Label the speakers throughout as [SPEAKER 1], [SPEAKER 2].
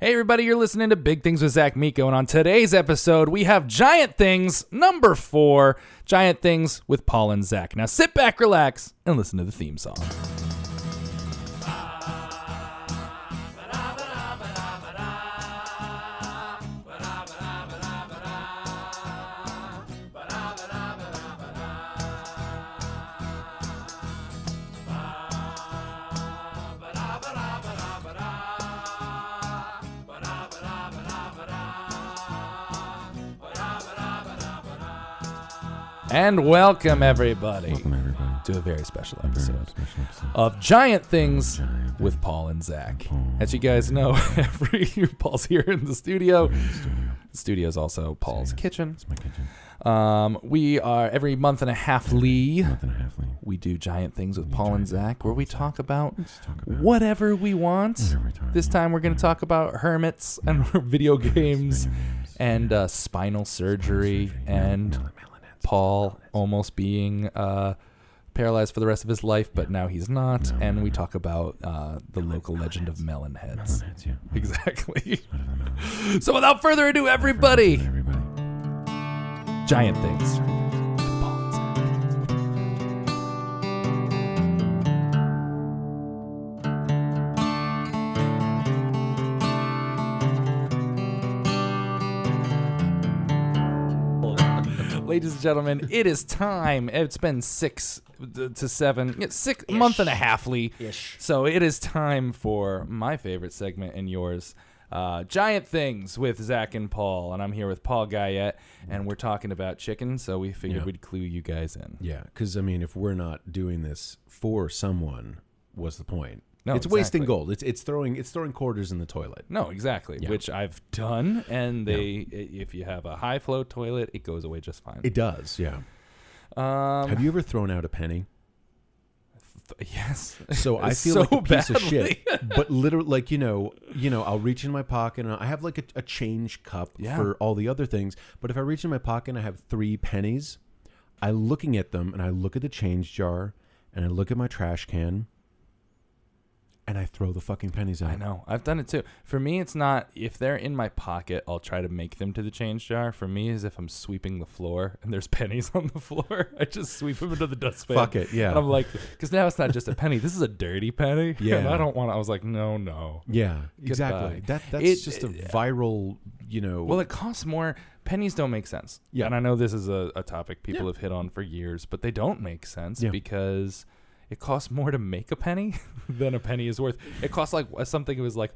[SPEAKER 1] Hey, everybody, you're listening to Big Things with Zach Miko, and on today's episode, we have Giant Things number four Giant Things with Paul and Zach. Now sit back, relax, and listen to the theme song. And welcome, everybody,
[SPEAKER 2] Welcome everybody.
[SPEAKER 1] to a very special
[SPEAKER 2] Very
[SPEAKER 1] episode
[SPEAKER 2] special episode.
[SPEAKER 1] of Giant Things
[SPEAKER 2] Giant
[SPEAKER 1] with Paul and Zach.
[SPEAKER 2] Paul.
[SPEAKER 1] As you guys know, every year Paul's here in the studio.
[SPEAKER 2] We're in the studio.
[SPEAKER 1] The studio's also Paul's
[SPEAKER 2] Studio.
[SPEAKER 1] kitchen.
[SPEAKER 2] It's my kitchen.
[SPEAKER 1] Um, we are every month and a half Lee.
[SPEAKER 2] Month and a half late.
[SPEAKER 1] We do Giant Things with
[SPEAKER 2] do
[SPEAKER 1] Paul and
[SPEAKER 2] Giant Things with
[SPEAKER 1] Zach,
[SPEAKER 2] Paul
[SPEAKER 1] where we
[SPEAKER 2] and Zach.
[SPEAKER 1] talk about
[SPEAKER 2] Let's talk about
[SPEAKER 1] whatever we want.
[SPEAKER 2] whatever time.
[SPEAKER 1] This time we're going to talk about hermits and video games
[SPEAKER 2] Games.
[SPEAKER 1] and uh, spinal surgery and Paul almost being uh, paralyzed for the rest of his life, but now he's not. And we talk about uh, the local legend of Melonheads.
[SPEAKER 2] That's you.
[SPEAKER 1] Exactly.
[SPEAKER 2] Out of the mountain.
[SPEAKER 1] so without further ado, everybody,
[SPEAKER 2] Everybody.
[SPEAKER 1] giant things. Ladies and gentlemen, it is time. It's been six to seven, yeah, six month and a halfly.
[SPEAKER 3] Ish.
[SPEAKER 1] So it is time for my favorite segment and yours, uh, Giant Things with Zach and Paul. And I'm here with Paul Guyette, and we're talking about chicken, so we figured
[SPEAKER 3] Yeah.
[SPEAKER 1] we'd clue you guys in.
[SPEAKER 3] Yeah, because I mean, if we're not doing this for someone, what's the point?
[SPEAKER 1] No,
[SPEAKER 3] it's wasting
[SPEAKER 1] exactly.
[SPEAKER 3] gold. It's it's throwing it's throwing quarters in the toilet.
[SPEAKER 1] No, exactly,
[SPEAKER 3] Yeah.
[SPEAKER 1] which I've done, and they i if you have a high flow toilet, it goes away just fine.
[SPEAKER 3] It does. Yeah.
[SPEAKER 1] um,
[SPEAKER 3] Have you ever thrown out a penny?
[SPEAKER 1] th- yes.
[SPEAKER 3] So I feel
[SPEAKER 1] So
[SPEAKER 3] like a piece of
[SPEAKER 1] badly.
[SPEAKER 3] shit. But literally, like you know, you know, I'll reach in my pocket and I have like a, a change cup
[SPEAKER 1] Yeah.
[SPEAKER 3] for all the other things. But if I reach in my pocket and I have three pennies, I'm looking at them and I look at the change jar and I look at my trash can, and I throw the fucking pennies out.
[SPEAKER 1] I know. I've done it too. For me, it's not if they're in my pocket, I'll try to make them to the change jar. For me, is if I'm sweeping the floor and there's pennies on the floor, I just sweep them into the dustbin.
[SPEAKER 3] Fuck it, yeah.
[SPEAKER 1] And I'm like, because now it's not just a penny. This is a dirty penny. And
[SPEAKER 3] Yeah.
[SPEAKER 1] I don't want. to I was like, no, no.
[SPEAKER 3] Yeah, exactly.
[SPEAKER 1] Goodbye.
[SPEAKER 3] That that's
[SPEAKER 1] It- uh,
[SPEAKER 3] just a viral, you know.
[SPEAKER 1] Well, it costs more. Pennies don't make sense.
[SPEAKER 3] Yeah.
[SPEAKER 1] And I know this is a, a topic people
[SPEAKER 3] Yeah.
[SPEAKER 1] have hit on for years, but they don't make sense
[SPEAKER 3] Yeah.
[SPEAKER 1] because it costs more to make a penny than a penny is worth. It costs like uh, something it was like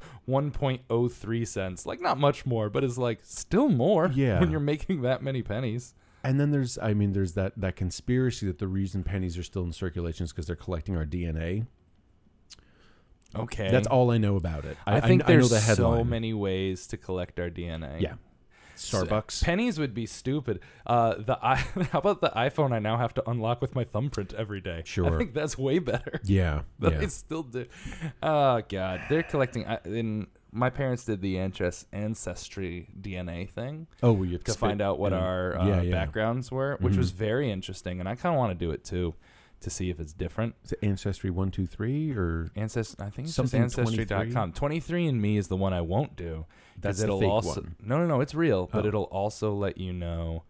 [SPEAKER 1] 1.03 cents. Like not much more, but it's like still more
[SPEAKER 3] Yeah.
[SPEAKER 1] when you're making that many pennies.
[SPEAKER 3] and then there's, I mean, there's that that conspiracy that the reason pennies are still in circulation is because they're collecting our DNA.
[SPEAKER 1] Okay.
[SPEAKER 3] That's all I know about it. I,
[SPEAKER 1] I, think
[SPEAKER 3] I,
[SPEAKER 1] there's
[SPEAKER 3] know the headline.
[SPEAKER 1] so many ways to collect our DNA.
[SPEAKER 3] Yeah, Starbucks.
[SPEAKER 1] Pennies would be stupid. Uh, the i how about the iPhone? I now have to unlock with my thumbprint every day. I
[SPEAKER 3] Sure.
[SPEAKER 1] think that's way better.
[SPEAKER 3] yeah,
[SPEAKER 1] But
[SPEAKER 3] yeah.
[SPEAKER 1] they still do. Oh god, they're collecting. I, in my parents did the ancest- ancestry DNA thing
[SPEAKER 3] Oh, well, you have
[SPEAKER 1] to find out what our uh, backgrounds were, which
[SPEAKER 3] Mm-hmm.
[SPEAKER 1] was very interesting, and I kind of want to do it too, to see if it's different.
[SPEAKER 3] Is it ancestry one two three or
[SPEAKER 1] Ancest- I think it's
[SPEAKER 3] Something
[SPEAKER 1] just ancestry.com. 23 and Me is the one I won't do. 'cause
[SPEAKER 3] That's the fake
[SPEAKER 1] also
[SPEAKER 3] one.
[SPEAKER 1] No, no, no, it's real, but
[SPEAKER 3] Oh.
[SPEAKER 1] it'll also let you know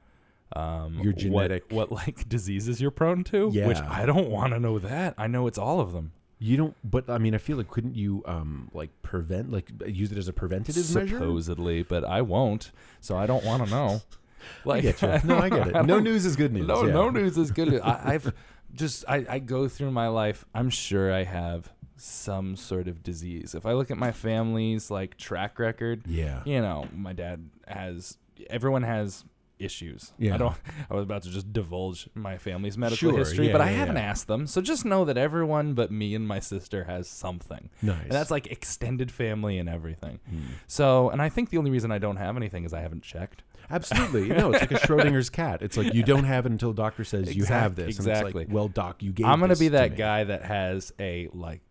[SPEAKER 1] um,
[SPEAKER 3] Your
[SPEAKER 1] what-
[SPEAKER 3] genetic-
[SPEAKER 1] what, like diseases you're prone to, which
[SPEAKER 3] Yeah.
[SPEAKER 1] I don't want to know that. I know it's all of them.
[SPEAKER 3] you don't? But I mean, I feel like couldn't you um like prevent like use it as a preventative measure?
[SPEAKER 1] supposedly, but I won't, so I don't want to know.
[SPEAKER 3] I
[SPEAKER 1] Like,
[SPEAKER 3] get you. No, I get it. No
[SPEAKER 1] don't-
[SPEAKER 3] news is good news.
[SPEAKER 1] no,
[SPEAKER 3] yeah.
[SPEAKER 1] no news is good. news. I, I've just I, I go through my life. I'm sure I have some sort of disease. If I look at my family's like track record,
[SPEAKER 3] Yeah.
[SPEAKER 1] you know, my dad has. Everyone has issues. I
[SPEAKER 3] Yeah.
[SPEAKER 1] don't. I was about to just divulge my family's medical
[SPEAKER 3] Sure,
[SPEAKER 1] history,
[SPEAKER 3] yeah,
[SPEAKER 1] but I
[SPEAKER 3] yeah,
[SPEAKER 1] haven't
[SPEAKER 3] yeah.
[SPEAKER 1] asked them. So just know that everyone but me and my sister has something.
[SPEAKER 3] Nice. Hmm.
[SPEAKER 1] And that's like extended family and everything. So, and I think the only reason I don't have anything is I haven't checked.
[SPEAKER 3] Absolutely. No, it's like a Schrodinger's cat. It's like you don't have it until doctor says you have
[SPEAKER 1] Exact-
[SPEAKER 3] this. And
[SPEAKER 1] exactly.
[SPEAKER 3] it's like, well, doc, you gave
[SPEAKER 1] I'm going
[SPEAKER 3] this
[SPEAKER 1] to be that
[SPEAKER 3] me.
[SPEAKER 1] guy that has a, like,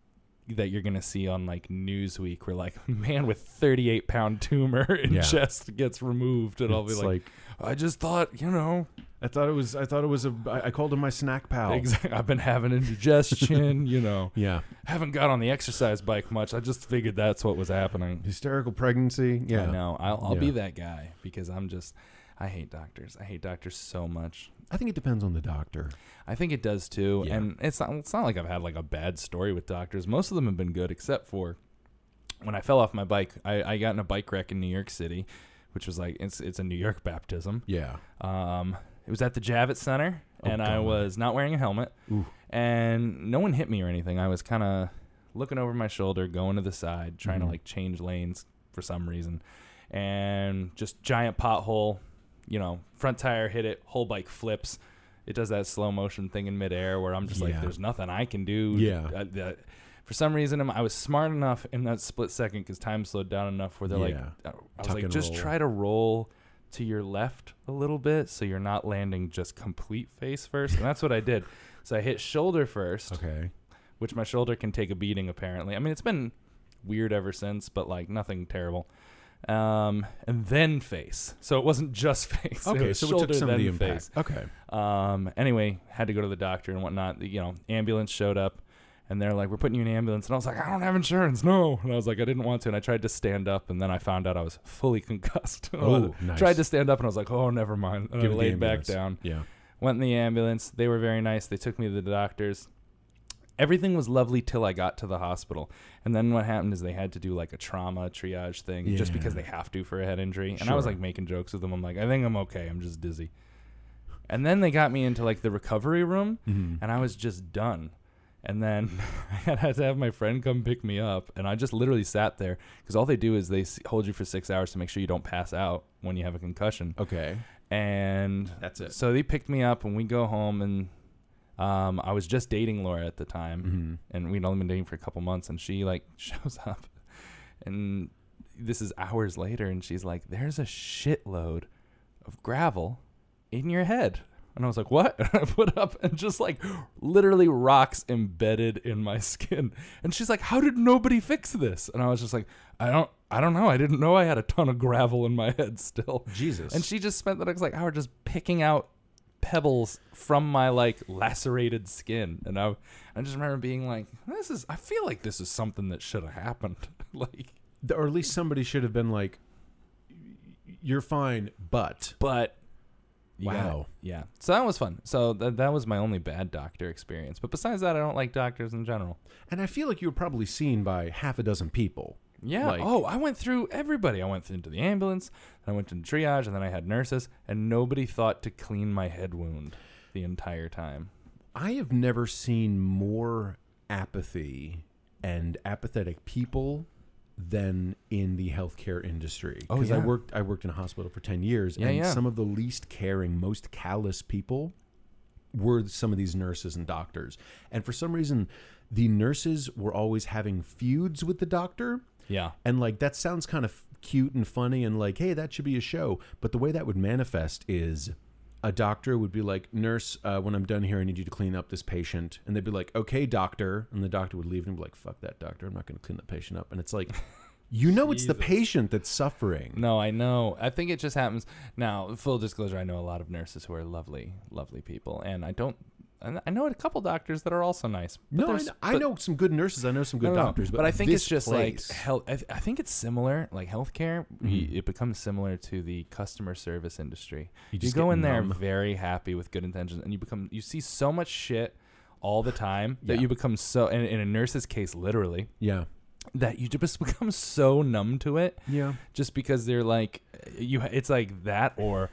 [SPEAKER 1] that you're going to see on, like, Newsweek where, like, man with 38 pound tumor in
[SPEAKER 3] Yeah.
[SPEAKER 1] chest gets removed. And I'll be
[SPEAKER 3] It's
[SPEAKER 1] like, I just thought, you know,
[SPEAKER 3] I thought it was. I thought it was a. I I called him my snack pal.
[SPEAKER 1] Exactly. I've been having indigestion, you know.
[SPEAKER 3] Yeah.
[SPEAKER 1] Haven't got on the exercise bike much. I just figured that's what was happening.
[SPEAKER 3] Hysterical pregnancy. Yeah.
[SPEAKER 1] I know. I'll, I'll be
[SPEAKER 3] Yeah.
[SPEAKER 1] that guy because I'm just, I hate doctors. I hate doctors so much.
[SPEAKER 3] I think it depends on the doctor.
[SPEAKER 1] I think it does too.
[SPEAKER 3] Yeah.
[SPEAKER 1] And it's not, it's not like I've had like a bad story with doctors. Most of them have been good, except for when I fell off my bike. I, I got in a bike wreck in New York City, which was like, it's, it's a New York baptism.
[SPEAKER 3] Yeah.
[SPEAKER 1] Um, it was at the Javits Center,
[SPEAKER 3] Oh,
[SPEAKER 1] and I
[SPEAKER 3] God.
[SPEAKER 1] was not wearing a helmet.
[SPEAKER 3] Ooh.
[SPEAKER 1] And no one hit me or anything. I was kind of looking over my shoulder, going to the side, trying
[SPEAKER 3] Mhm.
[SPEAKER 1] to like change lanes for some reason. And just giant pothole, you know, front tire hit it, whole bike flips. It does that slow motion thing in midair where I'm just
[SPEAKER 3] Yeah.
[SPEAKER 1] like, there's nothing I can do.
[SPEAKER 3] Yeah.
[SPEAKER 1] Uh, the- for some reason, I'm- I was smart enough in that split second because time slowed down enough where they're like, uh, I I
[SPEAKER 3] Yeah.
[SPEAKER 1] was
[SPEAKER 3] Tuck
[SPEAKER 1] like,
[SPEAKER 3] and
[SPEAKER 1] just
[SPEAKER 3] roll.
[SPEAKER 1] try to roll to your left a little bit so you're not landing just complete face first. And that's what I did. So I hit shoulder first,
[SPEAKER 3] Okay.
[SPEAKER 1] which my shoulder can take a beating apparently. I mean, it's been weird ever since, but like nothing terrible. Um, and then face. So it wasn't just face. it
[SPEAKER 3] Okay.
[SPEAKER 1] was
[SPEAKER 3] So it
[SPEAKER 1] shoulder,
[SPEAKER 3] took some
[SPEAKER 1] then
[SPEAKER 3] of the
[SPEAKER 1] face.
[SPEAKER 3] impact. Okay.
[SPEAKER 1] Um, anyway, had to go to the doctor and whatnot. You know, ambulance showed up and they're like, we're putting you in an ambulance. And I was like, I don't have insurance. No. And I was like, I didn't want to. And I tried to stand up and then I found out I was fully concussed.
[SPEAKER 3] Oh, nice.
[SPEAKER 1] Tried to stand up and I was like, oh, never mind. And
[SPEAKER 3] Give it
[SPEAKER 1] I
[SPEAKER 3] the
[SPEAKER 1] laid back
[SPEAKER 3] ambulance.
[SPEAKER 1] down.
[SPEAKER 3] Yeah.
[SPEAKER 1] Went in the ambulance. They were very nice. They took me to the doctors. Everything was lovely till I got to the hospital. And then what happened is they had to do like a trauma triage thing just because
[SPEAKER 3] Yeah.
[SPEAKER 1] they have to for a head injury. And I was
[SPEAKER 3] Sure.
[SPEAKER 1] like making jokes with them. I'm like, I think I'm okay. I'm just dizzy. And then they got me into like the recovery room
[SPEAKER 3] Mhm.
[SPEAKER 1] and I was just done. And then I had to have my friend come pick me up, and I just literally sat there because all they do is they s- hold you for six hours to make sure you don't pass out when you have a concussion.
[SPEAKER 3] Okay.
[SPEAKER 1] And
[SPEAKER 3] That's it.
[SPEAKER 1] so they picked me up, and we go home, and um, I was just dating Laura at the time,
[SPEAKER 3] hmm
[SPEAKER 1] and we'd only been dating for a couple months, and she like shows up, and this is hours later, and she's like, "There's a shitload of gravel in your head." And I was like, what? And I put up and just like literally rocks embedded in my skin. And she's like, how did nobody fix this? And I was just like, I don't, I don't know. I didn't know I had a ton of gravel in my head still.
[SPEAKER 3] Jesus.
[SPEAKER 1] And she just spent the next like hour just picking out pebbles from my like lacerated skin. And I I just remember being like, this is I feel like this is something that should have happened. like
[SPEAKER 3] Th- or at least somebody should have been like, "Y- "You're fine," but
[SPEAKER 1] but you got
[SPEAKER 3] Wow.
[SPEAKER 1] it. yeah. So that was fun. So th- that was my only bad doctor experience. But besides that, I don't like doctors in general.
[SPEAKER 3] and I feel like you were probably seen by half a dozen people.
[SPEAKER 1] Yeah.
[SPEAKER 3] Like-
[SPEAKER 1] oh, I went through everybody. I went th- into the ambulance, then I went to triage, and then I had nurses, and nobody thought to clean my head wound the entire time.
[SPEAKER 3] I have never seen more apathy and apathetic people than in the healthcare industry.
[SPEAKER 1] Oh,
[SPEAKER 3] I
[SPEAKER 1] yeah.
[SPEAKER 3] worked I worked in a hospital for 10 years
[SPEAKER 1] Yeah,
[SPEAKER 3] and
[SPEAKER 1] yeah.
[SPEAKER 3] some of the least caring, most callous people were some of these nurses and doctors. And for some reason the nurses were always having feuds with the doctor
[SPEAKER 1] Yeah.
[SPEAKER 3] and like that sounds kind of cute and funny and like hey that should be a show but the way that would manifest is a doctor would be like nurse uh, when i'm done here i need you to clean up this patient and they'd be like okay doctor and the doctor would leave and be like fuck that doctor i'm not going to clean that patient up and it's like you know it's the patient that's suffering
[SPEAKER 1] No, I know. I think it just happens. Now, full disclosure, I know a lot of nurses who are lovely, lovely people, and I don't. and I know a couple doctors that are also nice. but
[SPEAKER 3] no, I
[SPEAKER 1] there's-
[SPEAKER 3] know, I
[SPEAKER 1] but-
[SPEAKER 3] know some good nurses i know some good
[SPEAKER 1] no, no, no.
[SPEAKER 3] doctors but,
[SPEAKER 1] I think it's
[SPEAKER 3] this
[SPEAKER 1] just
[SPEAKER 3] place- Mm-hmm.
[SPEAKER 1] like health. I, I think it's similar, like healthcare. y- It becomes similar to the customer service industry. You,
[SPEAKER 3] just
[SPEAKER 1] go
[SPEAKER 3] get
[SPEAKER 1] in there
[SPEAKER 3] numb.
[SPEAKER 1] very happy with good intentions, and you become you see so much shit all the time that
[SPEAKER 3] Yeah.
[SPEAKER 1] you become so. And in a nurse's case, literally,
[SPEAKER 3] yeah
[SPEAKER 1] that you just become so numb to it
[SPEAKER 3] yeah
[SPEAKER 1] just because they're like you it's like that or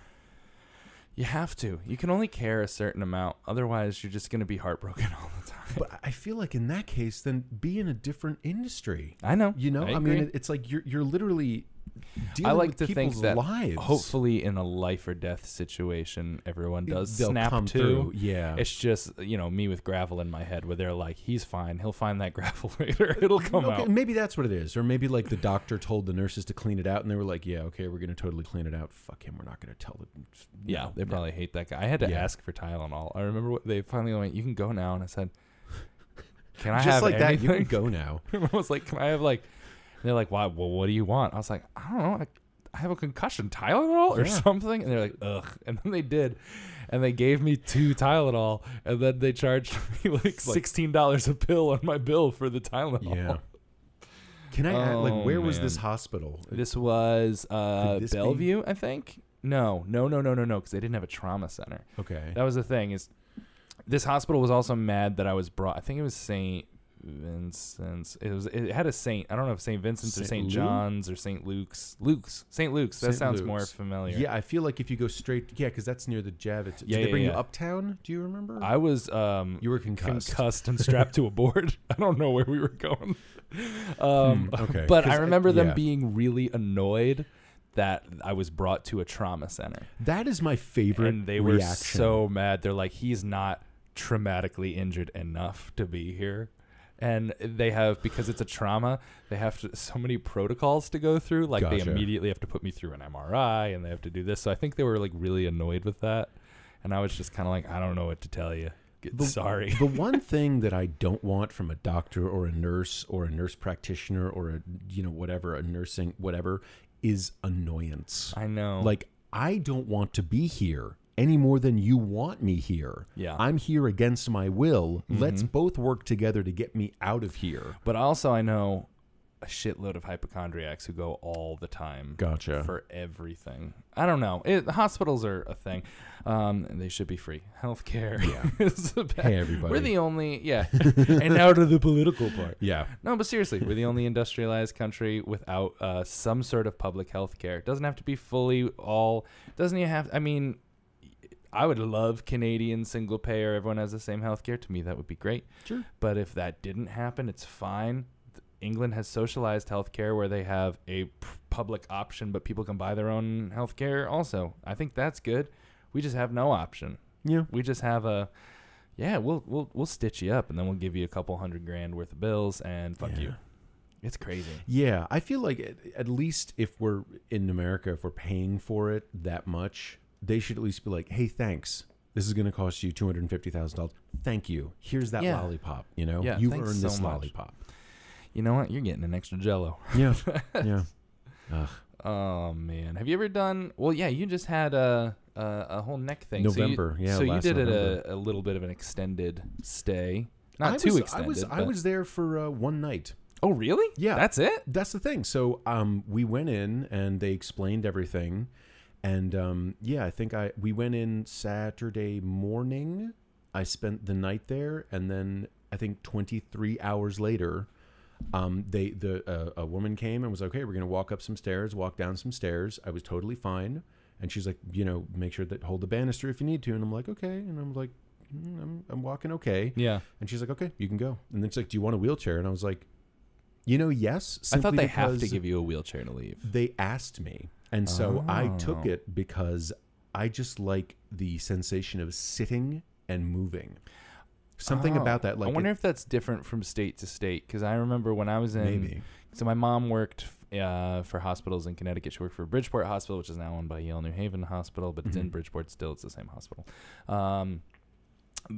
[SPEAKER 1] you have to you can only care a certain amount otherwise you're just going to be heartbroken all the time
[SPEAKER 3] but i feel like in that case then be in a different industry
[SPEAKER 1] i know
[SPEAKER 3] You know, I,
[SPEAKER 1] agree.
[SPEAKER 3] mean, it- it's like you're you're literally dealing
[SPEAKER 1] I like
[SPEAKER 3] with
[SPEAKER 1] to
[SPEAKER 3] people's
[SPEAKER 1] think that
[SPEAKER 3] lives.
[SPEAKER 1] hopefully in a life or death situation everyone does
[SPEAKER 3] They'll
[SPEAKER 1] snap
[SPEAKER 3] come
[SPEAKER 1] to
[SPEAKER 3] through. Yeah,
[SPEAKER 1] It's just you know me with gravel in my head where they're like he's fine he'll find that gravel later it'll come
[SPEAKER 3] okay,
[SPEAKER 1] out
[SPEAKER 3] maybe that's what it is, or maybe like the doctor told the nurses to clean it out, and they were like, "Yeah, okay, we're gonna totally clean it out. Fuck him, we're not gonna tell the."
[SPEAKER 1] yeah
[SPEAKER 3] no,
[SPEAKER 1] they
[SPEAKER 3] no."
[SPEAKER 1] probably hate that guy I had to
[SPEAKER 3] Yeah.
[SPEAKER 1] ask for Tylenol I remember what they finally went you can go now and I said can I
[SPEAKER 3] Just
[SPEAKER 1] have
[SPEAKER 3] like that, you
[SPEAKER 1] anything?
[SPEAKER 3] can go now.
[SPEAKER 1] I was like, "Can I have like?" They're like, "Why? Well, what do you want?" I was like, "I don't know. I, I have a concussion, Tylenol or something. And they're like, ugh. And then they did. And they gave me two Tylenol. And then they charged me like $16 a pill on my bill for the Tylenol.
[SPEAKER 3] Yeah. Can I add,
[SPEAKER 1] Oh,
[SPEAKER 3] like, where was this
[SPEAKER 1] man.
[SPEAKER 3] hospital?
[SPEAKER 1] This was uh,
[SPEAKER 3] Could this be-
[SPEAKER 1] Bellevue, I think. No, no, no, no, no, no, because they didn't have a trauma center.
[SPEAKER 3] Okay.
[SPEAKER 1] That was the thing is, this hospital was also mad that I was brought. I think it was Saint Vincent's. It was it had a saint. I don't know if Saint Vincent's or
[SPEAKER 3] Saint
[SPEAKER 1] Saint
[SPEAKER 3] Lou?
[SPEAKER 1] John's or Saint Luke's. Luke's Saint Luke's. That
[SPEAKER 3] Saint
[SPEAKER 1] sounds more
[SPEAKER 3] Luke's.
[SPEAKER 1] familiar.
[SPEAKER 3] Yeah, I feel like if you go straight, yeah, because that's near the Javits. Did
[SPEAKER 1] Yeah,
[SPEAKER 3] they
[SPEAKER 1] yeah,
[SPEAKER 3] bring you
[SPEAKER 1] yeah.
[SPEAKER 3] uptown? Do you remember?
[SPEAKER 1] I was um
[SPEAKER 3] you were concussed.
[SPEAKER 1] concussed and strapped to a board. I don't know where we were going. Um,
[SPEAKER 3] Hmm, okay.
[SPEAKER 1] but
[SPEAKER 3] 'Cause
[SPEAKER 1] I
[SPEAKER 3] I-
[SPEAKER 1] remember them
[SPEAKER 3] yeah.
[SPEAKER 1] being really annoyed that I was brought to a trauma center.
[SPEAKER 3] That is my favorite.
[SPEAKER 1] and they were
[SPEAKER 3] reaction.
[SPEAKER 1] so mad. They're like, he's not traumatically injured enough to be here. And they have because it's a trauma. They have to, so many protocols to go through. Like they
[SPEAKER 3] Gotcha.
[SPEAKER 1] immediately have to put me through an MRI, and they have to do this. So I think they were like really annoyed with that. And I was just kind of like, I don't know what to tell you. Get-
[SPEAKER 3] The-
[SPEAKER 1] Sorry.
[SPEAKER 3] the one thing that I don't want from a doctor or a nurse or a nurse practitioner or a you know whatever a nursing whatever is annoyance.
[SPEAKER 1] I know.
[SPEAKER 3] Like I don't want to be here any more than you want me here.
[SPEAKER 1] Yeah. Mm-hmm.
[SPEAKER 3] I'm here against my will. Let's both work together to get me out of here.
[SPEAKER 1] but also I know a shitload of hypochondriacs who go all the time.
[SPEAKER 3] Gotcha.
[SPEAKER 1] for everything. I don't know. It, hospitals are a thing. Um, and they should be free. Healthcare. Yeah. is the best.
[SPEAKER 3] Hey, everybody.
[SPEAKER 1] We're the only. Yeah. and now to the political part.
[SPEAKER 3] yeah.
[SPEAKER 1] No, but seriously, we're the only industrialized country without uh, some sort of public health care. It doesn't have to be fully all. Doesn't even have. I mean, I would love Canadian single payer. Everyone has the same health care. To me, that would be great.
[SPEAKER 3] Sure.
[SPEAKER 1] But if that didn't happen, it's fine. Th- England has socialized healthcare where they have a p- public option, but people can buy their own healthcare also. I think that's good. We just have no option.
[SPEAKER 3] Yeah.
[SPEAKER 1] We just have a yeah, we'll we'll we'll stitch you up and then we'll give you a couple hundred grand worth of bills and fuck you.
[SPEAKER 3] Yeah.
[SPEAKER 1] It's crazy.
[SPEAKER 3] Yeah, I feel like at, at least if we're in America, if we're paying for it that much, they should at least be like, "Hey, thanks. This is going to cost you two hundred and fifty thousand dollars. Thank you. Here's that
[SPEAKER 1] Yeah.
[SPEAKER 3] lollipop. You know,
[SPEAKER 1] Yeah,
[SPEAKER 3] you
[SPEAKER 1] thanks
[SPEAKER 3] earned this
[SPEAKER 1] so much.
[SPEAKER 3] lollipop.
[SPEAKER 1] You know what? You're getting an extra jello.
[SPEAKER 3] Yeah, yeah. Ugh.
[SPEAKER 1] Oh man, have you ever done? Well, yeah, you just had a a, a whole neck thing. So you-
[SPEAKER 3] November, yeah,
[SPEAKER 1] So you
[SPEAKER 3] last
[SPEAKER 1] did it a,
[SPEAKER 3] November.
[SPEAKER 1] a little bit of an extended stay, not
[SPEAKER 3] I
[SPEAKER 1] too
[SPEAKER 3] was,
[SPEAKER 1] extended.
[SPEAKER 3] I was, I
[SPEAKER 1] but-
[SPEAKER 3] was there for uh, one night.
[SPEAKER 1] Oh really?
[SPEAKER 3] Yeah.
[SPEAKER 1] That's it.
[SPEAKER 3] That's the thing. So, um, we went in and they explained everything, and um, yeah, I think I we went in Saturday morning. I spent the night there, and then I think 23 hours later, um, they the uh, a woman came and was like, "Okay, we're gonna walk up some stairs, walk down some stairs." I was totally fine, and she's like, "You know, make sure that hold the banister if you need to." And I'm like, "Okay," and I'm like, "Mm, "I'm I'm walking okay."
[SPEAKER 1] Yeah.
[SPEAKER 3] And she's like, "Okay, you can go." And then she's like, "Do you want a wheelchair?" And I was like, "You know, yes."
[SPEAKER 1] I thought
[SPEAKER 3] simply
[SPEAKER 1] they have to
[SPEAKER 3] because
[SPEAKER 1] give you a wheelchair to leave.
[SPEAKER 3] They asked me, and so I took
[SPEAKER 1] Oh.
[SPEAKER 3] it because I just like the sensation of sitting and moving. Something
[SPEAKER 1] Oh.
[SPEAKER 3] about that, like
[SPEAKER 1] I wonder
[SPEAKER 3] it-
[SPEAKER 1] if that's different from state to state because I remember when I was in.
[SPEAKER 3] maybe.
[SPEAKER 1] So my mom worked uh, for hospitals in Connecticut. She worked for Bridgeport Hospital, which is now owned by Yale New Haven Hospital, but
[SPEAKER 3] Mm-hmm.
[SPEAKER 1] it's in Bridgeport still. It's the same hospital. Um,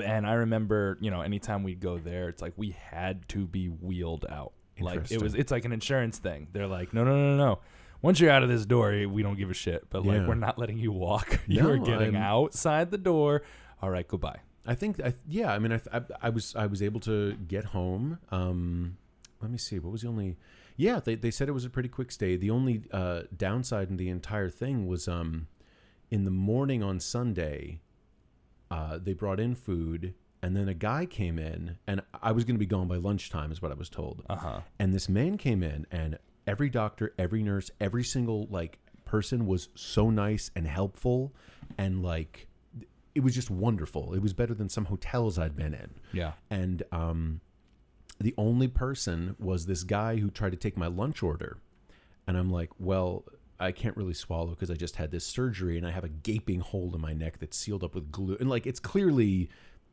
[SPEAKER 1] and I remember, you know, anytime we'd go there, it's like we had to be wheeled out. Like it was,
[SPEAKER 3] Interesting.
[SPEAKER 1] it's like an insurance thing. They're like, no, no, no, no, no. Once you're out of this door, we don't give a shit. But like,
[SPEAKER 3] Yeah.
[SPEAKER 1] we're not letting you walk. you
[SPEAKER 3] No,
[SPEAKER 1] are getting
[SPEAKER 3] I'm-
[SPEAKER 1] outside the door. All right, goodbye.
[SPEAKER 3] I think, I, yeah. I mean, I, I, I was I was able to get home. Um, let me see. What was the only? Yeah, they, they said it was a pretty quick stay. The only uh, downside in the entire thing was um, in the morning on Sunday, uh, they brought in food, and then a guy came in, and I was going to be gone by lunchtime, is what I was told.
[SPEAKER 1] Uh huh.
[SPEAKER 3] And this man came in, and every doctor, every nurse, every single like person was so nice and helpful, and like it was just wonderful. It was better than some hotels I'd been in.
[SPEAKER 1] Yeah.
[SPEAKER 3] And um, the only person was this guy who tried to take my lunch order, and I'm like, well. I can't really swallow because I just had this surgery and I have a gaping hole in my neck that's sealed up with glue. And like, it's clearly,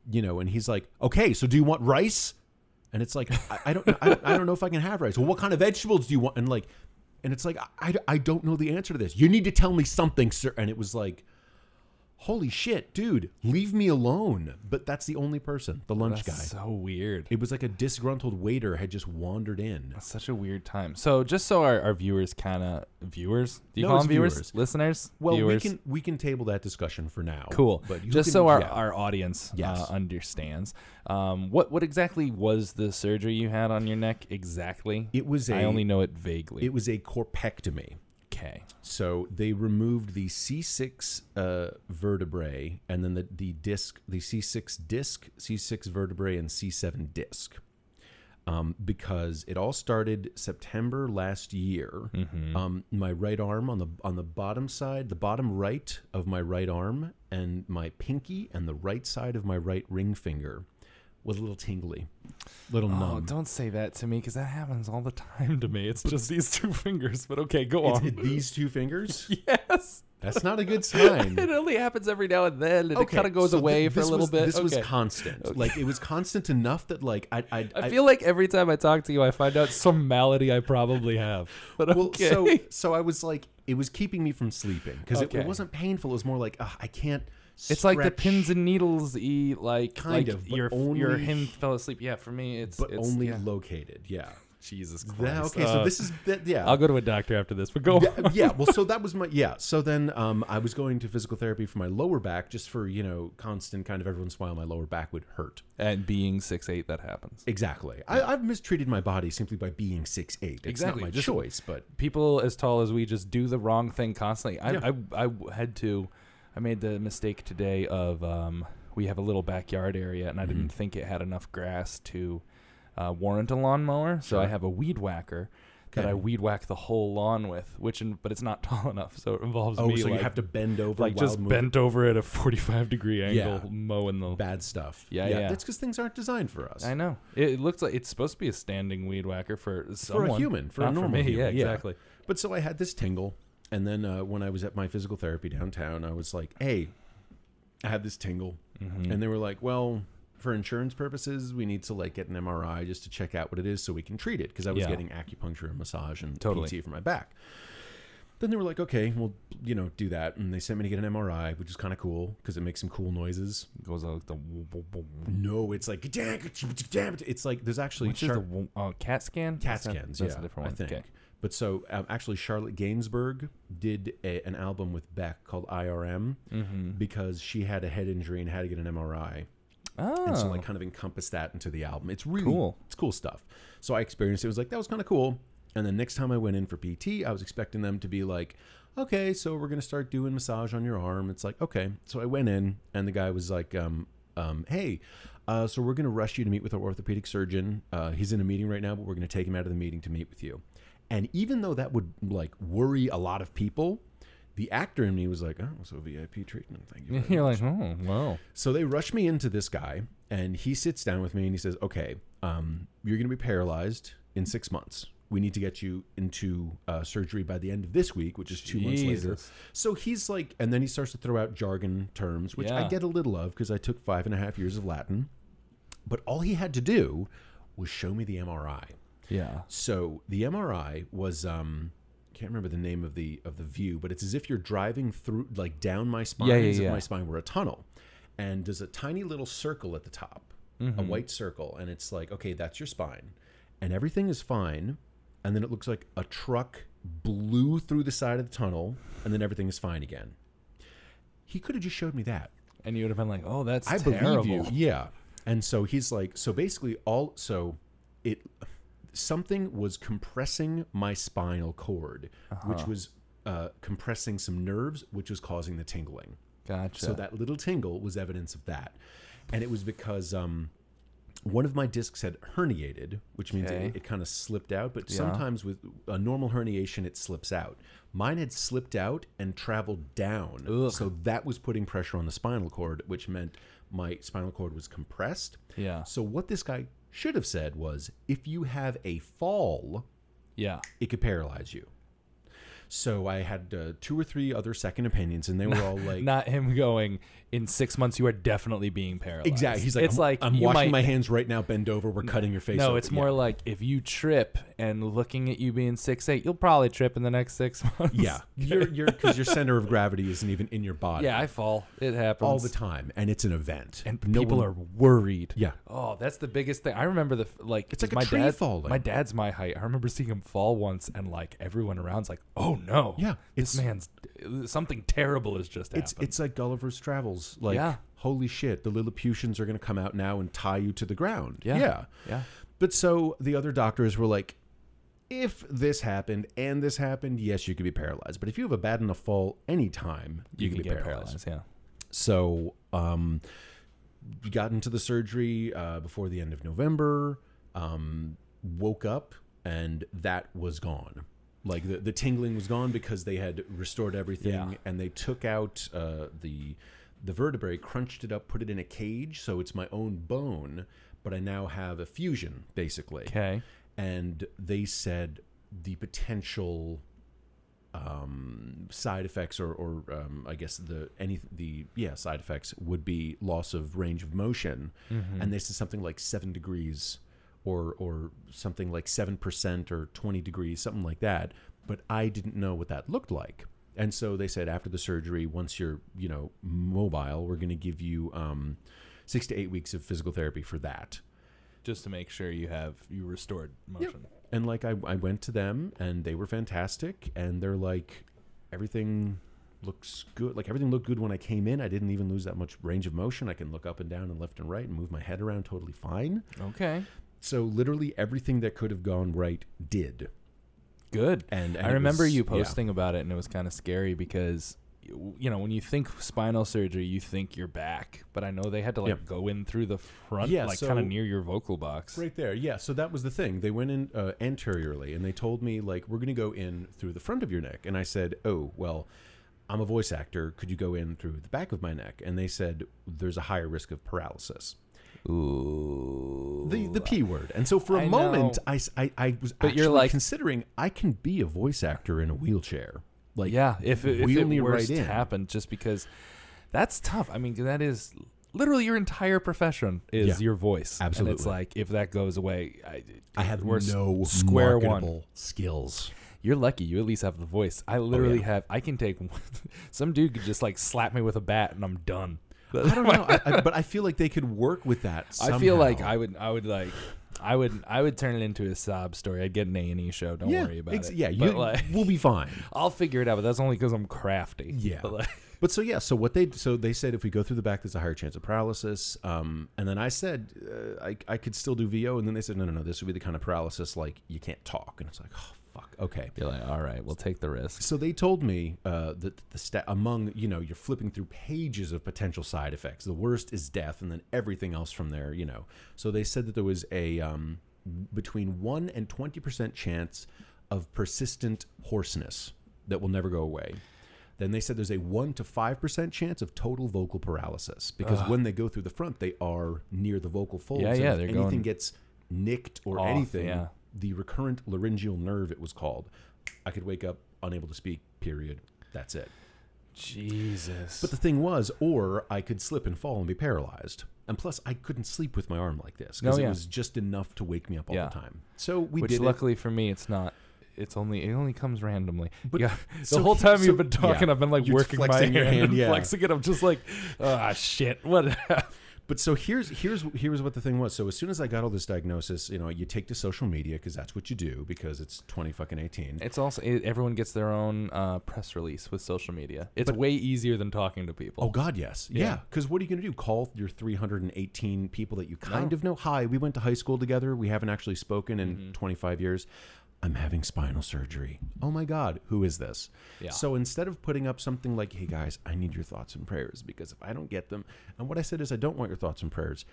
[SPEAKER 3] you know, and he's like, okay, so do you want rice? And it's like, I, I don't, I, don't- I don't know if I can have rice. Well, what kind of vegetables do you want? And like, and it's like, I, I don't know the answer to this. You need to tell me something, sir. And it was like, holy shit, dude, leave me alone. But that's the only person, the lunch
[SPEAKER 1] That's
[SPEAKER 3] guy.
[SPEAKER 1] so weird.
[SPEAKER 3] It was like a disgruntled waiter had just wandered in.
[SPEAKER 1] Such a weird time. So just so our, our viewers kind of viewers, do you
[SPEAKER 3] No,
[SPEAKER 1] call
[SPEAKER 3] it's
[SPEAKER 1] them viewers?
[SPEAKER 3] viewers.
[SPEAKER 1] Listeners?
[SPEAKER 3] Well,
[SPEAKER 1] viewers?
[SPEAKER 3] we can we can table that discussion for now.
[SPEAKER 1] cool.
[SPEAKER 3] But you
[SPEAKER 1] just
[SPEAKER 3] can-
[SPEAKER 1] so our,
[SPEAKER 3] yeah.
[SPEAKER 1] our audience
[SPEAKER 3] Yes.
[SPEAKER 1] uh, understands, um, what what exactly was the surgery you had on your neck exactly?
[SPEAKER 3] it was a
[SPEAKER 1] I only know it vaguely.
[SPEAKER 3] it was a corpectomy.
[SPEAKER 1] okay.
[SPEAKER 3] So they removed the C6 uh, vertebrae and then the, the disc, the C6 disc, C6 vertebrae, and C7 disc. Um, because it all started September last year.
[SPEAKER 1] Mm-hmm.
[SPEAKER 3] Um, my right arm on the on the bottom side, the bottom right of my right arm, and my pinky and the right side of my right ring finger was a little tingly, little
[SPEAKER 1] Oh,
[SPEAKER 3] numb.
[SPEAKER 1] don't say that to me because that happens all the time to me. It's just these two fingers. But okay, go
[SPEAKER 3] It's-
[SPEAKER 1] on.
[SPEAKER 3] it- these two fingers?
[SPEAKER 1] yes.
[SPEAKER 3] That's not a good sign.
[SPEAKER 1] It only happens every now and then, and it kind of goes
[SPEAKER 3] so thi-
[SPEAKER 1] away for a
[SPEAKER 3] this
[SPEAKER 1] little
[SPEAKER 3] was-
[SPEAKER 1] bit.
[SPEAKER 3] This was
[SPEAKER 1] Okay.
[SPEAKER 3] constant. Like it was constant enough that like I I,
[SPEAKER 1] I feel like every time I talk to you, I find out some malady I probably have. But
[SPEAKER 3] well,
[SPEAKER 1] okay.
[SPEAKER 3] so so I was like it was keeping me from sleeping because it,
[SPEAKER 1] Okay.
[SPEAKER 3] it wasn't painful. It was more like "Ugh, I can't.
[SPEAKER 1] it's like the
[SPEAKER 3] stretch,
[SPEAKER 1] pins and needles, e like like
[SPEAKER 3] Kind of, but
[SPEAKER 1] your
[SPEAKER 3] only-
[SPEAKER 1] your him fell asleep. Yeah, for me, it's
[SPEAKER 3] but
[SPEAKER 1] it's,
[SPEAKER 3] only
[SPEAKER 1] yeah.
[SPEAKER 3] located. Yeah.
[SPEAKER 1] Jesus Christ.
[SPEAKER 3] That- okay, so
[SPEAKER 1] Uh,
[SPEAKER 3] this is that, yeah. Uh,
[SPEAKER 1] I'll go to a doctor after this. But go. on.
[SPEAKER 3] yeah, yeah, well, so that was my yeah. So then um, I was going to physical therapy for my lower back, just for you know, constant kind of every once in a while my lower back would hurt.
[SPEAKER 1] And being six eight, that happens.
[SPEAKER 3] Exactly. I, I've mistreated my body simply by being six eight. It's
[SPEAKER 1] Exactly,
[SPEAKER 3] not my
[SPEAKER 1] just-
[SPEAKER 3] choice, but
[SPEAKER 1] people as tall as we just do the wrong thing constantly. I, I, I had to, I made the mistake today of um, we have a little backyard area and I didn't
[SPEAKER 3] Mm-hmm.
[SPEAKER 1] think it had enough grass to uh, warrant a lawnmower, so I
[SPEAKER 3] Sure.
[SPEAKER 1] have a weed whacker. That
[SPEAKER 3] Okay.
[SPEAKER 1] I weed whack the whole lawn with, which in, but it's not tall enough, so it involves
[SPEAKER 3] oh,
[SPEAKER 1] me
[SPEAKER 3] so
[SPEAKER 1] like,
[SPEAKER 3] you have to bend over,
[SPEAKER 1] like
[SPEAKER 3] while
[SPEAKER 1] just
[SPEAKER 3] moving.
[SPEAKER 1] bent over at a forty-five degree angle,
[SPEAKER 3] Yeah.
[SPEAKER 1] mowing the.
[SPEAKER 3] bad stuff.
[SPEAKER 1] Yeah, yeah.
[SPEAKER 3] That's because things aren't designed for us.
[SPEAKER 1] I know it, it looks like it's supposed to be a standing weed whacker for someone,
[SPEAKER 3] for a human, for
[SPEAKER 1] not
[SPEAKER 3] a normal
[SPEAKER 1] me.
[SPEAKER 3] human.
[SPEAKER 1] yeah, exactly.
[SPEAKER 3] But so I had this tingle, and then uh, when I was at my physical therapy downtown, I was like, "Hey, I had this tingle,"
[SPEAKER 1] Mm. Mm-hmm.
[SPEAKER 3] and they were like, "Well." For insurance purposes, we need to like get an MRI just to check out what it is so we can treat it because I was
[SPEAKER 1] Yeah.
[SPEAKER 3] getting acupuncture and massage and
[SPEAKER 1] Totally.
[SPEAKER 3] PT for my back. Then they were like, okay, well, you know, do that. And they sent me to get an MRI, which is kind of cool because it makes some cool noises.
[SPEAKER 1] Goes out like the. woo- woo- woo- woo.
[SPEAKER 3] No, it's like, damn it. It's like, there's actually
[SPEAKER 1] Which
[SPEAKER 3] sharp-
[SPEAKER 1] is the wo- uh, cat scan?
[SPEAKER 3] Cat
[SPEAKER 1] That's not-
[SPEAKER 3] scans,
[SPEAKER 1] that's
[SPEAKER 3] yeah,
[SPEAKER 1] a different one.
[SPEAKER 3] I think.
[SPEAKER 1] Okay.
[SPEAKER 3] But so um, actually, Charlotte Gainsbourg did a, an album with Beck called IRM
[SPEAKER 1] Mm-hmm.
[SPEAKER 3] because she had a head injury and had to get an MRI,
[SPEAKER 1] Oh,
[SPEAKER 3] and so like kind of encompassed that into the album. It's really
[SPEAKER 1] Cool.
[SPEAKER 3] It's cool stuff. So I experienced it. it was like that was kind of cool. And then next time I went in for PT, I was expecting them to be like, okay, so we're gonna start doing massage on your arm. It's like okay. So I went in, and the guy was like, um, um, hey. Uh, so we're going to rush you to meet with our orthopedic surgeon. Uh, he's in a meeting right now, but we're going to take him out of the meeting to meet with you. And even though that would like worry a lot of people, the actor in me was like, "Oh, so VIP treatment. Thank you." very
[SPEAKER 1] you're like, oh, wow.
[SPEAKER 3] so they rush me into this guy, and he sits down with me and he says, "Okay, um, you're going to be paralyzed in six months. We need to get you into uh, surgery by the end of this week, which is two months later."
[SPEAKER 1] Jesus.
[SPEAKER 3] So he's like, and then he starts to throw out jargon terms, which I
[SPEAKER 1] Yeah.
[SPEAKER 3] get a little of because I took five and a half years of Latin. But all he had to do was show me the MRI.
[SPEAKER 1] Yeah.
[SPEAKER 3] So the MRI was um can't remember the name of the of the view, but it's as if you're driving through like down my spine
[SPEAKER 1] Yeah, yeah,
[SPEAKER 3] as if
[SPEAKER 1] yeah.
[SPEAKER 3] my spine were a tunnel. And there's a tiny little circle at the top, a
[SPEAKER 1] Mm-hmm.
[SPEAKER 3] white circle, and it's like, okay, that's your spine. And everything is fine. And then it looks like a truck blew through the side of the tunnel, and then everything is fine again. He could have just showed me that.
[SPEAKER 1] And you would have been like, oh, that's
[SPEAKER 3] I
[SPEAKER 1] terrible.
[SPEAKER 3] believe you. Yeah. And so he's like, so basically, all so it something was compressing my spinal cord,
[SPEAKER 1] Uh-huh.
[SPEAKER 3] which was uh, compressing some nerves, which was causing the tingling.
[SPEAKER 1] Gotcha.
[SPEAKER 3] So that little tingle was evidence of that, and it was because um, one of my discs had herniated, which means
[SPEAKER 1] Okay.
[SPEAKER 3] it, it kind of slipped out. But sometimes with a normal herniation, it slips out. Mine had slipped out and traveled down, so that was putting pressure on the spinal cord, which meant my spinal cord was compressed.
[SPEAKER 1] yeah.
[SPEAKER 3] So what this guy should have said was, if you have a fall,
[SPEAKER 1] Yeah.
[SPEAKER 3] it could paralyze you. So I had uh, two or three other second opinions, and they were all like,
[SPEAKER 1] Not him going, in six months, you are definitely being paralyzed.
[SPEAKER 3] Exactly. He's like,
[SPEAKER 1] it's
[SPEAKER 3] I'm,
[SPEAKER 1] like,
[SPEAKER 3] I'm
[SPEAKER 1] you might-
[SPEAKER 3] washing my hands right now. Bend over. We're cutting your face.
[SPEAKER 1] No,
[SPEAKER 3] open."
[SPEAKER 1] it's more
[SPEAKER 3] Yeah.
[SPEAKER 1] like if you trip and looking at you being six eight, you'll probably trip in the next six months.
[SPEAKER 3] yeah, your your because your center of gravity isn't even in your body.
[SPEAKER 1] yeah, I fall. It happens
[SPEAKER 3] all the time, and it's an event.
[SPEAKER 1] And
[SPEAKER 3] No
[SPEAKER 1] people
[SPEAKER 3] one-
[SPEAKER 1] are worried.
[SPEAKER 3] Yeah.
[SPEAKER 1] Oh, that's the biggest thing. I remember the f- like.
[SPEAKER 3] It's like a
[SPEAKER 1] my
[SPEAKER 3] tree
[SPEAKER 1] dad,
[SPEAKER 3] falling.
[SPEAKER 1] My dad's my height. I remember seeing him fall once, and like everyone around's like, "Oh no,
[SPEAKER 3] Yeah,
[SPEAKER 1] this
[SPEAKER 3] it's-
[SPEAKER 1] man's something terrible has just
[SPEAKER 3] It's
[SPEAKER 1] happened."
[SPEAKER 3] it's like Gulliver's Travels. Like,
[SPEAKER 1] Yeah.
[SPEAKER 3] holy shit, the Lilliputians are going to come out now and tie you to the ground.
[SPEAKER 1] Yeah.
[SPEAKER 3] yeah.
[SPEAKER 1] yeah.
[SPEAKER 3] But so the other doctors were like, if this happened and this happened, yes, you could be paralyzed. But if you have a bad enough fall anytime, you,
[SPEAKER 1] can
[SPEAKER 3] could be
[SPEAKER 1] get
[SPEAKER 3] paralyzed.
[SPEAKER 1] paralyzed. Yeah.
[SPEAKER 3] So, um, we got into the surgery uh, before the end of November. Um, woke up and that was gone. Like the, the tingling was gone because they had restored everything
[SPEAKER 1] Yeah.
[SPEAKER 3] and they took out uh, the the vertebrae, crunched it up, put it in a cage. So it's my own bone, but I now have a fusion basically.
[SPEAKER 1] Okay.
[SPEAKER 3] And they said the potential um, side effects or, or um, I guess the any the yeah side effects would be loss of range of motion, and this is something like seven degrees or or something like seven percent or twenty degrees, something like that. But I didn't know what that looked like, and so they said after the surgery, once you're you know mobile, we're going to give you um, six to eight weeks of physical therapy for that.
[SPEAKER 1] Just to make sure you have you restored motion.
[SPEAKER 3] And like I, I went to them and they were fantastic and they're like everything looks good. Like everything looked good when I came in. I didn't even lose that much range of motion. I can look up and down and left and right and move my head around totally fine.
[SPEAKER 1] Okay.
[SPEAKER 3] So literally everything that could have gone right did.
[SPEAKER 1] Good.
[SPEAKER 3] And, and
[SPEAKER 1] I
[SPEAKER 3] it
[SPEAKER 1] remember
[SPEAKER 3] was-
[SPEAKER 1] you
[SPEAKER 3] yeah.
[SPEAKER 1] posting about it, and it was kind of scary because, you you know, when you think spinal surgery, you think your back, but I know they had to like
[SPEAKER 3] Yeah.
[SPEAKER 1] go in through the front,
[SPEAKER 3] Yeah,
[SPEAKER 1] like
[SPEAKER 3] so-
[SPEAKER 1] kind of near your vocal box.
[SPEAKER 3] Right there, yeah. So that was the thing. They went in uh, anteriorly, and they told me like we're going to go in through the front of your neck, and I said, oh well, I'm a voice actor. Could you go in through the back of my neck? And they said there's a higher risk of paralysis.
[SPEAKER 1] Ooh.
[SPEAKER 3] the the p word. And so for a
[SPEAKER 1] I
[SPEAKER 3] moment,
[SPEAKER 1] know.
[SPEAKER 3] I, s- I- I was
[SPEAKER 1] But
[SPEAKER 3] actually
[SPEAKER 1] you're like-
[SPEAKER 3] considering I can be a voice actor in a wheelchair. Like
[SPEAKER 1] yeah, if it, if
[SPEAKER 3] wheel
[SPEAKER 1] it
[SPEAKER 3] me
[SPEAKER 1] worst
[SPEAKER 3] right in.
[SPEAKER 1] happened, just because that's tough. I mean, that is literally your entire profession is
[SPEAKER 3] Yeah.
[SPEAKER 1] your voice. And it's
[SPEAKER 3] Absolutely.
[SPEAKER 1] like if that goes away, I,
[SPEAKER 3] I have
[SPEAKER 1] we're s-
[SPEAKER 3] no
[SPEAKER 1] square
[SPEAKER 3] marketable
[SPEAKER 1] one.
[SPEAKER 3] skills.
[SPEAKER 1] You're lucky. You at least have the voice. I literally
[SPEAKER 3] yeah.
[SPEAKER 1] have. I can take. some dude could just like slap me with a bat, and I'm done.
[SPEAKER 3] I don't know, I, I, but I feel like they could work with that.
[SPEAKER 1] I feel like
[SPEAKER 3] somehow.
[SPEAKER 1] I would I would like I would I would turn it into a sob story. I'd get an A and E show. Don't
[SPEAKER 3] yeah,
[SPEAKER 1] worry about
[SPEAKER 3] ex-
[SPEAKER 1] it.
[SPEAKER 3] Yeah, you,
[SPEAKER 1] but like,
[SPEAKER 3] we'll be fine.
[SPEAKER 1] I'll figure it out. But that's only because I'm crafty.
[SPEAKER 3] Yeah.
[SPEAKER 1] But like,
[SPEAKER 3] But so yeah, so what they so they said if we go through the back, there's a higher chance of paralysis. Um, and then I said uh, I I could still do VO, and then they said no no no, this would be the kind of paralysis like you can't talk, and it's like oh fuck okay.
[SPEAKER 1] you're like, all right, we'll take the risk.
[SPEAKER 3] So they told me uh, that the sta among you know you're flipping through pages of potential side effects. The worst is death, and then everything else from there. You know, so they said that there was a um, between one and twenty percent chance of persistent hoarseness that will never go away. Then they said there's a one to five percent chance of total vocal paralysis because when they go through the front, they are near the vocal folds.
[SPEAKER 1] Yeah,
[SPEAKER 3] and
[SPEAKER 1] yeah,
[SPEAKER 3] if
[SPEAKER 1] they're
[SPEAKER 3] anything
[SPEAKER 1] going-
[SPEAKER 3] gets nicked or
[SPEAKER 1] Off,
[SPEAKER 3] anything,
[SPEAKER 1] yeah.
[SPEAKER 3] the recurrent laryngeal nerve, it was called. I could wake up unable to speak, period. That's it.
[SPEAKER 1] Jesus.
[SPEAKER 3] But the thing was, or I could slip and fall and be paralyzed. And plus, I couldn't sleep with my arm like this because
[SPEAKER 1] No, Oh, yeah.
[SPEAKER 3] it was just enough to wake me up all
[SPEAKER 1] Yeah.
[SPEAKER 3] the time. So we
[SPEAKER 1] Which
[SPEAKER 3] did it.
[SPEAKER 1] luckily for me, it's not. It's only it only comes randomly. But yeah, the
[SPEAKER 3] so
[SPEAKER 1] whole
[SPEAKER 3] he-
[SPEAKER 1] time
[SPEAKER 3] so-
[SPEAKER 1] you've been talking,
[SPEAKER 3] yeah.
[SPEAKER 1] I've been like
[SPEAKER 3] You're
[SPEAKER 1] working my
[SPEAKER 3] flexing
[SPEAKER 1] hand,
[SPEAKER 3] your hand,
[SPEAKER 1] and
[SPEAKER 3] yeah.
[SPEAKER 1] flexing it. I'm just like, ah, shit. What?
[SPEAKER 3] But so here's here's here's what the thing was. So as soon as I got all this diagnosis, you know, you take to social media because that's what you do because it's twenty fucking eighteen.
[SPEAKER 1] it's also it, everyone gets their own uh, press release with social media. It's way easier than talking to people.
[SPEAKER 3] Oh God, yes, yeah. Because what are you going to do? Call your 318 people that you kind of know. Hi, we went to high school together. We haven't actually spoken in
[SPEAKER 1] Mm-hmm.
[SPEAKER 3] 25 years. I'm having spinal surgery. Oh my God, who is this?
[SPEAKER 1] Yeah.
[SPEAKER 3] So instead of putting up something like, "Hey guys, I need your thoughts and prayers," because if I don't get them, and what I said is, I don't want your thoughts and prayers.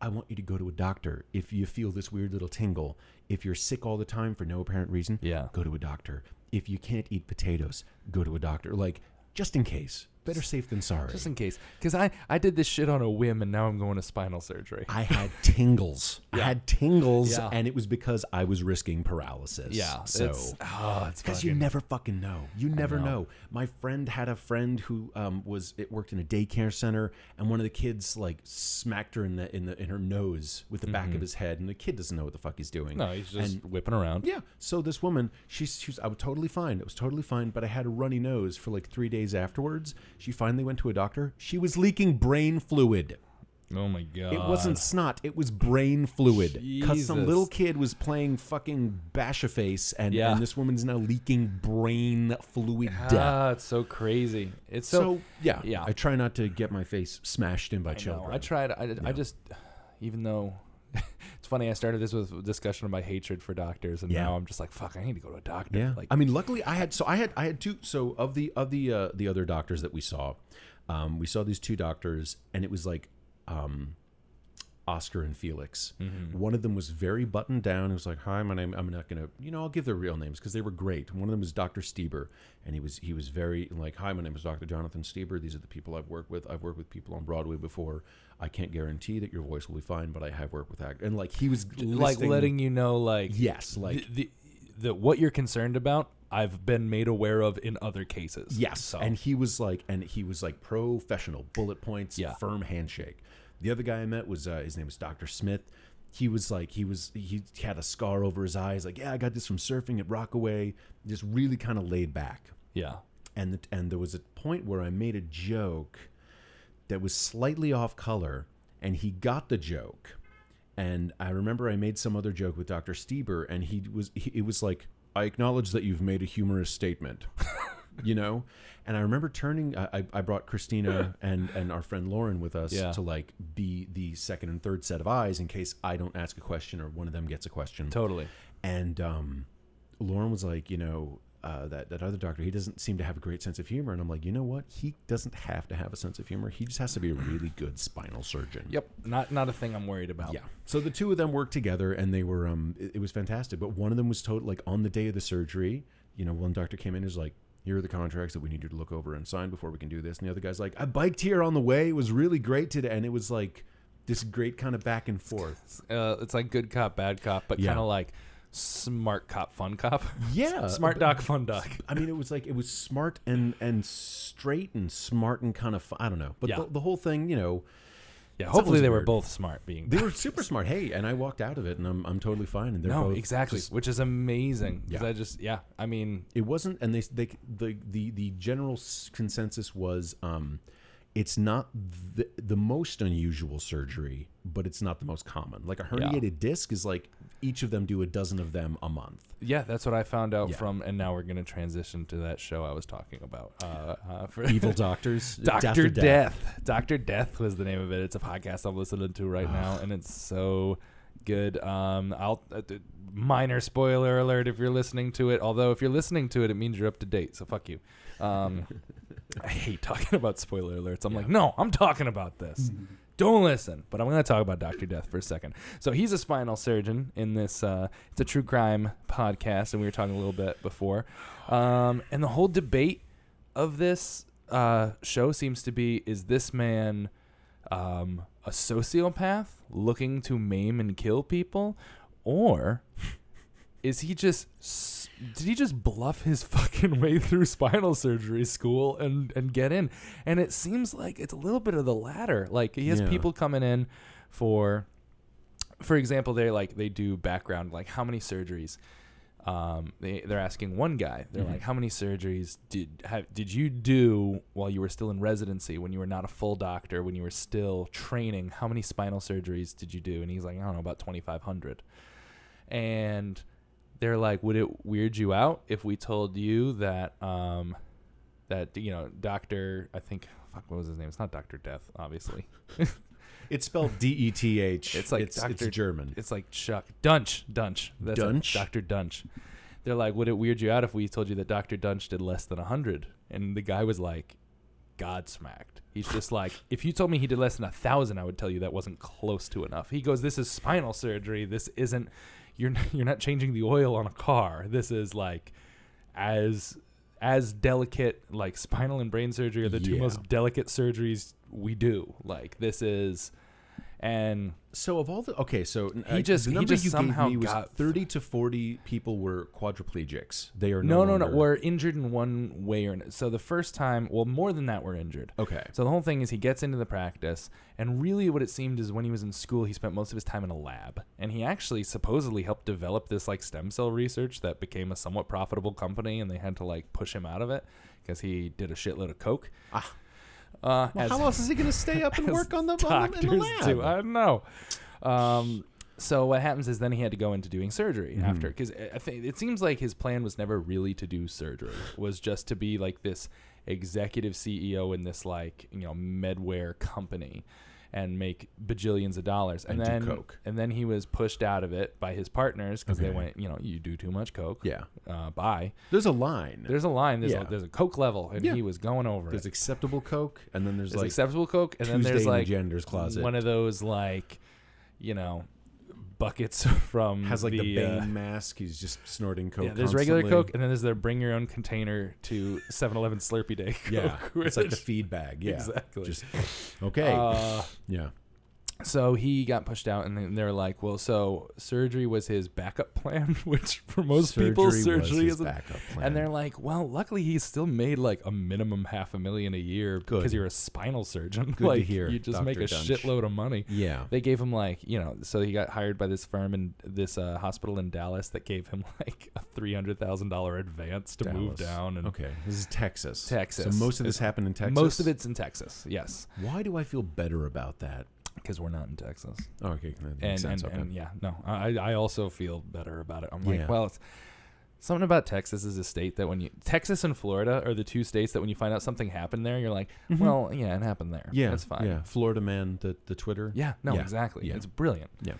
[SPEAKER 3] I want you to go to a doctor if you feel this weird little tingle. If you're sick all the time for no apparent reason,
[SPEAKER 1] Yeah.
[SPEAKER 3] go to a doctor. If you can't eat potatoes, go to a doctor. Like, just in case. better safe than sorry.
[SPEAKER 1] Just in case, because I I did this shit on a whim, and now I'm going to spinal surgery.
[SPEAKER 3] I had tingles. I had tingles,
[SPEAKER 1] Yeah.
[SPEAKER 3] and it was because I was risking paralysis.
[SPEAKER 1] Yeah,
[SPEAKER 3] so
[SPEAKER 1] it's- oh, it's
[SPEAKER 3] because you never fucking know. You never know. My friend had a friend who um, was it worked in a daycare center, and one of the kids like smacked her in the in the in her nose with the back of his head, and the kid doesn't know what the fuck he's doing.
[SPEAKER 1] Mm-hmm. No, he's just
[SPEAKER 3] And-
[SPEAKER 1] whipping around.
[SPEAKER 3] yeah. So this woman, she, she was, I was totally fine. It was totally fine, but I had a runny nose for like three days afterwards. She finally went to a doctor. She was leaking brain fluid.
[SPEAKER 1] Oh my god.
[SPEAKER 3] It wasn't snot. It was brain fluid. Because some
[SPEAKER 1] Jesus.
[SPEAKER 3] little kid was playing fucking Bashaface, and,
[SPEAKER 1] Yeah.
[SPEAKER 3] and this woman's now leaking brain fluid death.
[SPEAKER 1] Ah, it's so crazy. It's
[SPEAKER 3] So,
[SPEAKER 1] so.
[SPEAKER 3] yeah,
[SPEAKER 1] yeah.
[SPEAKER 3] I try not to get my face smashed in by
[SPEAKER 1] No,
[SPEAKER 3] children.
[SPEAKER 1] I tried. I, did- I just, even though it's funny, I started this with a discussion of my hatred for doctors, and
[SPEAKER 3] Yeah.
[SPEAKER 1] now I'm just like, fuck, I need to go to a doctor.
[SPEAKER 3] Yeah.
[SPEAKER 1] Like,
[SPEAKER 3] I mean, luckily I had so I had I had two so of the of the uh, the other doctors that we saw, um, we saw these two doctors and it was like um Oscar and Felix.
[SPEAKER 1] Mm-hmm.
[SPEAKER 3] One of them was very buttoned down. It was like, "Hi, my name. I'm not gonna, you know, I'll give their real names because they were great." One of them was Dr. Stieber, and he was he was very like, "Hi, my name is Dr. Jonathan Stieber. These are the people I've worked with. I've worked with people on Broadway before. I can't guarantee that your voice will be fine, but I have worked with act." And like he was
[SPEAKER 1] like
[SPEAKER 3] listing-
[SPEAKER 1] letting you know, like,
[SPEAKER 3] yes, like
[SPEAKER 1] the, the, the what you're concerned about, I've been made aware of in other cases.
[SPEAKER 3] Yes.
[SPEAKER 1] So.
[SPEAKER 3] And he was like, and he was like professional, bullet points,
[SPEAKER 1] Yeah.
[SPEAKER 3] firm handshake. The other guy I met was uh, his name was Doctor Smith. He was like, he was he had a scar over his eyes. Like, yeah, I got this from surfing at Rockaway. Just really kind of laid back.
[SPEAKER 1] yeah.
[SPEAKER 3] And the, and there was a point where I made a joke that was slightly off color, and he got the joke. And I remember I made some other joke with Doctor Stieber, and he was he, it was like, I acknowledge that you've made a humorous statement. you know and i remember turning I, I- I brought christina and and our friend lauren with us
[SPEAKER 1] Yeah.
[SPEAKER 3] to like be the second and third set of eyes in case i don't ask a question or one of them gets a question
[SPEAKER 1] Totally.
[SPEAKER 3] and um lauren was like you know uh, that, that other doctor, he doesn't seem to have a great sense of humor. And I'm like, you know what? He doesn't have to have a sense of humor. He just has to be a really good spinal surgeon.
[SPEAKER 1] Yep. Not not a thing I'm worried about.
[SPEAKER 3] Yeah. So the two of them worked together, and they were um, it, it was fantastic. But one of them was told like on the day of the surgery, you know, one doctor came in and was like, "Here are the contracts that we need you to look over and sign before we can do this." And the other guy's like, "I biked here on the way. It was really great today." And it was like this great kind of back and forth.
[SPEAKER 1] Uh, it's like good cop, bad cop, but
[SPEAKER 3] Yeah.
[SPEAKER 1] kind of like smart cop, fun cop.
[SPEAKER 3] Yeah.
[SPEAKER 1] smart doc, fun doc.
[SPEAKER 3] I mean, it was like it was smart and and straight and smart and kind of fu- I don't know, but
[SPEAKER 1] Yeah.
[SPEAKER 3] the, the whole thing, you know,
[SPEAKER 1] Yeah. Hopefully they were
[SPEAKER 3] weird.
[SPEAKER 1] both smart. Being
[SPEAKER 3] they were super smart. Hey, and I walked out of it, and I'm I'm totally fine. And they're
[SPEAKER 1] no,
[SPEAKER 3] both
[SPEAKER 1] exactly,
[SPEAKER 3] just-
[SPEAKER 1] which is amazing. 'cause
[SPEAKER 3] Yeah.
[SPEAKER 1] I just yeah. I mean,
[SPEAKER 3] it wasn't and they they the the, the general s- consensus was um it's not the, the most unusual surgery but it's not the most common like a herniated disc is like each of them do a dozen of them a month
[SPEAKER 1] yeah, that's what I found out
[SPEAKER 3] Yeah.
[SPEAKER 1] from, and now we're gonna transition to that show I was talking about. Uh, uh, for
[SPEAKER 3] evil doctors
[SPEAKER 1] Doctor
[SPEAKER 3] Doctor
[SPEAKER 1] Death. Doctor Death was the name of it. It's a podcast I'm listening to right now, and it's so good. Um, I'll uh, d- minor spoiler alert if you're listening to it. Although if you're listening to it, it means you're up to date. So fuck you. Um, I hate talking about spoiler alerts. I'm like, no, I'm talking about this. Don't listen. But I'm going to talk about Doctor Death for a second. So he's a spinal surgeon in this. Uh, it's a true crime podcast, and we were talking a little bit before. Um, and the whole debate of this uh, show seems to be: is this man um, a sociopath looking to maim and kill people, or is he just s- did he just bluff his fucking way through spinal surgery school and and get in and it seems like it's a little bit of the latter like he has
[SPEAKER 3] Yeah.
[SPEAKER 1] people coming in for for example they like they do background like how many surgeries um, they, they're asking one guy they're like how many surgeries did have, did you do while you were still in residency when you were not a full doctor when you were still training how many spinal surgeries did you do and he's like i don't know about 2500 and they're like, would it weird you out if we told you that, um, that you know, Doctor, I think, fuck, what was his name? It's not Doctor Death, obviously.
[SPEAKER 3] it's spelled d-e-t-h
[SPEAKER 1] It's like
[SPEAKER 3] it's,
[SPEAKER 1] Dr.
[SPEAKER 3] it's german
[SPEAKER 1] It's like Chuck Dunch, Dunch, That's it,
[SPEAKER 3] Dunch?
[SPEAKER 1] Doctor Dunch. They're like, would it weird you out if we told you that Doctor Dunch did less than hundred? And the guy was like, godsmacked. He's just like, if you told me he did less than a thousand, I would tell you that wasn't close to enough. He goes, this is spinal surgery. This isn't. You're n- you're not changing the oil on a car. This is like as as delicate like spinal and brain surgery are the two
[SPEAKER 3] Yeah.
[SPEAKER 1] most delicate surgeries we do. Like this is and
[SPEAKER 3] So of all the okay, so uh,
[SPEAKER 1] just-
[SPEAKER 3] the
[SPEAKER 1] he
[SPEAKER 3] number
[SPEAKER 1] just
[SPEAKER 3] you gave
[SPEAKER 1] somehow
[SPEAKER 3] me was
[SPEAKER 1] got-
[SPEAKER 3] thirty to forty people were quadriplegics. They are
[SPEAKER 1] no
[SPEAKER 3] no
[SPEAKER 1] no no
[SPEAKER 3] longer-
[SPEAKER 1] we're injured in one way or another. So the first time, well more than that we're injured.
[SPEAKER 3] okay.
[SPEAKER 1] So the whole thing is he gets into the practice, and really what it seemed is when he was in school, he spent most of his time in a lab, and he actually supposedly helped develop this like stem cell research that became a somewhat profitable company, and they had to like push him out of it because he did a shitload of coke.
[SPEAKER 3] Ah.
[SPEAKER 1] Uh,
[SPEAKER 3] Well,
[SPEAKER 1] as
[SPEAKER 3] how else is he going to stay up and
[SPEAKER 1] as
[SPEAKER 3] work on the, on the
[SPEAKER 1] doctors
[SPEAKER 3] in the lab?
[SPEAKER 1] do. I don't know. Um, so what happens is then he had to go into doing surgery
[SPEAKER 3] Mm-hmm.
[SPEAKER 1] after because I think it seems like his plan was never really to do surgery. was just to be like this executive CEO in this like you know medware company and make bajillions of dollars and,
[SPEAKER 3] And do
[SPEAKER 1] then
[SPEAKER 3] coke.
[SPEAKER 1] and then he was pushed out of it by his partners because they
[SPEAKER 3] Okay.
[SPEAKER 1] went you know you do too much coke
[SPEAKER 3] yeah,
[SPEAKER 1] uh, bye
[SPEAKER 3] there's a line. There's,
[SPEAKER 1] there's a line there's,
[SPEAKER 3] Yeah.
[SPEAKER 1] a, there's a coke level and
[SPEAKER 3] Yeah.
[SPEAKER 1] he was going over it.
[SPEAKER 3] acceptable coke, and then there's,
[SPEAKER 1] There's
[SPEAKER 3] like
[SPEAKER 1] acceptable coke and
[SPEAKER 3] Tuesday
[SPEAKER 1] then there's
[SPEAKER 3] in
[SPEAKER 1] like
[SPEAKER 3] the gender's closet.
[SPEAKER 1] one of those like, you know, buckets from
[SPEAKER 3] has like the, Bane
[SPEAKER 1] uh,
[SPEAKER 3] mask. He's just snorting coke.
[SPEAKER 1] yeah, there's regular Coke,
[SPEAKER 3] constantly.
[SPEAKER 1] and then there's their bring your own container to 7-Eleven Slurpee Day. Coke,
[SPEAKER 3] Yeah, it's like the
[SPEAKER 1] which-
[SPEAKER 3] feed bag. Yeah,
[SPEAKER 1] exactly.
[SPEAKER 3] Just okay.
[SPEAKER 1] Uh,
[SPEAKER 3] yeah,
[SPEAKER 1] so he got pushed out, and then they're like, "Well, so surgery was his backup plan, which for most people,
[SPEAKER 3] was
[SPEAKER 1] surgery
[SPEAKER 3] his
[SPEAKER 1] is a
[SPEAKER 3] backup plan.
[SPEAKER 1] And they're like, "Well, luckily he still made like a minimum half a million a year
[SPEAKER 3] Good.
[SPEAKER 1] because you're a spinal surgeon.
[SPEAKER 3] to
[SPEAKER 1] like
[SPEAKER 3] hear,
[SPEAKER 1] you just
[SPEAKER 3] Dr.
[SPEAKER 1] make a
[SPEAKER 3] Dunch.
[SPEAKER 1] shitload of money."
[SPEAKER 3] yeah,
[SPEAKER 1] they gave him like you know so he got hired by this firm and this uh, hospital in dallas that gave him like a $300000 advance to move
[SPEAKER 3] Dallas.
[SPEAKER 1] down and
[SPEAKER 3] okay. This is Texas.
[SPEAKER 1] Texas.
[SPEAKER 3] So most of this happened in Texas.
[SPEAKER 1] most of it's in texas yes
[SPEAKER 3] Why do I feel better about that?
[SPEAKER 1] because we're not in texas
[SPEAKER 3] Oh, okay, that makes
[SPEAKER 1] and,
[SPEAKER 3] sense.
[SPEAKER 1] and,
[SPEAKER 3] okay.
[SPEAKER 1] and yeah no I, I also feel better about it i'm like
[SPEAKER 3] Yeah.
[SPEAKER 1] well it's something about texas is a state that when you texas and florida are the two states that when you find out something happened there you're like well yeah it happened there
[SPEAKER 3] Mm-hmm. yeah,
[SPEAKER 1] that's fine
[SPEAKER 3] Yeah, Florida man, the the Twitter.
[SPEAKER 1] Yeah, no
[SPEAKER 3] Yeah,
[SPEAKER 1] exactly
[SPEAKER 3] yeah.
[SPEAKER 1] it's brilliant
[SPEAKER 3] Yeah.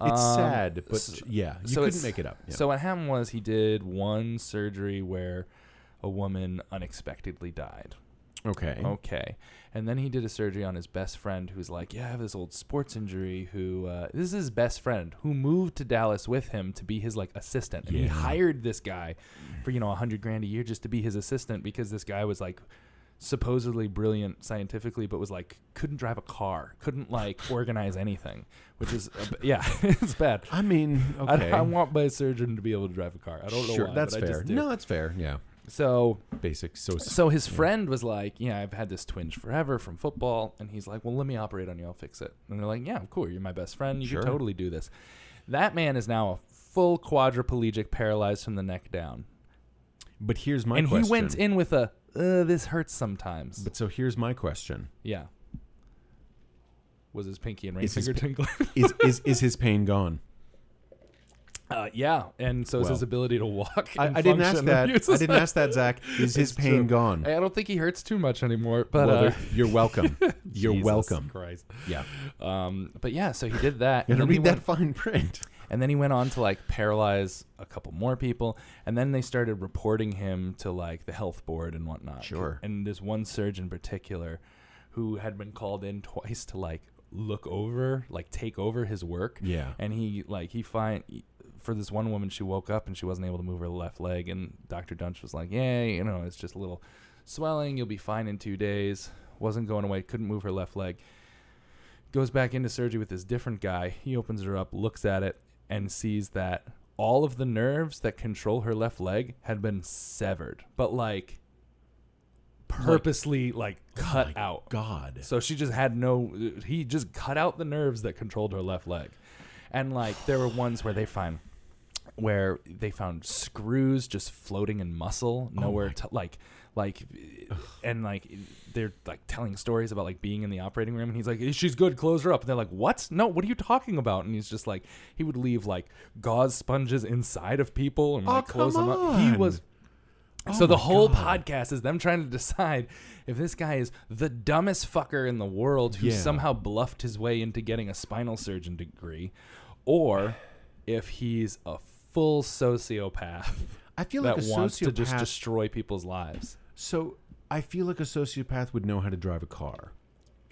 [SPEAKER 1] Um,
[SPEAKER 3] It's sad, but
[SPEAKER 1] s-
[SPEAKER 3] yeah, you
[SPEAKER 1] so
[SPEAKER 3] couldn't
[SPEAKER 1] it's-
[SPEAKER 3] make it up. Yeah.
[SPEAKER 1] So what happened was he did one surgery where a woman unexpectedly died.
[SPEAKER 3] okay.
[SPEAKER 1] Okay. And then he did a surgery on his best friend who's like, "Yeah, I have this old sports injury who uh, this is his best friend who moved to Dallas with him to be his like assistant. And he
[SPEAKER 3] Yeah.
[SPEAKER 1] hired this guy for, you know, a 100 grand a year just to be his assistant because this guy was like supposedly brilliant scientifically but was like couldn't drive a car, couldn't like organize anything, which is a b- yeah, it's bad.
[SPEAKER 3] I mean,
[SPEAKER 1] I-
[SPEAKER 3] okay.
[SPEAKER 1] I, want my surgeon to be able to drive a car. I don't know
[SPEAKER 3] sure,
[SPEAKER 1] why.
[SPEAKER 3] that's
[SPEAKER 1] but I
[SPEAKER 3] fair.
[SPEAKER 1] just do.
[SPEAKER 3] no, that's fair. Yeah,
[SPEAKER 1] So,
[SPEAKER 3] basic. So,
[SPEAKER 1] so his friend was like, "Yeah, I've had this twinge forever from football," and he's like, "Well, let me operate on you. I'll fix it." And they're like, "Yeah, cool. You're my best friend. You
[SPEAKER 3] Sure.
[SPEAKER 1] can totally do this." That man is now a full quadriplegic, paralyzed from the neck down,
[SPEAKER 3] but here's my
[SPEAKER 1] and
[SPEAKER 3] question.
[SPEAKER 1] he went in with a, uh, "This hurts sometimes."
[SPEAKER 3] But so here's my question:
[SPEAKER 1] yeah. Was his pinky and ring
[SPEAKER 3] Is his
[SPEAKER 1] finger
[SPEAKER 3] pi-
[SPEAKER 1] tingling?
[SPEAKER 3] Is is is his pain gone?
[SPEAKER 1] uh, yeah, and so is his
[SPEAKER 3] Well.
[SPEAKER 1] ability to walk. and
[SPEAKER 3] I, I didn't ask
[SPEAKER 1] function and
[SPEAKER 3] that.
[SPEAKER 1] use
[SPEAKER 3] I
[SPEAKER 1] his
[SPEAKER 3] didn't ask that, Zach. Is his
[SPEAKER 1] It's
[SPEAKER 3] pain
[SPEAKER 1] true.
[SPEAKER 3] gone?
[SPEAKER 1] I don't think he hurts too much anymore, but
[SPEAKER 3] Well,
[SPEAKER 1] uh,
[SPEAKER 3] there- you're welcome. You're
[SPEAKER 1] Jesus
[SPEAKER 3] welcome.
[SPEAKER 1] Christ.
[SPEAKER 3] Yeah,
[SPEAKER 1] Um, but yeah, so he did that,
[SPEAKER 3] you
[SPEAKER 1] and then,
[SPEAKER 3] gotta
[SPEAKER 1] he
[SPEAKER 3] read that
[SPEAKER 1] went,
[SPEAKER 3] fine print.
[SPEAKER 1] and then he went on to like paralyze a couple more people, and then they started reporting him to like the health board and whatnot.
[SPEAKER 3] Sure.
[SPEAKER 1] And this one surgeon in particular, who had been called in twice to like look over, like take over his work,
[SPEAKER 3] Yeah.
[SPEAKER 1] and he like he find e, for this one woman she woke up and she wasn't able to move her left leg and dr dunch was like yeah you know it's just a little swelling you'll be fine in two days wasn't going away couldn't move her left leg goes back into surgery with this different guy he opens her up looks at it and sees that all of the nerves that control her left leg had been severed but like purposely like, cut
[SPEAKER 3] my
[SPEAKER 1] out
[SPEAKER 3] God.
[SPEAKER 1] so she just had no. He just cut out the nerves that controlled her left leg, and like there were ones where they find, where they found screws just floating in muscle,
[SPEAKER 3] Oh
[SPEAKER 1] nowhere to like, like, and like they're like telling stories about like being in the operating room, and he's like, "She's good, close her up." And they're like, "What? No, what are you talking about?" And he's just like, he would leave like gauze sponges inside of people and
[SPEAKER 3] Oh,
[SPEAKER 1] like close
[SPEAKER 3] come
[SPEAKER 1] them up. He
[SPEAKER 3] on. Oh
[SPEAKER 1] was so the whole podcast is them trying to decide if this guy is the dumbest fucker in the world who
[SPEAKER 3] Yeah.
[SPEAKER 1] somehow bluffed his way into getting a spinal surgeon degree, or if he's a full sociopath
[SPEAKER 3] I feel like
[SPEAKER 1] that
[SPEAKER 3] a
[SPEAKER 1] wants
[SPEAKER 3] sociopath.
[SPEAKER 1] to just destroy people's lives.
[SPEAKER 3] so I feel like a sociopath would know how to drive a car.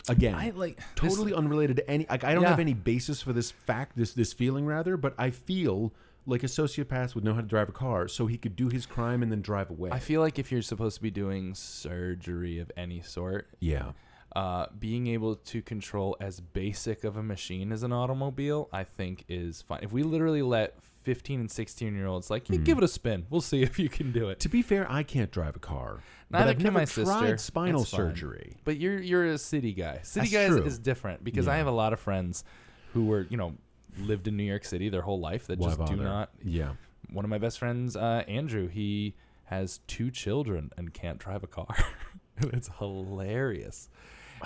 [SPEAKER 3] Again,
[SPEAKER 1] I like this-
[SPEAKER 3] totally unrelated to any. Like, I don't
[SPEAKER 1] Yeah.
[SPEAKER 3] have any basis for this fact, this this feeling rather, but I feel like a sociopath would know how to drive a car, so he could do his crime and then drive away.
[SPEAKER 1] I feel like if you're supposed to be doing surgery of any sort,
[SPEAKER 3] yeah.
[SPEAKER 1] uh, being able to control as basic of a machine as an automobile, I think is fine. If we literally let 15 and 16 year olds, like, hey, give it a spin, we'll see if you can do it.
[SPEAKER 3] Hmm. To be fair, I can't drive a car. but
[SPEAKER 1] Neither
[SPEAKER 3] I've
[SPEAKER 1] can
[SPEAKER 3] never
[SPEAKER 1] my sister.
[SPEAKER 3] tried spinal
[SPEAKER 1] It's fine.
[SPEAKER 3] surgery.
[SPEAKER 1] But you're you're a city guy. City
[SPEAKER 3] That's
[SPEAKER 1] guys
[SPEAKER 3] true.
[SPEAKER 1] is different because I
[SPEAKER 3] Yeah.
[SPEAKER 1] have a lot of friends who were you know lived in New York City their whole life that
[SPEAKER 3] Why
[SPEAKER 1] just do
[SPEAKER 3] bother?
[SPEAKER 1] not.
[SPEAKER 3] Yeah.
[SPEAKER 1] One of my best friends, uh, Andrew, he has two children and can't drive a car. it's hilarious.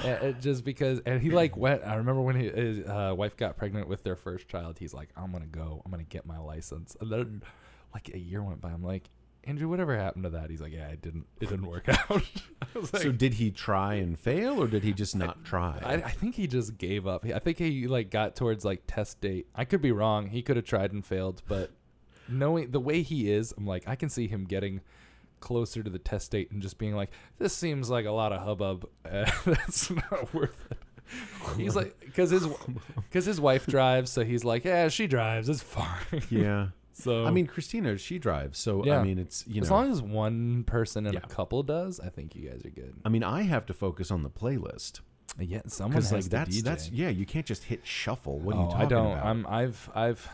[SPEAKER 1] Uh, uh, just because, and he like went. I remember when he, his uh, wife got pregnant with their first child. He's like, "I'm gonna go. I'm gonna get my license." And then, like a year went by. I'm like, "Andrew, whatever happened to that?" He's like, "Yeah, it didn't. It didn't work out." I was
[SPEAKER 3] so did he try and fail, or did he just not try?
[SPEAKER 1] I, I think he just gave up. I think he like got towards like test date. I could be wrong. He could have tried and failed, but knowing the way he is, I'm like I can see him getting closer to the test date and just being like, "This seems like a lot of hubbub. Uh, that's not worth it." He's like, because his because his wife drives, so he's like, "Yeah, she drives. It's fine."
[SPEAKER 3] yeah.
[SPEAKER 1] So
[SPEAKER 3] I mean, Christina, she drives, so I
[SPEAKER 1] Yeah.
[SPEAKER 3] mean, it's you know.
[SPEAKER 1] as long as one person in
[SPEAKER 3] Yeah.
[SPEAKER 1] a couple does, I think you guys are good.
[SPEAKER 3] I mean, I have to focus on the playlist
[SPEAKER 1] Yeah, someone
[SPEAKER 3] because
[SPEAKER 1] has
[SPEAKER 3] like
[SPEAKER 1] to
[SPEAKER 3] that's
[SPEAKER 1] DJ.
[SPEAKER 3] that's yeah. You can't just hit shuffle. What are you
[SPEAKER 1] Oh,
[SPEAKER 3] talking
[SPEAKER 1] I don't.
[SPEAKER 3] about?
[SPEAKER 1] I'm. I've. I've.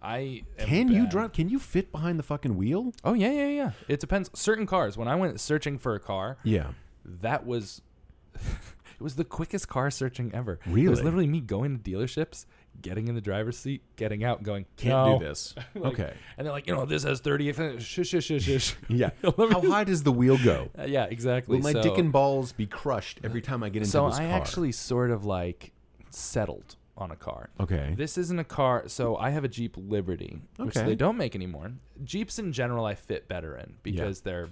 [SPEAKER 1] I am
[SPEAKER 3] can you
[SPEAKER 1] bad.
[SPEAKER 3] drive? Can you fit behind the fucking wheel?
[SPEAKER 1] Oh yeah, yeah, yeah. It depends. Certain cars. When I went searching for a car,
[SPEAKER 3] Yeah.
[SPEAKER 1] that was, it was the quickest car searching ever. It
[SPEAKER 3] Really?
[SPEAKER 1] was literally me going to dealerships, getting in the driver's seat, getting out, going
[SPEAKER 3] Can't
[SPEAKER 1] "No."
[SPEAKER 3] do this.
[SPEAKER 1] Like,
[SPEAKER 3] okay.
[SPEAKER 1] And they're like, you know, this has thirty. Shush, shush, shush, shush.
[SPEAKER 3] Yeah.
[SPEAKER 1] Let me
[SPEAKER 3] How high does the wheel go?
[SPEAKER 1] Uh, yeah, exactly.
[SPEAKER 3] Will my
[SPEAKER 1] so,
[SPEAKER 3] dick and balls be crushed every time I get into
[SPEAKER 1] so
[SPEAKER 3] this
[SPEAKER 1] I
[SPEAKER 3] car?
[SPEAKER 1] actually sort of like settled on a car.
[SPEAKER 3] okay.
[SPEAKER 1] This isn't a car. So I have a Jeep Liberty, which
[SPEAKER 3] Okay.
[SPEAKER 1] they don't make anymore. Jeeps in general, I fit better in because they're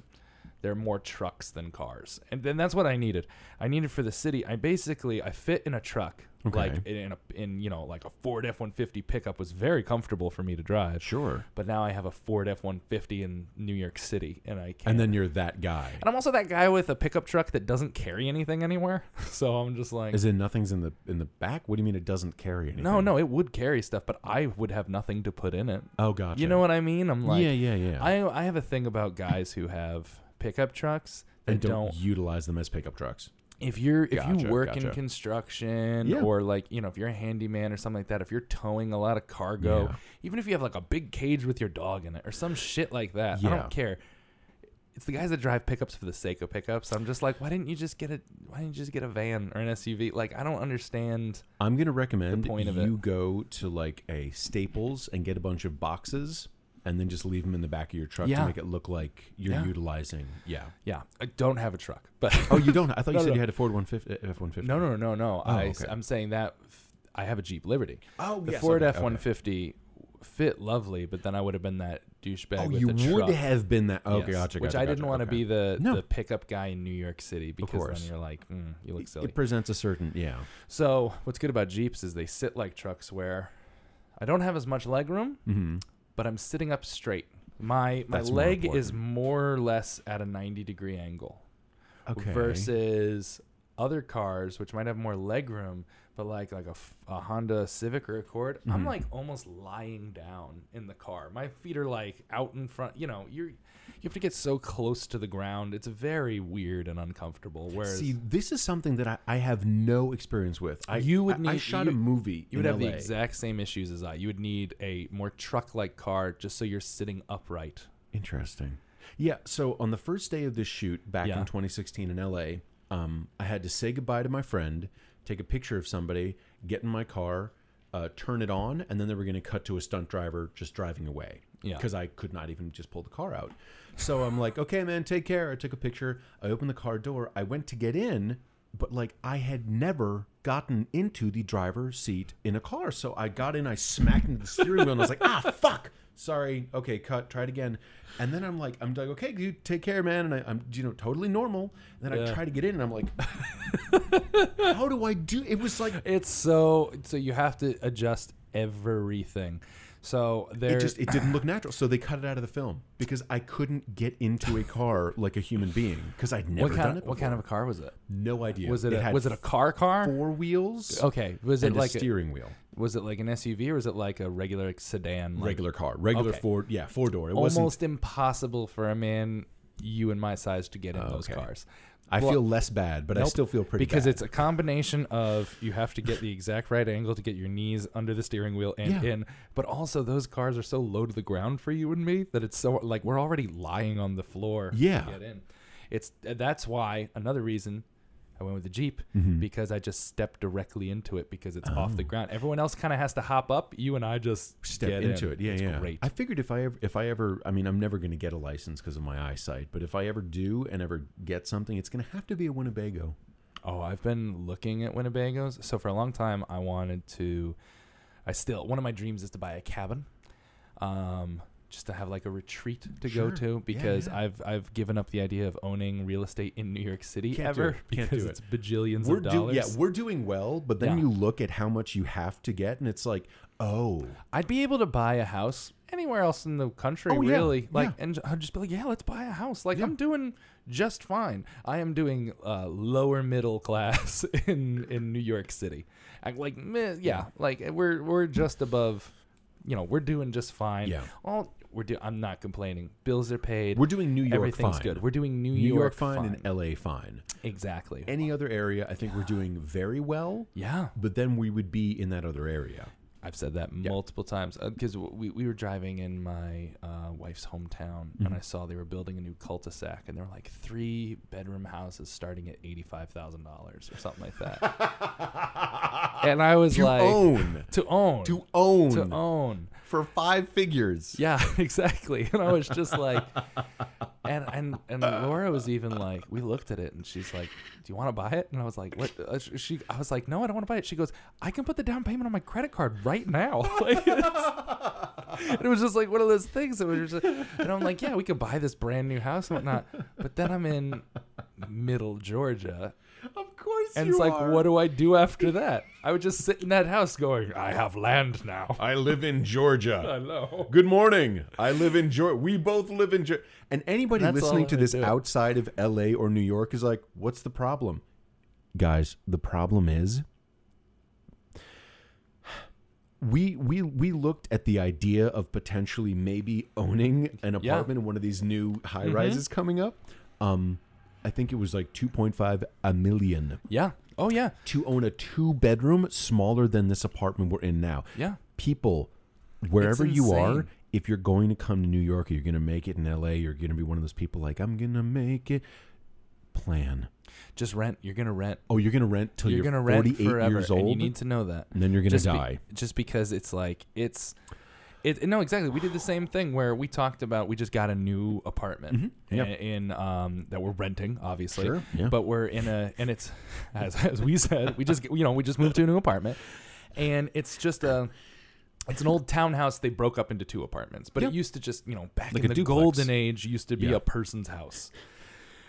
[SPEAKER 1] they're more trucks than cars, and then that's what I needed. I needed for the city. I basically I fit in a truck, like in a in you know like a Ford F one fifty pickup was very comfortable for me to drive.
[SPEAKER 3] sure.
[SPEAKER 1] But now I have a Ford F one fifty in New York City, and I can't.
[SPEAKER 3] And then you're that guy.
[SPEAKER 1] and I'm also that guy with a pickup truck that doesn't carry anything anywhere. So I'm just like,
[SPEAKER 3] As in nothing's in the in the back. What do you mean it doesn't carry anything?
[SPEAKER 1] no, no, it would carry stuff, but I would have nothing to put in it.
[SPEAKER 3] Oh, gotcha.
[SPEAKER 1] You know what I mean? I'm like,
[SPEAKER 3] yeah, yeah, yeah.
[SPEAKER 1] I I have a thing about guys who have pickup trucks
[SPEAKER 3] and
[SPEAKER 1] that
[SPEAKER 3] don't,
[SPEAKER 1] don't.
[SPEAKER 3] utilize them as pickup trucks.
[SPEAKER 1] If you're if
[SPEAKER 3] Gotcha,
[SPEAKER 1] you work in
[SPEAKER 3] gotcha.
[SPEAKER 1] construction
[SPEAKER 3] Yeah.
[SPEAKER 1] or like you know if you're a handyman or something like that, if you're towing a lot of cargo,
[SPEAKER 3] Yeah.
[SPEAKER 1] even if you have like a big cage with your dog in it or some shit like that, I
[SPEAKER 3] Yeah.
[SPEAKER 1] don't care. It's the guys that drive pickups for the sake of pickups. I'm just like, why didn't you just get a why didn't you just get a van or an SUV? Like I don't understand.
[SPEAKER 3] I'm gonna recommend
[SPEAKER 1] point of it.
[SPEAKER 3] you go to like a Staples and get a bunch of boxes, and then just leave them in the back of your truck to
[SPEAKER 1] Yeah.
[SPEAKER 3] make it look like you're
[SPEAKER 1] Yeah.
[SPEAKER 3] utilizing. Yeah.
[SPEAKER 1] Yeah, I don't have a truck, but
[SPEAKER 3] Oh, you don't. I thought you
[SPEAKER 1] No,
[SPEAKER 3] said
[SPEAKER 1] no.
[SPEAKER 3] you had a Ford 150. F 150.
[SPEAKER 1] No, no, no, no. I,
[SPEAKER 3] Oh, okay.
[SPEAKER 1] am saying that f- I have a Jeep Liberty.
[SPEAKER 3] Oh,
[SPEAKER 1] the
[SPEAKER 3] yes,
[SPEAKER 1] Ford
[SPEAKER 3] okay, okay.
[SPEAKER 1] F-150 fit lovely, but then I would have been that douchebag.
[SPEAKER 3] Oh,
[SPEAKER 1] with
[SPEAKER 3] you
[SPEAKER 1] the
[SPEAKER 3] would
[SPEAKER 1] truck.
[SPEAKER 3] have been that. Oh,
[SPEAKER 1] Yes,
[SPEAKER 3] gotcha,
[SPEAKER 1] Which
[SPEAKER 3] gotcha,
[SPEAKER 1] I didn't
[SPEAKER 3] gotcha,
[SPEAKER 1] want to
[SPEAKER 3] okay.
[SPEAKER 1] be the
[SPEAKER 3] No.
[SPEAKER 1] the pickup guy in New York City because
[SPEAKER 3] course.
[SPEAKER 1] then you're like, mm, you look silly.
[SPEAKER 3] It presents a certain yeah.
[SPEAKER 1] so what's good about Jeeps is they sit like trucks, where I don't have as much leg room,
[SPEAKER 3] Mm-hmm.
[SPEAKER 1] but I'm sitting up straight. My my
[SPEAKER 3] That's more
[SPEAKER 1] leg is more or less at a 90 degree angle
[SPEAKER 3] Okay.
[SPEAKER 1] versus other cars which might have more leg room but like like a, f- a honda civic or accord
[SPEAKER 3] Mm-hmm.
[SPEAKER 1] i'm like almost lying down in the car my feet are like out in front you know you're you have to get so close to the ground it's very weird and uncomfortable whereas
[SPEAKER 3] See, this is something that I, I have no experience with. I,
[SPEAKER 1] You would
[SPEAKER 3] I- I
[SPEAKER 1] need-
[SPEAKER 3] shot
[SPEAKER 1] you-
[SPEAKER 3] a movie.
[SPEAKER 1] you would
[SPEAKER 3] in
[SPEAKER 1] have
[SPEAKER 3] LA.
[SPEAKER 1] the exact same issues as i you would need a more truck like car just so you're sitting upright
[SPEAKER 3] Interesting. Yeah. So on the first day of this shoot back
[SPEAKER 1] Yeah.
[SPEAKER 3] in 2016 in LA, um, I had to say goodbye to my friend, take a picture of somebody, get in my car, uh, turn it on, and then they were going to cut to a stunt driver just driving away.
[SPEAKER 1] Yeah.
[SPEAKER 3] Because I could not even just pull the car out. So I'm like, okay, man, take care. I took a picture. I opened the car door. I went to get in, but like I had never gotten into the driver's seat in a car. So I got in, I smacked into the steering wheel, and I was like, ah, fuck. Sorry. Okay, cut. Try it again. And then I'm like, I'm like, okay, dude, take care, man. And I, I'm, you know, totally normal. And then I
[SPEAKER 1] Yeah.
[SPEAKER 3] try to get in, and I'm like, how do I do? It was like
[SPEAKER 1] It's so so you have to adjust everything. So
[SPEAKER 3] It
[SPEAKER 1] there,
[SPEAKER 3] just it didn't look natural, so they cut it out of the film because I couldn't get into a car like a human being because I'd never
[SPEAKER 1] what
[SPEAKER 3] done
[SPEAKER 1] kind
[SPEAKER 3] it.
[SPEAKER 1] of
[SPEAKER 3] Before.
[SPEAKER 1] what kind of a car was it?
[SPEAKER 3] No idea.
[SPEAKER 1] Was it, a,
[SPEAKER 3] had
[SPEAKER 1] was it a car car?
[SPEAKER 3] four wheels?
[SPEAKER 1] Okay, was it
[SPEAKER 3] and
[SPEAKER 1] like
[SPEAKER 3] a
[SPEAKER 1] a,
[SPEAKER 3] steering wheel.
[SPEAKER 1] was it like an SUV or was it like a regular like, sedan? Like
[SPEAKER 3] Regular car, regular
[SPEAKER 1] Okay.
[SPEAKER 3] four, yeah, four door. It wasn't
[SPEAKER 1] almost impossible for a man you and my size to get in those
[SPEAKER 3] Oh, okay.
[SPEAKER 1] cars.
[SPEAKER 3] I
[SPEAKER 1] Well,
[SPEAKER 3] feel less bad, but I
[SPEAKER 1] Nope.
[SPEAKER 3] still feel pretty
[SPEAKER 1] because
[SPEAKER 3] bad.
[SPEAKER 1] it's a combination of you have to get the exact right angle to get your knees under the steering wheel and
[SPEAKER 3] Yeah.
[SPEAKER 1] in, but also those cars are so low to the ground for you and me that it's so like we're already lying on the floor.
[SPEAKER 3] Yeah.
[SPEAKER 1] to get in. It's that's why another reason I went with the Jeep
[SPEAKER 3] Mm-hmm.
[SPEAKER 1] because I just stepped directly into it because it's off the ground. Everyone else kind of has to hop up. You and I just
[SPEAKER 3] Oh. step
[SPEAKER 1] get
[SPEAKER 3] into
[SPEAKER 1] in.
[SPEAKER 3] it. Yeah,
[SPEAKER 1] it's
[SPEAKER 3] yeah.
[SPEAKER 1] Great.
[SPEAKER 3] I figured if I ever, if I ever, I mean, I'm never going to get a license because of my eyesight, but if I ever do and ever get something, it's going to have to be a Winnebago.
[SPEAKER 1] Oh, I've been looking at Winnebagoes. So for a long time, I wanted to. I still one of my dreams is to buy a cabin, um, just to have like a retreat to go
[SPEAKER 3] Sure. Yeah,
[SPEAKER 1] to because
[SPEAKER 3] yeah.
[SPEAKER 1] I've I've given up the idea of owning real estate in New York City
[SPEAKER 3] Can't do
[SPEAKER 1] ever
[SPEAKER 3] it. Can't
[SPEAKER 1] because
[SPEAKER 3] do
[SPEAKER 1] it's bajillions
[SPEAKER 3] We're
[SPEAKER 1] of dollars.
[SPEAKER 3] doing, yeah, we're doing well, but then
[SPEAKER 1] Yeah.
[SPEAKER 3] you look at how much you have to get, and it's like, oh,
[SPEAKER 1] I'd be able to buy a house anywhere else in the country,
[SPEAKER 3] Oh, yeah,
[SPEAKER 1] really. Like,
[SPEAKER 3] yeah.
[SPEAKER 1] and I'd just be like, yeah, let's buy a house. Like, I'm doing just fine. I am doing uh, lower middle class in in New York City. I'm like, meh, yeah, like eh, we're we're just above. You know, we're doing just fine.
[SPEAKER 3] Yeah.
[SPEAKER 1] All we're do. I'm not complaining. Bills are paid.
[SPEAKER 3] we're doing New York
[SPEAKER 1] Everything's
[SPEAKER 3] fine.
[SPEAKER 1] good. We're doing New,
[SPEAKER 3] New York,
[SPEAKER 1] York,
[SPEAKER 3] fine,
[SPEAKER 1] fine.
[SPEAKER 3] and L.A. fine.
[SPEAKER 1] exactly.
[SPEAKER 3] Any other area, I think we're doing very well,
[SPEAKER 1] yeah.
[SPEAKER 3] but then we would be in that other area.
[SPEAKER 1] I've said that multiple times because we, we were driving in my uh, wife's hometown
[SPEAKER 3] Mm-hmm.
[SPEAKER 1] and I saw they were building a new cul-de-sac and there were like three bedroom houses starting at eighty five thousand dollars or something like that. and I was
[SPEAKER 3] To
[SPEAKER 1] like,
[SPEAKER 3] own,
[SPEAKER 1] to own,
[SPEAKER 3] to own,
[SPEAKER 1] to own.
[SPEAKER 3] for five figures.
[SPEAKER 1] Yeah, exactly. And I was just like, and and and Laura was even like, we looked at it, and she's like, "Do you want to buy it?" And I was like, "What?" Uh, sh- She, I was like, "No, I don't want to buy it." She goes, "I can put the down payment on my credit card right now." Like, it's- and it was just like one of those things that was just, and I'm like, "Yeah, we could buy this brand new house and whatnot," but then I'm in Middle Georgia,
[SPEAKER 3] Of course,
[SPEAKER 1] and it's like, what do I do after that? I would just sit in that house going, "I have land now."
[SPEAKER 3] I live in Georgia.
[SPEAKER 1] I know.
[SPEAKER 3] Good morning. I live in Georgia. We both live in Georgia. And anybody
[SPEAKER 1] That's
[SPEAKER 3] listening
[SPEAKER 1] all
[SPEAKER 3] to
[SPEAKER 1] I
[SPEAKER 3] this
[SPEAKER 1] do.
[SPEAKER 3] outside of LA or New York is like, what's the problem? Guys, the problem is we we we looked at the idea of potentially maybe owning an
[SPEAKER 1] Yeah. Mm-hmm.
[SPEAKER 3] apartment in one of these new high rises coming up. Um I think it was like 2.5 a million
[SPEAKER 1] Yeah. Oh yeah.
[SPEAKER 3] to own a two bedroom smaller than this apartment we're in now
[SPEAKER 1] Yeah.
[SPEAKER 3] people wherever
[SPEAKER 1] It's
[SPEAKER 3] you are
[SPEAKER 1] insane.
[SPEAKER 3] if you're going to come to new york or you're going to make it in la you're going to be one of those people like i'm going to make it plan
[SPEAKER 1] Just rent. You're gonna rent.
[SPEAKER 3] oh you're going to rent till
[SPEAKER 1] You're,
[SPEAKER 3] you're,
[SPEAKER 1] gonna rent
[SPEAKER 3] 48
[SPEAKER 1] forever,
[SPEAKER 3] years
[SPEAKER 1] and
[SPEAKER 3] old
[SPEAKER 1] you need to know that.
[SPEAKER 3] and then you're going to
[SPEAKER 1] just be-
[SPEAKER 3] die
[SPEAKER 1] just because it's like it's. It, no, exactly. We did the same thing where we talked about we just got a new apartment
[SPEAKER 3] Mm-hmm. Yeah.
[SPEAKER 1] in, in, um, that we're renting, obviously.
[SPEAKER 3] Sure, yeah.
[SPEAKER 1] But we're in a and it's as, as we said we just you know we just moved to a new apartment, and it's just a it's an old townhouse they broke up into two apartments. But it
[SPEAKER 3] Yeah.
[SPEAKER 1] used to just you know back
[SPEAKER 3] Like
[SPEAKER 1] in the
[SPEAKER 3] a duplex.
[SPEAKER 1] golden age used to be
[SPEAKER 3] Yeah.
[SPEAKER 1] a person's house,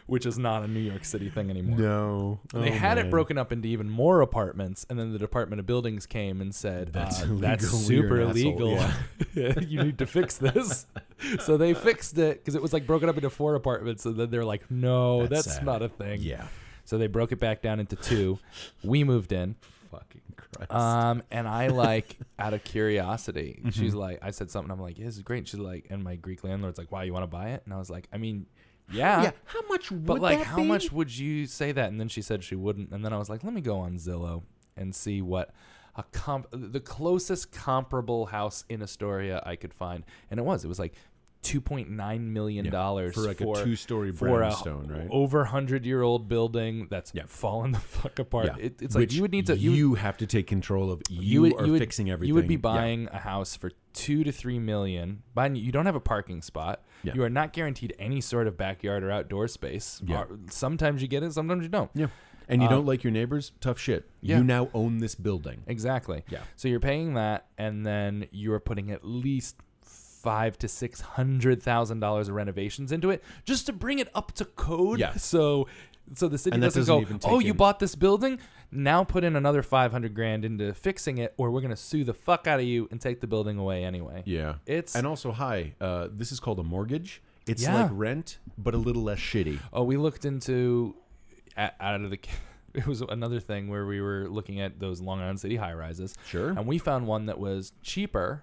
[SPEAKER 1] which is not a New York City thing anymore.
[SPEAKER 3] no
[SPEAKER 1] And they had it broken up into even more apartments, and then the Department of Buildings came and said,
[SPEAKER 3] That's
[SPEAKER 1] "That's, uh,
[SPEAKER 3] illegal,
[SPEAKER 1] that's
[SPEAKER 3] you're
[SPEAKER 1] super
[SPEAKER 3] an
[SPEAKER 1] illegal.
[SPEAKER 3] asshole."
[SPEAKER 1] you need to fix this." so they fixed it because it was like broken up into four apartments, and then they're like, "No,
[SPEAKER 3] That's
[SPEAKER 1] that's,
[SPEAKER 3] sad.
[SPEAKER 1] not a thing."
[SPEAKER 3] yeah
[SPEAKER 1] So they broke it back down into two. we moved in,
[SPEAKER 3] fucking christ
[SPEAKER 1] um, and I like out of curiosity,
[SPEAKER 3] Mm-hmm.
[SPEAKER 1] she's like, "I said something." I'm like, yeah, "This is great." And she's like, and my Greek landlord's like, "Wow, you want to buy it?" And I was like, "I mean, yeah."
[SPEAKER 3] yeah how much would
[SPEAKER 1] But like,
[SPEAKER 3] that
[SPEAKER 1] how
[SPEAKER 3] be?
[SPEAKER 1] much would you say that? And then she said she wouldn't. And then I was like, let me go on Zillow and see what a comp, the closest comparable house in Astoria I could find. And it was, it was like two point nine million dollars
[SPEAKER 3] for like a two-story
[SPEAKER 1] for a
[SPEAKER 3] brownstone right
[SPEAKER 1] over hundred year old building that's
[SPEAKER 3] Yeah.
[SPEAKER 1] fallen the fuck apart.
[SPEAKER 3] Yeah.
[SPEAKER 1] It, it's
[SPEAKER 3] Which
[SPEAKER 1] like you would need to
[SPEAKER 3] you,
[SPEAKER 1] you, would-
[SPEAKER 3] have to take control of you,
[SPEAKER 1] you would,
[SPEAKER 3] are
[SPEAKER 1] you would,
[SPEAKER 3] fixing everything
[SPEAKER 1] You would be
[SPEAKER 3] Yeah.
[SPEAKER 1] buying a house for two to three million. Buying, you don't have a parking spot.
[SPEAKER 3] Yeah.
[SPEAKER 1] You are not guaranteed any sort of backyard or outdoor space.
[SPEAKER 3] Yeah.
[SPEAKER 1] Or- Sometimes you get it, sometimes you don't.
[SPEAKER 3] yeah and you don't like your neighbors tough shit
[SPEAKER 1] Uh, yeah.
[SPEAKER 3] you now own this building
[SPEAKER 1] Exactly.
[SPEAKER 3] Yeah.
[SPEAKER 1] So you're paying that, and then you're putting at least five to six hundred thousand dollars of renovations into it just to bring it up to code.
[SPEAKER 3] Yeah.
[SPEAKER 1] So so the city
[SPEAKER 3] And that
[SPEAKER 1] doesn't,
[SPEAKER 3] doesn't
[SPEAKER 1] go,
[SPEAKER 3] even
[SPEAKER 1] oh,
[SPEAKER 3] take
[SPEAKER 1] you
[SPEAKER 3] in-
[SPEAKER 1] bought this building? Now put in another 500 grand into fixing it, or we're going to sue the fuck out of you and take the building away anyway.
[SPEAKER 3] Yeah.
[SPEAKER 1] It's-
[SPEAKER 3] and also hi. Uh, this is called a mortgage. It's
[SPEAKER 1] Yeah.
[SPEAKER 3] like rent, but a little less shitty.
[SPEAKER 1] Oh, we looked into a- out of the. It was another thing where we were looking at those Long Island City high rises.
[SPEAKER 3] Sure. Hmm.
[SPEAKER 1] And we found one that was cheaper.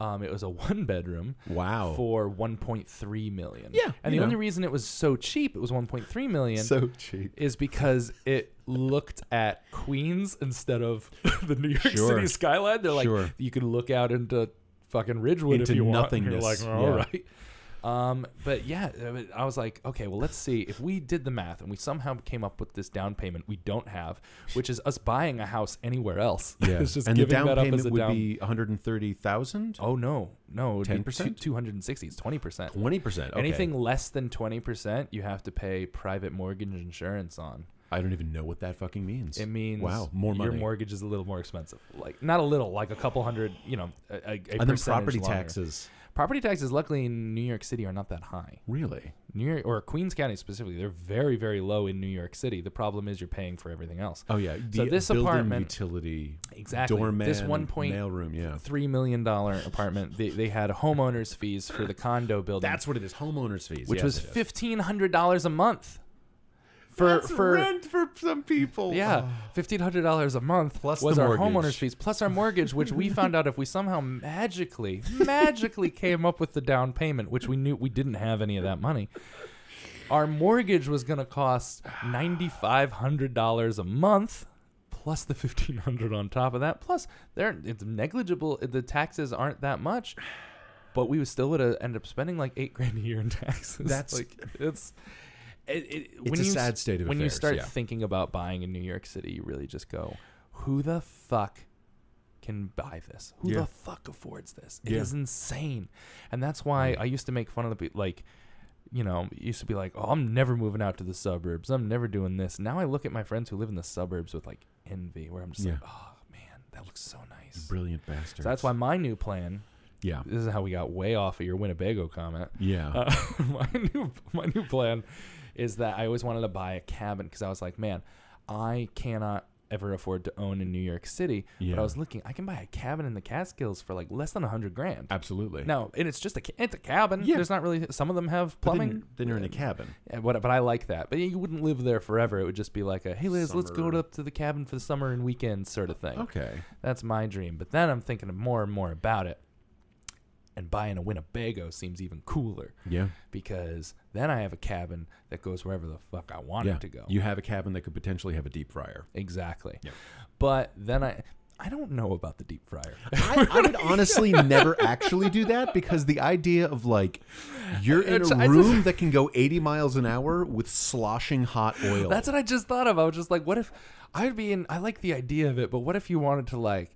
[SPEAKER 1] Um, it was a one bedroom.
[SPEAKER 3] Wow.
[SPEAKER 1] For 1.3 million.
[SPEAKER 3] Yeah,
[SPEAKER 1] And
[SPEAKER 3] you
[SPEAKER 1] the
[SPEAKER 3] know.
[SPEAKER 1] only reason it was so cheap, it was 1.3 million,
[SPEAKER 3] So cheap.
[SPEAKER 1] is because it looked at Queens instead of the New York
[SPEAKER 3] Sure.
[SPEAKER 1] City skyline. They're like,
[SPEAKER 3] Sure.
[SPEAKER 1] you can look out into fucking Ridgewood
[SPEAKER 3] Into
[SPEAKER 1] if you want.
[SPEAKER 3] nothingness.
[SPEAKER 1] And You're like, all
[SPEAKER 3] Yeah.
[SPEAKER 1] right. Um, but yeah, I mean, I was like, okay, well, let's see if we did the math and we somehow came up with this down payment we don't have, which is us buying a house anywhere else.
[SPEAKER 3] Yeah.
[SPEAKER 1] it's just
[SPEAKER 3] and the
[SPEAKER 1] giving
[SPEAKER 3] down
[SPEAKER 1] that up
[SPEAKER 3] payment
[SPEAKER 1] as a
[SPEAKER 3] would
[SPEAKER 1] down.
[SPEAKER 3] be one hundred and thirty thousand.
[SPEAKER 1] oh no, no, ten
[SPEAKER 3] 10%?
[SPEAKER 1] two hundred and sixty. It's twenty percent.
[SPEAKER 3] Twenty percent. Okay.
[SPEAKER 1] Anything less than twenty percent, you have to pay private mortgage insurance on.
[SPEAKER 3] I don't even know what that fucking means.
[SPEAKER 1] It means
[SPEAKER 3] wow, more money.
[SPEAKER 1] Your mortgage is a little more expensive, like not a little, like a couple hundred. You know, a, a, a
[SPEAKER 3] and then
[SPEAKER 1] percentage
[SPEAKER 3] property
[SPEAKER 1] longer.
[SPEAKER 3] taxes.
[SPEAKER 1] Property taxes, luckily in New York City, are not that high.
[SPEAKER 3] Really?
[SPEAKER 1] New York or Queens County specifically, they're very, very low in New York City. The problem is you're paying for everything else.
[SPEAKER 3] Oh yeah.
[SPEAKER 1] So
[SPEAKER 3] The
[SPEAKER 1] this
[SPEAKER 3] building
[SPEAKER 1] apartment-
[SPEAKER 3] utility
[SPEAKER 1] Exactly.
[SPEAKER 3] doorman
[SPEAKER 1] this one point
[SPEAKER 3] mailroom. Yeah.
[SPEAKER 1] three million dollar apartment, they, they had homeowners fees for the condo building,
[SPEAKER 3] That's what it is. Homeowners fees,
[SPEAKER 1] which
[SPEAKER 3] yes,
[SPEAKER 1] was
[SPEAKER 3] it is.
[SPEAKER 1] fifteen hundred dollars a month. For for
[SPEAKER 3] for some people.
[SPEAKER 1] yeah, fifteen hundred dollars a month
[SPEAKER 3] Ah. Plus
[SPEAKER 1] was
[SPEAKER 3] the
[SPEAKER 1] our
[SPEAKER 3] mortgage.
[SPEAKER 1] homeowners fees plus our mortgage, which we found out if we somehow magically magically came up with the down payment, which we knew we didn't have any of that money. Our mortgage was going to cost ninety five hundred dollars a month. Plus the fifteen hundred on top of that. Plus, they're it's negligible. The taxes aren't that much, but we still would have ended up spending like eight grand a year in taxes.
[SPEAKER 3] That's-
[SPEAKER 1] like it's it, it, it's
[SPEAKER 3] a sad state of
[SPEAKER 1] when you
[SPEAKER 3] affairs,
[SPEAKER 1] start
[SPEAKER 3] yeah.
[SPEAKER 1] thinking about buying in New York City, you really just go, "Who the fuck can buy this? Who
[SPEAKER 3] Yeah.
[SPEAKER 1] the fuck affords this? It is
[SPEAKER 3] Yeah.
[SPEAKER 1] insane." And that's why I used to make fun of the people, like, you know, it used to be like, "Oh, I'm never moving out to the suburbs. I'm never doing this." Now I look at my friends who live in the suburbs with like envy, where I'm just like,
[SPEAKER 3] Yeah.
[SPEAKER 1] "Oh man, that looks so nice."
[SPEAKER 3] Brilliant bastards.
[SPEAKER 1] So that's why my new plan.
[SPEAKER 3] Yeah.
[SPEAKER 1] This is how we got way off of your Winnebago comment.
[SPEAKER 3] Yeah.
[SPEAKER 1] Uh, my new my new plan is that I always wanted to buy a cabin because I was like, man, I cannot ever afford to own in New York City. But
[SPEAKER 3] Yeah.
[SPEAKER 1] I was looking, I can buy a cabin in the Catskills for like less than a hundred grand.
[SPEAKER 3] Absolutely.
[SPEAKER 1] No, and it's just a ca- it's a cabin.
[SPEAKER 3] Yeah.
[SPEAKER 1] There's not really some of them have
[SPEAKER 3] But then
[SPEAKER 1] plumbing.
[SPEAKER 3] you're- Then you're in a cabin.
[SPEAKER 1] Yeah, But, but I like that. But you wouldn't live there forever. It would just be like a hey Liz, let's go
[SPEAKER 3] Summer.
[SPEAKER 1] up to the cabin for the summer and weekend sort of thing.
[SPEAKER 3] Okay.
[SPEAKER 1] That's my dream. But then I'm thinking more and more about it. And buying a Winnebago seems even cooler
[SPEAKER 3] Yeah.
[SPEAKER 1] because then I have a cabin that goes wherever the fuck I want
[SPEAKER 3] yeah.
[SPEAKER 1] it to go.
[SPEAKER 3] You have a cabin that could potentially have a deep fryer.
[SPEAKER 1] exactly.
[SPEAKER 3] Yeah.
[SPEAKER 1] But then I I don't know about the deep fryer.
[SPEAKER 3] I, I would honestly never actually do that because the idea of like you're in
[SPEAKER 1] It's-
[SPEAKER 3] a
[SPEAKER 1] I just-
[SPEAKER 3] room that can go 80 miles an hour with sloshing hot oil.
[SPEAKER 1] That's what I just thought of. I was just like, what if I would be in I like the idea of it, but what if you wanted to like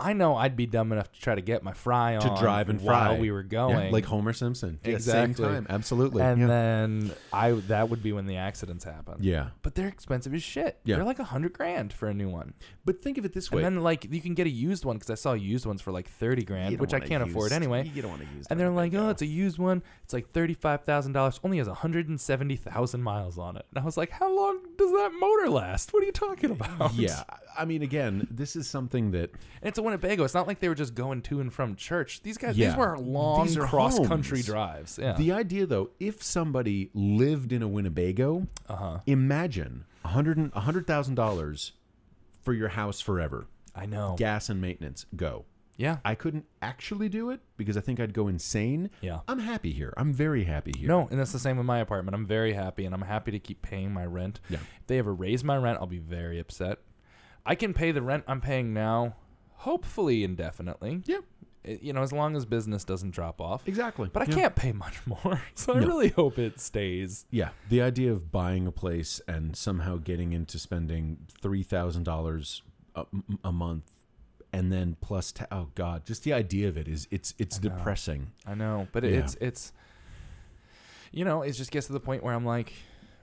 [SPEAKER 1] I know I'd be dumb enough to try to get my fry on
[SPEAKER 3] to drive and
[SPEAKER 1] while
[SPEAKER 3] fry.
[SPEAKER 1] we were
[SPEAKER 3] Yeah,
[SPEAKER 1] going.
[SPEAKER 3] like Homer Simpson. Yeah,
[SPEAKER 1] Exactly.
[SPEAKER 3] same time. Absolutely.
[SPEAKER 1] and
[SPEAKER 3] yeah.
[SPEAKER 1] then I that would be when the accidents happen.
[SPEAKER 3] yeah.
[SPEAKER 1] But they're expensive as shit.
[SPEAKER 3] Yeah.
[SPEAKER 1] They're like a hundred grand for a new one.
[SPEAKER 3] But think of it this way.
[SPEAKER 1] And then like you can get a used one because I saw used ones for like thirty
[SPEAKER 3] You
[SPEAKER 1] grand,
[SPEAKER 3] don't
[SPEAKER 1] which I
[SPEAKER 3] want a
[SPEAKER 1] can't afford
[SPEAKER 3] used-
[SPEAKER 1] anyway.
[SPEAKER 3] You don't want to use
[SPEAKER 1] And they're like, oh, it's a used one. It's like thirty-five thousand dollars. Only has one hundred and seventy thousand miles on it. And I was like, how long does that motor last? What are you talking about?
[SPEAKER 3] Yeah. I mean, again, this is something that
[SPEAKER 1] and it's a Winnebago. It's not like they were just going to and from church. These guys,
[SPEAKER 3] Yeah.
[SPEAKER 1] these were long
[SPEAKER 3] These are
[SPEAKER 1] cross-country
[SPEAKER 3] homes.
[SPEAKER 1] drives. Yeah,
[SPEAKER 3] The idea, though, if somebody lived in a Winnebago, uh-huh. imagine a hundred and- a hundred thousand dollars for your house forever,
[SPEAKER 1] I know. Yeah,
[SPEAKER 3] gas and maintenance. Go. I couldn't actually do it because I think I'd go insane.
[SPEAKER 1] Yeah.
[SPEAKER 3] I'm happy here. I'm very happy here.
[SPEAKER 1] No, and that's the same with my apartment. I'm very happy, and I'm happy to keep paying my rent.
[SPEAKER 3] Yeah.
[SPEAKER 1] If they ever raise my rent, I'll be very upset. I can pay the rent I'm paying now, hopefully indefinitely.
[SPEAKER 3] Yeah.
[SPEAKER 1] I- You know, as long as business doesn't drop off.
[SPEAKER 3] Exactly.
[SPEAKER 1] But I
[SPEAKER 3] Yeah.
[SPEAKER 1] can't pay much more, so I
[SPEAKER 3] No.
[SPEAKER 1] really hope it stays.
[SPEAKER 3] Yeah, the idea of buying a place and somehow getting into spending three thousand dollars a month, and then plus ta- oh god, just the idea of it is it's it's depressing.
[SPEAKER 1] I know, but
[SPEAKER 3] Yeah.
[SPEAKER 1] it's it's you know, it just gets to the point where I'm like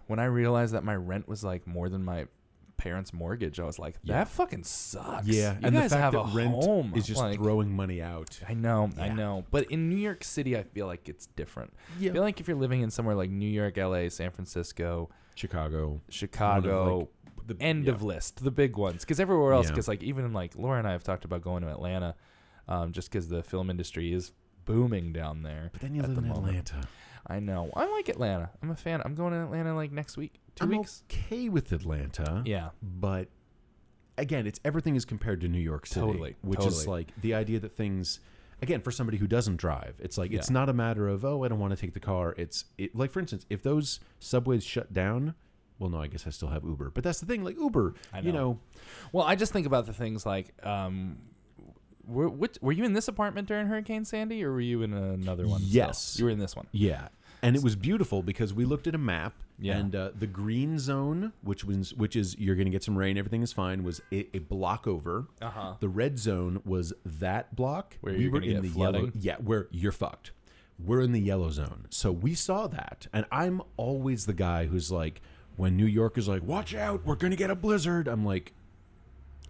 [SPEAKER 1] when I realized that my rent was like more than my parents' mortgage. I was like, that
[SPEAKER 3] Yeah.
[SPEAKER 1] fucking sucks.
[SPEAKER 3] Yeah,
[SPEAKER 1] you
[SPEAKER 3] and
[SPEAKER 1] guys
[SPEAKER 3] the
[SPEAKER 1] have
[SPEAKER 3] fact that
[SPEAKER 1] a
[SPEAKER 3] rent
[SPEAKER 1] home
[SPEAKER 3] is just
[SPEAKER 1] like,
[SPEAKER 3] throwing money out.
[SPEAKER 1] I know, I
[SPEAKER 3] Yeah.
[SPEAKER 1] know. But in New York City, I feel like it's different.
[SPEAKER 3] Yeah.
[SPEAKER 1] I feel like if you're living in somewhere like New York, LA, San Francisco,
[SPEAKER 3] Chicago,
[SPEAKER 1] Chicago,
[SPEAKER 3] the
[SPEAKER 1] end
[SPEAKER 3] yeah.
[SPEAKER 1] of list, the big ones. Because everywhere else,
[SPEAKER 3] Yeah.
[SPEAKER 1] because like even like Laura and I have talked about going to Atlanta, um, just because the film industry is booming down there.
[SPEAKER 3] But then you
[SPEAKER 1] at
[SPEAKER 3] live
[SPEAKER 1] the
[SPEAKER 3] in
[SPEAKER 1] moment.
[SPEAKER 3] Atlanta.
[SPEAKER 1] I know. I like Atlanta. I'm a fan. I'm going to Atlanta like next week, 2
[SPEAKER 3] I'm
[SPEAKER 1] weeks.
[SPEAKER 3] okay with Atlanta.
[SPEAKER 1] Yeah,
[SPEAKER 3] but again, it's everything is compared to New York City,
[SPEAKER 1] Totally,
[SPEAKER 3] which is
[SPEAKER 1] totally.
[SPEAKER 3] like the idea that things. Again, for somebody who doesn't drive, it's like it's
[SPEAKER 1] Yeah.
[SPEAKER 3] not a matter of oh, I don't want to take the car. It's it, like, for instance, if those subways shut down, well, no, I guess I still have Uber. But that's the thing, like Uber,
[SPEAKER 1] I
[SPEAKER 3] you
[SPEAKER 1] know.
[SPEAKER 3] know,
[SPEAKER 1] Well, I just think about the things like, um, were which, were you in this apartment during Hurricane Sandy, or were you in another one? still?
[SPEAKER 3] Yes.
[SPEAKER 1] you were in this one.
[SPEAKER 3] yeah. And it was beautiful because we looked at a map,
[SPEAKER 1] Yeah.
[SPEAKER 3] and uh, the green zone, which was which is you're going to get some rain, everything is fine, was a, a block over.
[SPEAKER 1] Uh huh.
[SPEAKER 3] The red zone was that block.
[SPEAKER 1] Where you're gonna get
[SPEAKER 3] the yellow.
[SPEAKER 1] flooding.
[SPEAKER 3] Yeah, where you're fucked. We're in the yellow zone. So we saw that. And I'm always the guy who's like, when New York is like, watch out, we're going to get a blizzard. I'm like,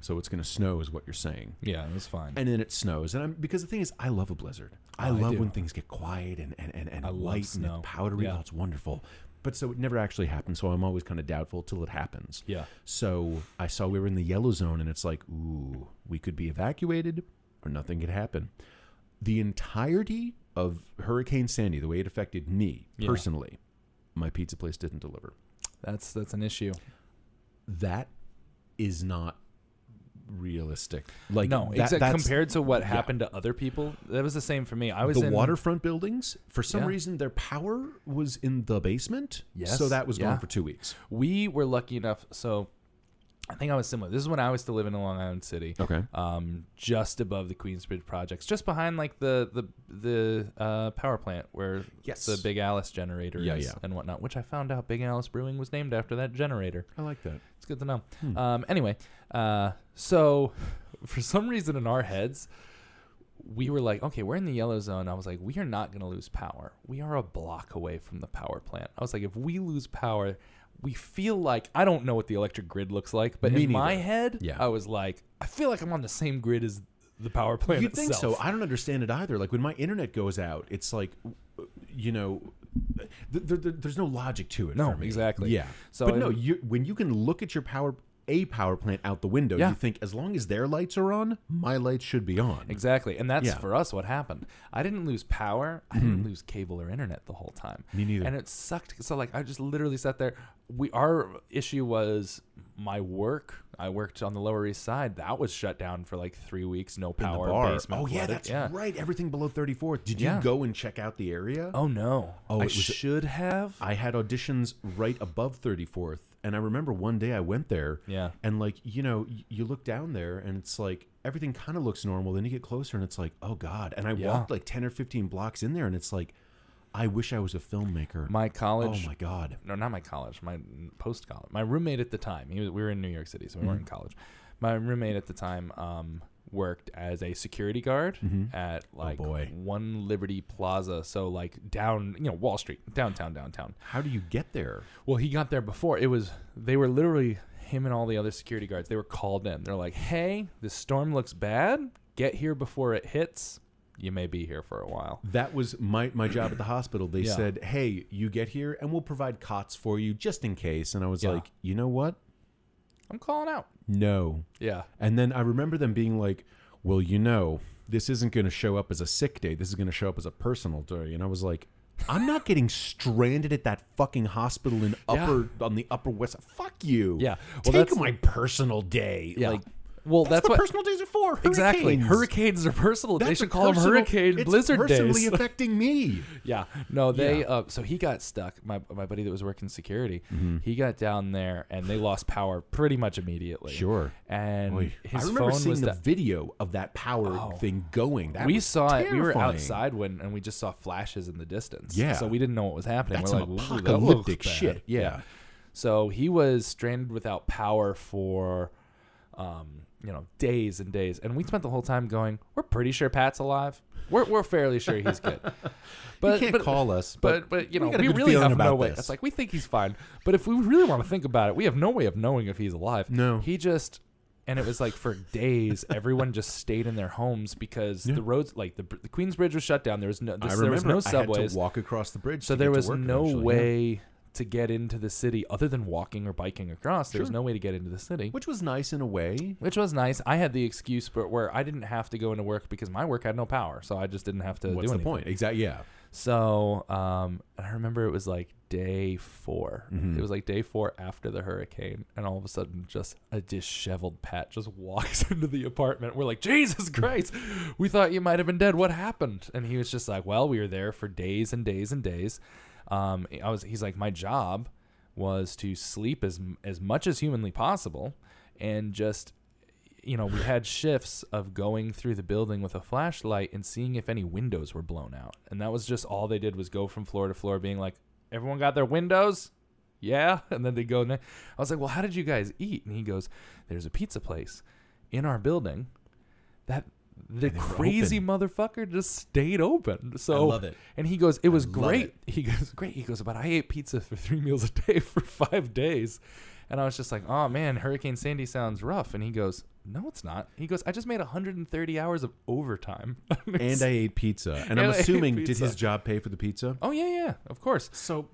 [SPEAKER 3] so it's going to snow, is what you're saying.
[SPEAKER 1] Yeah, it was fine.
[SPEAKER 3] And then it snows. And I'm because the thing is, I love a blizzard.
[SPEAKER 1] Oh,
[SPEAKER 3] I
[SPEAKER 1] I
[SPEAKER 3] love
[SPEAKER 1] do.
[SPEAKER 3] when things get quiet and, and, and, and
[SPEAKER 1] love
[SPEAKER 3] light
[SPEAKER 1] snow.
[SPEAKER 3] and powdery.
[SPEAKER 1] Yeah.
[SPEAKER 3] Oh, it's wonderful. But so it never actually happens. So I'm always kind of doubtful till it happens.
[SPEAKER 1] yeah.
[SPEAKER 3] So I saw we were in the yellow zone, and it's like, ooh, we could be evacuated or nothing could happen. The entirety of Hurricane Sandy, the way it affected me
[SPEAKER 1] Yeah.
[SPEAKER 3] personally, my pizza place didn't deliver.
[SPEAKER 1] That's that's an issue.
[SPEAKER 3] That is not realistic. Like
[SPEAKER 1] no,
[SPEAKER 3] that,
[SPEAKER 1] exactly.
[SPEAKER 3] that's-
[SPEAKER 1] Compared to what
[SPEAKER 3] yeah.
[SPEAKER 1] happened to other people, that was the same for me. I was
[SPEAKER 3] the
[SPEAKER 1] in
[SPEAKER 3] waterfront buildings, for some
[SPEAKER 1] Yeah.
[SPEAKER 3] reason, their power was in the basement.
[SPEAKER 1] Yes,
[SPEAKER 3] So that was
[SPEAKER 1] yeah.
[SPEAKER 3] gone for two weeks.
[SPEAKER 1] We were lucky enough. So, I think I was similar. This is when I was still living in Long Island City.
[SPEAKER 3] Okay.
[SPEAKER 1] um, just above the Queensbridge projects, just behind like the the the uh, power plant where
[SPEAKER 3] Yes.
[SPEAKER 1] the Big Alice generator
[SPEAKER 3] Yeah,
[SPEAKER 1] is
[SPEAKER 3] yeah.
[SPEAKER 1] and whatnot. Which I found out Big Alice Brewing was named after that generator.
[SPEAKER 3] I like that.
[SPEAKER 1] It's good to know.
[SPEAKER 3] Hmm.
[SPEAKER 1] Um, anyway, uh, so for some reason in our heads. We were like, okay, we're in the yellow zone. I was like, we are not going to lose power. We are a block away from the power plant. I was like, if we lose power, we feel like I don't know what the electric grid looks like, but
[SPEAKER 3] Me
[SPEAKER 1] in my
[SPEAKER 3] neither.
[SPEAKER 1] head,
[SPEAKER 3] Yeah.
[SPEAKER 1] I was like, I feel like I'm on the same grid as the power plant.
[SPEAKER 3] You'd think so.
[SPEAKER 1] itself.
[SPEAKER 3] I don't understand it either. Like when my internet goes out, it's like, you know, th- th- th- there's no logic to it.
[SPEAKER 1] No,
[SPEAKER 3] for me.
[SPEAKER 1] exactly.
[SPEAKER 3] Yeah.
[SPEAKER 1] So
[SPEAKER 3] but no,
[SPEAKER 1] I'm-
[SPEAKER 3] you when you can look at your power a power plant out the window,
[SPEAKER 1] Yeah.
[SPEAKER 3] you think as long as their lights are on, my lights should be on.
[SPEAKER 1] Exactly. And that's
[SPEAKER 3] Yeah. Mm-hmm.
[SPEAKER 1] for us what happened. I didn't lose power. I didn't lose cable or internet the whole time.
[SPEAKER 3] Me neither.
[SPEAKER 1] And it sucked. So like I just literally sat there. We our issue was my work. I worked on the Lower East Side. That was shut down for like three weeks. No
[SPEAKER 3] In the
[SPEAKER 1] power.
[SPEAKER 3] bar.
[SPEAKER 1] Basement
[SPEAKER 3] Oh yeah,
[SPEAKER 1] flooded.
[SPEAKER 3] that's right. Everything below 34. Did you
[SPEAKER 1] Yeah.
[SPEAKER 3] go and check out the area?
[SPEAKER 1] Oh no.
[SPEAKER 3] Oh,
[SPEAKER 1] I
[SPEAKER 3] it was-
[SPEAKER 1] should have.
[SPEAKER 3] I had auditions right above 34th, and I remember one day I went there.
[SPEAKER 1] Yeah.
[SPEAKER 3] And like you know, y- you look down there, and it's like everything kind of looks normal. Then you get closer, and it's like, oh god. And I
[SPEAKER 1] Yeah.
[SPEAKER 3] walked like 10 or 15 blocks in there, and it's like, I wish I was a filmmaker.
[SPEAKER 1] my
[SPEAKER 3] oh
[SPEAKER 1] college
[SPEAKER 3] my god.
[SPEAKER 1] no, not my college, my post college. My roommate at the time, he was, we were in New York City, so we weren't in college. My roommate at the time um, worked as a security guard at like
[SPEAKER 3] boy.
[SPEAKER 1] One Liberty Plaza, so like down, you know, Wall Street, downtown, downtown.
[SPEAKER 3] How do you get there?
[SPEAKER 1] Well, he got there before. It was they were literally him and all the other security guards. They were called in. They're like, "Hey, this storm looks bad. Get here before it hits. You may be here for a while."
[SPEAKER 3] That was my my job at the hospital. They
[SPEAKER 1] Yeah.
[SPEAKER 3] said, hey, you get here, and we'll provide cots for you just in case. And I was
[SPEAKER 1] Yeah.
[SPEAKER 3] like, you know what?
[SPEAKER 1] I'm calling out.
[SPEAKER 3] No.
[SPEAKER 1] Yeah.
[SPEAKER 3] And then I remember them being like, "Well, you know, this isn't going to show up as a sick day. This is going to show up as a personal day." And I was like, "I'm not getting stranded at that fucking hospital in upper on the upper west. Fuck you.
[SPEAKER 1] Yeah.
[SPEAKER 3] Well,
[SPEAKER 1] Well,
[SPEAKER 3] Take
[SPEAKER 1] that's-
[SPEAKER 3] my personal day.
[SPEAKER 1] Yeah.
[SPEAKER 3] Like,
[SPEAKER 1] well,
[SPEAKER 3] that's,
[SPEAKER 1] that's,
[SPEAKER 3] what,
[SPEAKER 1] what
[SPEAKER 3] personal days are for.
[SPEAKER 1] Exactly.
[SPEAKER 3] Hurricanes.
[SPEAKER 1] Hurricanes are personal. they
[SPEAKER 3] That's
[SPEAKER 1] should
[SPEAKER 3] a
[SPEAKER 1] call
[SPEAKER 3] personal-
[SPEAKER 1] them hurricane
[SPEAKER 3] it's
[SPEAKER 1] blizzard
[SPEAKER 3] personally
[SPEAKER 1] days.
[SPEAKER 3] affecting me.
[SPEAKER 1] yeah. No, they uh so he got stuck. My my buddy that was working security, he got down there and they lost power pretty much immediately.
[SPEAKER 3] Sure.
[SPEAKER 1] And
[SPEAKER 3] I
[SPEAKER 1] his
[SPEAKER 3] remember
[SPEAKER 1] phone
[SPEAKER 3] seeing
[SPEAKER 1] was
[SPEAKER 3] the
[SPEAKER 1] da-
[SPEAKER 3] video of that power thing going. That
[SPEAKER 1] we
[SPEAKER 3] was
[SPEAKER 1] saw it. We were
[SPEAKER 3] terrifying.
[SPEAKER 1] outside when, and we just saw flashes in the distance.
[SPEAKER 3] Yeah.
[SPEAKER 1] So we didn't know what was happening.
[SPEAKER 3] That's
[SPEAKER 1] we're
[SPEAKER 3] some
[SPEAKER 1] like, "Ooh, that looks
[SPEAKER 3] apocalyptic
[SPEAKER 1] bad."
[SPEAKER 3] shit. Yeah.
[SPEAKER 1] So he was stranded without power for um, you know, days and days. And we spent the whole time going, we're pretty sure Pat's alive. We're, we're fairly sure he's good. But
[SPEAKER 3] you can't
[SPEAKER 1] but-
[SPEAKER 3] call us,
[SPEAKER 1] but
[SPEAKER 3] but,
[SPEAKER 1] but you
[SPEAKER 3] we
[SPEAKER 1] know
[SPEAKER 3] got a
[SPEAKER 1] we,
[SPEAKER 3] good
[SPEAKER 1] really
[SPEAKER 3] feeling
[SPEAKER 1] have no
[SPEAKER 3] about
[SPEAKER 1] way.
[SPEAKER 3] this.
[SPEAKER 1] It's like we think he's fine, but if we really want to think about it, we have no way of knowing if he's alive.
[SPEAKER 3] No.
[SPEAKER 1] he just and it was like for days, everyone just stayed in their homes because the roads, like the, Br- the Queens Bridge, was shut down. There was no
[SPEAKER 3] I
[SPEAKER 1] this, there
[SPEAKER 3] remember
[SPEAKER 1] was no
[SPEAKER 3] I had
[SPEAKER 1] subways,
[SPEAKER 3] to walk across the bridge.
[SPEAKER 1] so
[SPEAKER 3] to
[SPEAKER 1] there
[SPEAKER 3] get to
[SPEAKER 1] was
[SPEAKER 3] work
[SPEAKER 1] no
[SPEAKER 3] eventually, yeah.
[SPEAKER 1] way to get into the city other than walking or biking across. There was
[SPEAKER 3] Sure.
[SPEAKER 1] no way to get into the city.
[SPEAKER 3] which was nice in a way.
[SPEAKER 1] Which was nice. I had the excuse, but where I didn't have to go into work because my work had no power, so I just didn't have to do
[SPEAKER 3] What's the
[SPEAKER 1] anything.
[SPEAKER 3] point? Exactly. Yeah.
[SPEAKER 1] So, um, and I remember it was like day 4 It was like day four after the hurricane, and all of a sudden, just a disheveled Pat just walks into the apartment. We're like, Jesus Christ, we thought you might have been dead. What happened? And he was just like, Well, we were there for days and days and days. Um, I was. He's like, my job was to sleep as as much as humanly possible, and just you know, we had shifts of going through the building with a flashlight and seeing if any windows were blown out. And that was just all they did was go from floor to floor being like, everyone got their windows? Yeah. And then they go, ne- I was like, well, how did you guys eat? And he goes, there's a pizza place in our building that the
[SPEAKER 3] they were
[SPEAKER 1] crazy motherfucker just stayed open. So
[SPEAKER 3] love it.
[SPEAKER 1] And he goes, it was
[SPEAKER 3] love
[SPEAKER 1] great. He goes, great. He goes, but I ate pizza for three meals a day for five days. And I was just like, oh man, Hurricane Sandy sounds rough. And he goes, no, it's not. He goes, I just made 130 hours of overtime.
[SPEAKER 3] And I ate pizza,
[SPEAKER 1] And
[SPEAKER 3] and, I'm
[SPEAKER 1] I ate
[SPEAKER 3] assuming did
[SPEAKER 1] pizza.
[SPEAKER 3] his job pay for the pizza?
[SPEAKER 1] oh, yeah, yeah, of course.
[SPEAKER 3] So,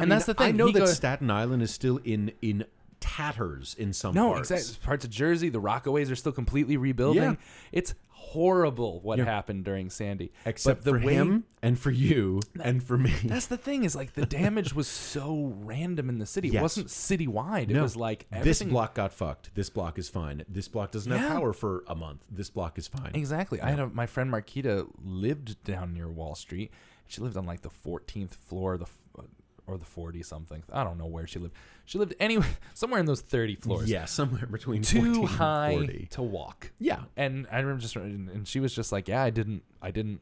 [SPEAKER 1] And
[SPEAKER 3] mean,
[SPEAKER 1] that's the
[SPEAKER 3] I
[SPEAKER 1] thing,
[SPEAKER 3] know
[SPEAKER 1] he
[SPEAKER 3] that
[SPEAKER 1] go-
[SPEAKER 3] Staten Island is still in in tatters in some
[SPEAKER 1] No,
[SPEAKER 3] parts.
[SPEAKER 1] exactly. Parts of Jersey, the Rockaways are still completely rebuilding.
[SPEAKER 3] Yeah.
[SPEAKER 1] It's horrible what
[SPEAKER 3] Yeah.
[SPEAKER 1] happened during Sandy. But
[SPEAKER 3] Except
[SPEAKER 1] the
[SPEAKER 3] for
[SPEAKER 1] way-
[SPEAKER 3] him and for you and for me.
[SPEAKER 1] That's the thing is like the damage was so random in the city.
[SPEAKER 3] Yes.
[SPEAKER 1] It wasn't citywide. It
[SPEAKER 3] No.
[SPEAKER 1] was like
[SPEAKER 3] this
[SPEAKER 1] everything
[SPEAKER 3] block got fucked. This block is fine. This block doesn't
[SPEAKER 1] Yeah.
[SPEAKER 3] have power for a month. This block is fine.
[SPEAKER 1] Exactly. I had a, my friend Marquita lived down near Wall Street. She lived on like the 14th floor, of the f- uh, or the 40 something. I don't know where she lived. She lived anywhere somewhere in those 30 floors.
[SPEAKER 3] Yeah, somewhere between
[SPEAKER 1] Too
[SPEAKER 3] 14
[SPEAKER 1] high
[SPEAKER 3] and 40.
[SPEAKER 1] to walk.
[SPEAKER 3] Yeah.
[SPEAKER 1] And I remember just and and she was just like, "Yeah, I didn't I didn't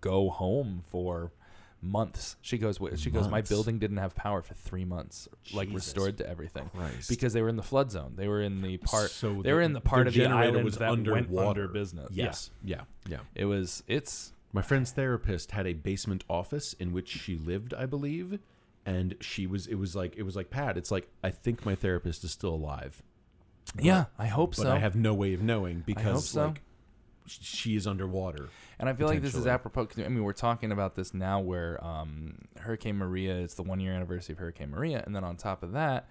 [SPEAKER 1] go home for months." She goes, "Wait," "She goes, my
[SPEAKER 3] Months.
[SPEAKER 1] building didn't have power for 3 months, like
[SPEAKER 3] Jesus
[SPEAKER 1] restored to everything."
[SPEAKER 3] Christ.
[SPEAKER 1] Because they were in the flood zone. They were in the part
[SPEAKER 3] So
[SPEAKER 1] they were in the part of the
[SPEAKER 3] generator
[SPEAKER 1] island
[SPEAKER 3] was
[SPEAKER 1] that went under
[SPEAKER 3] underwater.
[SPEAKER 1] business.
[SPEAKER 3] Yes. Yeah. Yeah.
[SPEAKER 1] It was. It's.
[SPEAKER 3] My friend's therapist had a basement office in which she lived, I believe, and she was it was like it was like Pat, it's like I think my therapist is still alive,
[SPEAKER 1] yeah, I hope
[SPEAKER 3] but
[SPEAKER 1] so.
[SPEAKER 3] I have no way of knowing because
[SPEAKER 1] so.
[SPEAKER 3] like sh- she is underwater.
[SPEAKER 1] and I feel like this is
[SPEAKER 3] potentially.
[SPEAKER 1] apropos. 'cause, I mean, we're talking about this now, where um, Hurricane Maria. It's the one-year anniversary of Hurricane Maria, and then on top of that,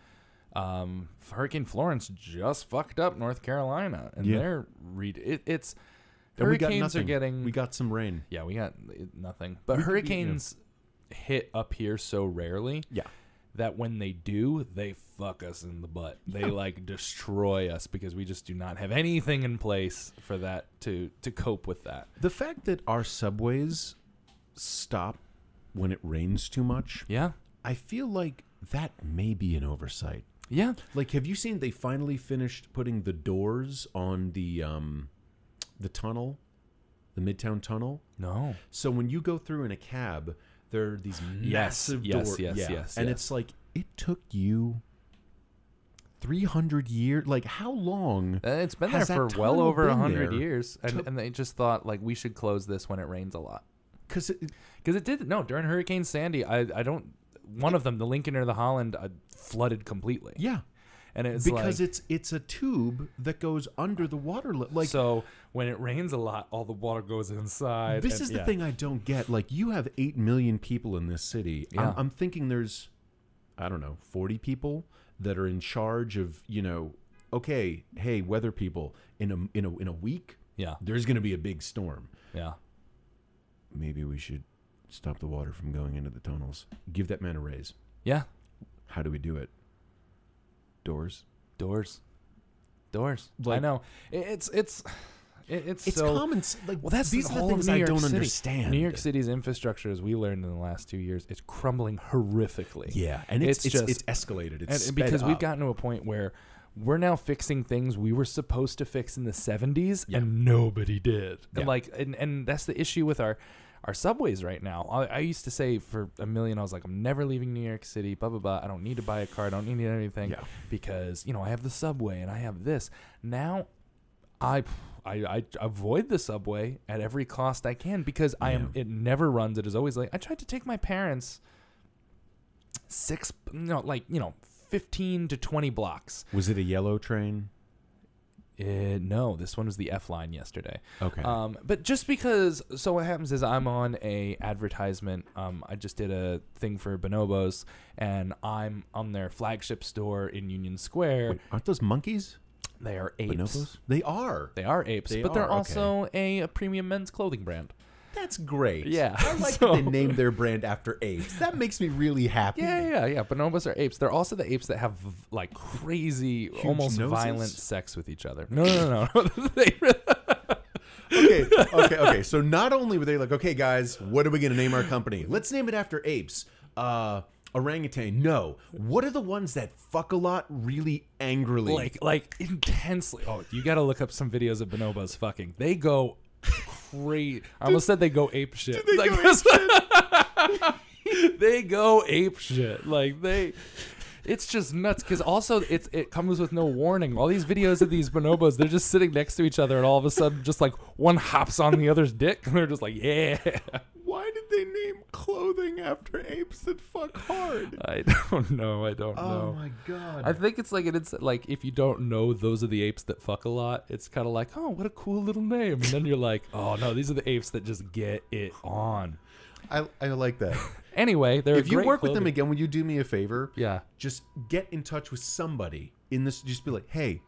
[SPEAKER 1] um, Hurricane Florence just fucked up North Carolina, and
[SPEAKER 3] Yeah.
[SPEAKER 1] they're read. It, it's
[SPEAKER 3] And we got
[SPEAKER 1] hurricanes are
[SPEAKER 3] nothing.
[SPEAKER 1] getting.
[SPEAKER 3] We got some rain.
[SPEAKER 1] yeah, we got uh, nothing. But
[SPEAKER 3] We- we- yeah.
[SPEAKER 1] hurricanes hit up here so rarely.
[SPEAKER 3] Yeah.
[SPEAKER 1] that when they do, they fuck us in the butt. They like destroy us because we just do not have anything in place for that to to cope with that.
[SPEAKER 3] The fact that our subways stop when it rains too much,
[SPEAKER 1] Yeah.
[SPEAKER 3] I feel like that may be an oversight.
[SPEAKER 1] Yeah.
[SPEAKER 3] Like, have you seen they finally finished putting the doors on the um, the tunnel, the Midtown Tunnel?
[SPEAKER 1] No.
[SPEAKER 3] So when you go through in a cab, there are these
[SPEAKER 1] Yes,
[SPEAKER 3] massive
[SPEAKER 1] yes,
[SPEAKER 3] doors.
[SPEAKER 1] yes, yes,
[SPEAKER 3] and
[SPEAKER 1] yes.
[SPEAKER 3] it's like it took you three hundred years. Like how long?
[SPEAKER 1] Uh, It's been
[SPEAKER 3] Has
[SPEAKER 1] there
[SPEAKER 3] that
[SPEAKER 1] for well
[SPEAKER 3] tunnel
[SPEAKER 1] over a
[SPEAKER 3] been
[SPEAKER 1] 100
[SPEAKER 3] there?
[SPEAKER 1] years and,
[SPEAKER 3] To-
[SPEAKER 1] and they just thought like we should close this when it rains a lot.
[SPEAKER 3] Because
[SPEAKER 1] Cuz it did no, during Hurricane Sandy, I I don't one of them, the Lincoln or the Holland, uh, flooded completely.
[SPEAKER 3] yeah,
[SPEAKER 1] And it's
[SPEAKER 3] because
[SPEAKER 1] like
[SPEAKER 3] it's it's a tube that goes under the water. Li- like
[SPEAKER 1] so when it rains a lot, all the water goes inside.
[SPEAKER 3] this
[SPEAKER 1] and-
[SPEAKER 3] is the
[SPEAKER 1] yeah.
[SPEAKER 3] thing I don't get. Like you have eight million people in this city.
[SPEAKER 1] Yeah.
[SPEAKER 3] I'm, I'm thinking there's, I don't know, forty people that are in charge of you know. Okay, hey, weather people. In a in a in a week,
[SPEAKER 1] Yeah.
[SPEAKER 3] there's going to be a big storm.
[SPEAKER 1] Yeah.
[SPEAKER 3] maybe we should stop the water from going into the tunnels. Give that man a raise.
[SPEAKER 1] Yeah.
[SPEAKER 3] How do we do it? Doors.
[SPEAKER 1] Doors, doors. I
[SPEAKER 3] Like-
[SPEAKER 1] know I- it's it's it, it's
[SPEAKER 3] It's
[SPEAKER 1] so.
[SPEAKER 3] common. s- Like
[SPEAKER 1] well, that's
[SPEAKER 3] these
[SPEAKER 1] the
[SPEAKER 3] are the
[SPEAKER 1] whole
[SPEAKER 3] things
[SPEAKER 1] of New
[SPEAKER 3] I
[SPEAKER 1] York
[SPEAKER 3] don't
[SPEAKER 1] City.
[SPEAKER 3] understand.
[SPEAKER 1] New York City's infrastructure, as we learned in the last two years, is crumbling horrifically.
[SPEAKER 3] Yeah, and
[SPEAKER 1] It's
[SPEAKER 3] it's it's,
[SPEAKER 1] just-
[SPEAKER 3] it's escalated. It's
[SPEAKER 1] and, and
[SPEAKER 3] sped
[SPEAKER 1] because we've
[SPEAKER 3] up.
[SPEAKER 1] gotten to a point where we're now fixing things we were supposed to fix in the 70s and nobody did
[SPEAKER 3] Yeah.
[SPEAKER 1] and like and, and that's the issue with our our subways right now. I, I used to say for a million, I was like, I'm never leaving New York City, blah, blah, blah. I don't need to buy a car. I don't need anything
[SPEAKER 3] Yeah.
[SPEAKER 1] because, you know, I have the subway and I have this. Now I, I, I avoid the subway at every cost I can because I am, it never runs. It is always like, I tried to take my parents six, no, like, you know, 15 to 20 blocks.
[SPEAKER 3] Was it a yellow train?
[SPEAKER 1] Eh, no, this one was the F line yesterday.
[SPEAKER 3] Okay.
[SPEAKER 1] Um, but just because, so what happens is I'm on a advertisement. Um, I just did a thing for Bonobos, and I'm on their flagship store in Union Square.
[SPEAKER 3] Wait, aren't those monkeys?
[SPEAKER 1] They are apes.
[SPEAKER 3] Bonobos? They are.
[SPEAKER 1] They are apes,
[SPEAKER 3] They
[SPEAKER 1] but
[SPEAKER 3] are,
[SPEAKER 1] they're
[SPEAKER 3] okay.
[SPEAKER 1] also a, a premium men's clothing brand.
[SPEAKER 3] That's great.
[SPEAKER 1] Yeah,
[SPEAKER 3] I like
[SPEAKER 1] so-
[SPEAKER 3] that they named their brand after apes. That makes me really happy.
[SPEAKER 1] Yeah, yeah, yeah. Bonobos are apes. They're also the apes that have v- like crazy, almost
[SPEAKER 3] noses?
[SPEAKER 1] violent sex with each other. No, no, no. no. they really
[SPEAKER 3] Okay, okay, okay. So not only were they like, okay, guys, what are we going to name our company? Let's name it after apes. Uh, orangutan. No. What are the ones that fuck a lot really angrily?
[SPEAKER 1] like like intensely. Oh, you got to look up some videos of bonobos fucking. They go crazy. I almost said they go ape shit. They, like, go they go ape shit. Like they. It's just nuts because also it's it comes with no warning. All these videos of these bonobos, they're just sitting next to each other, and all of a sudden, just like one hops on the other's dick, and they're just like, "Yeah."
[SPEAKER 3] why did they name clothing after apes that fuck hard?
[SPEAKER 1] I don't know. I don't know.
[SPEAKER 3] Oh my god.
[SPEAKER 1] I think it's like an it's like if you don't know those are the apes that fuck a lot, it's kind of like oh what a cool little name, and then you're like oh no these are the apes that just get it on.
[SPEAKER 3] I, I like that.
[SPEAKER 1] Anyway, they're
[SPEAKER 3] if you
[SPEAKER 1] great
[SPEAKER 3] work with them
[SPEAKER 1] clothing-
[SPEAKER 3] again, will you do me a favor?
[SPEAKER 1] yeah,
[SPEAKER 3] Just get in touch with somebody in this. Just be like, hey,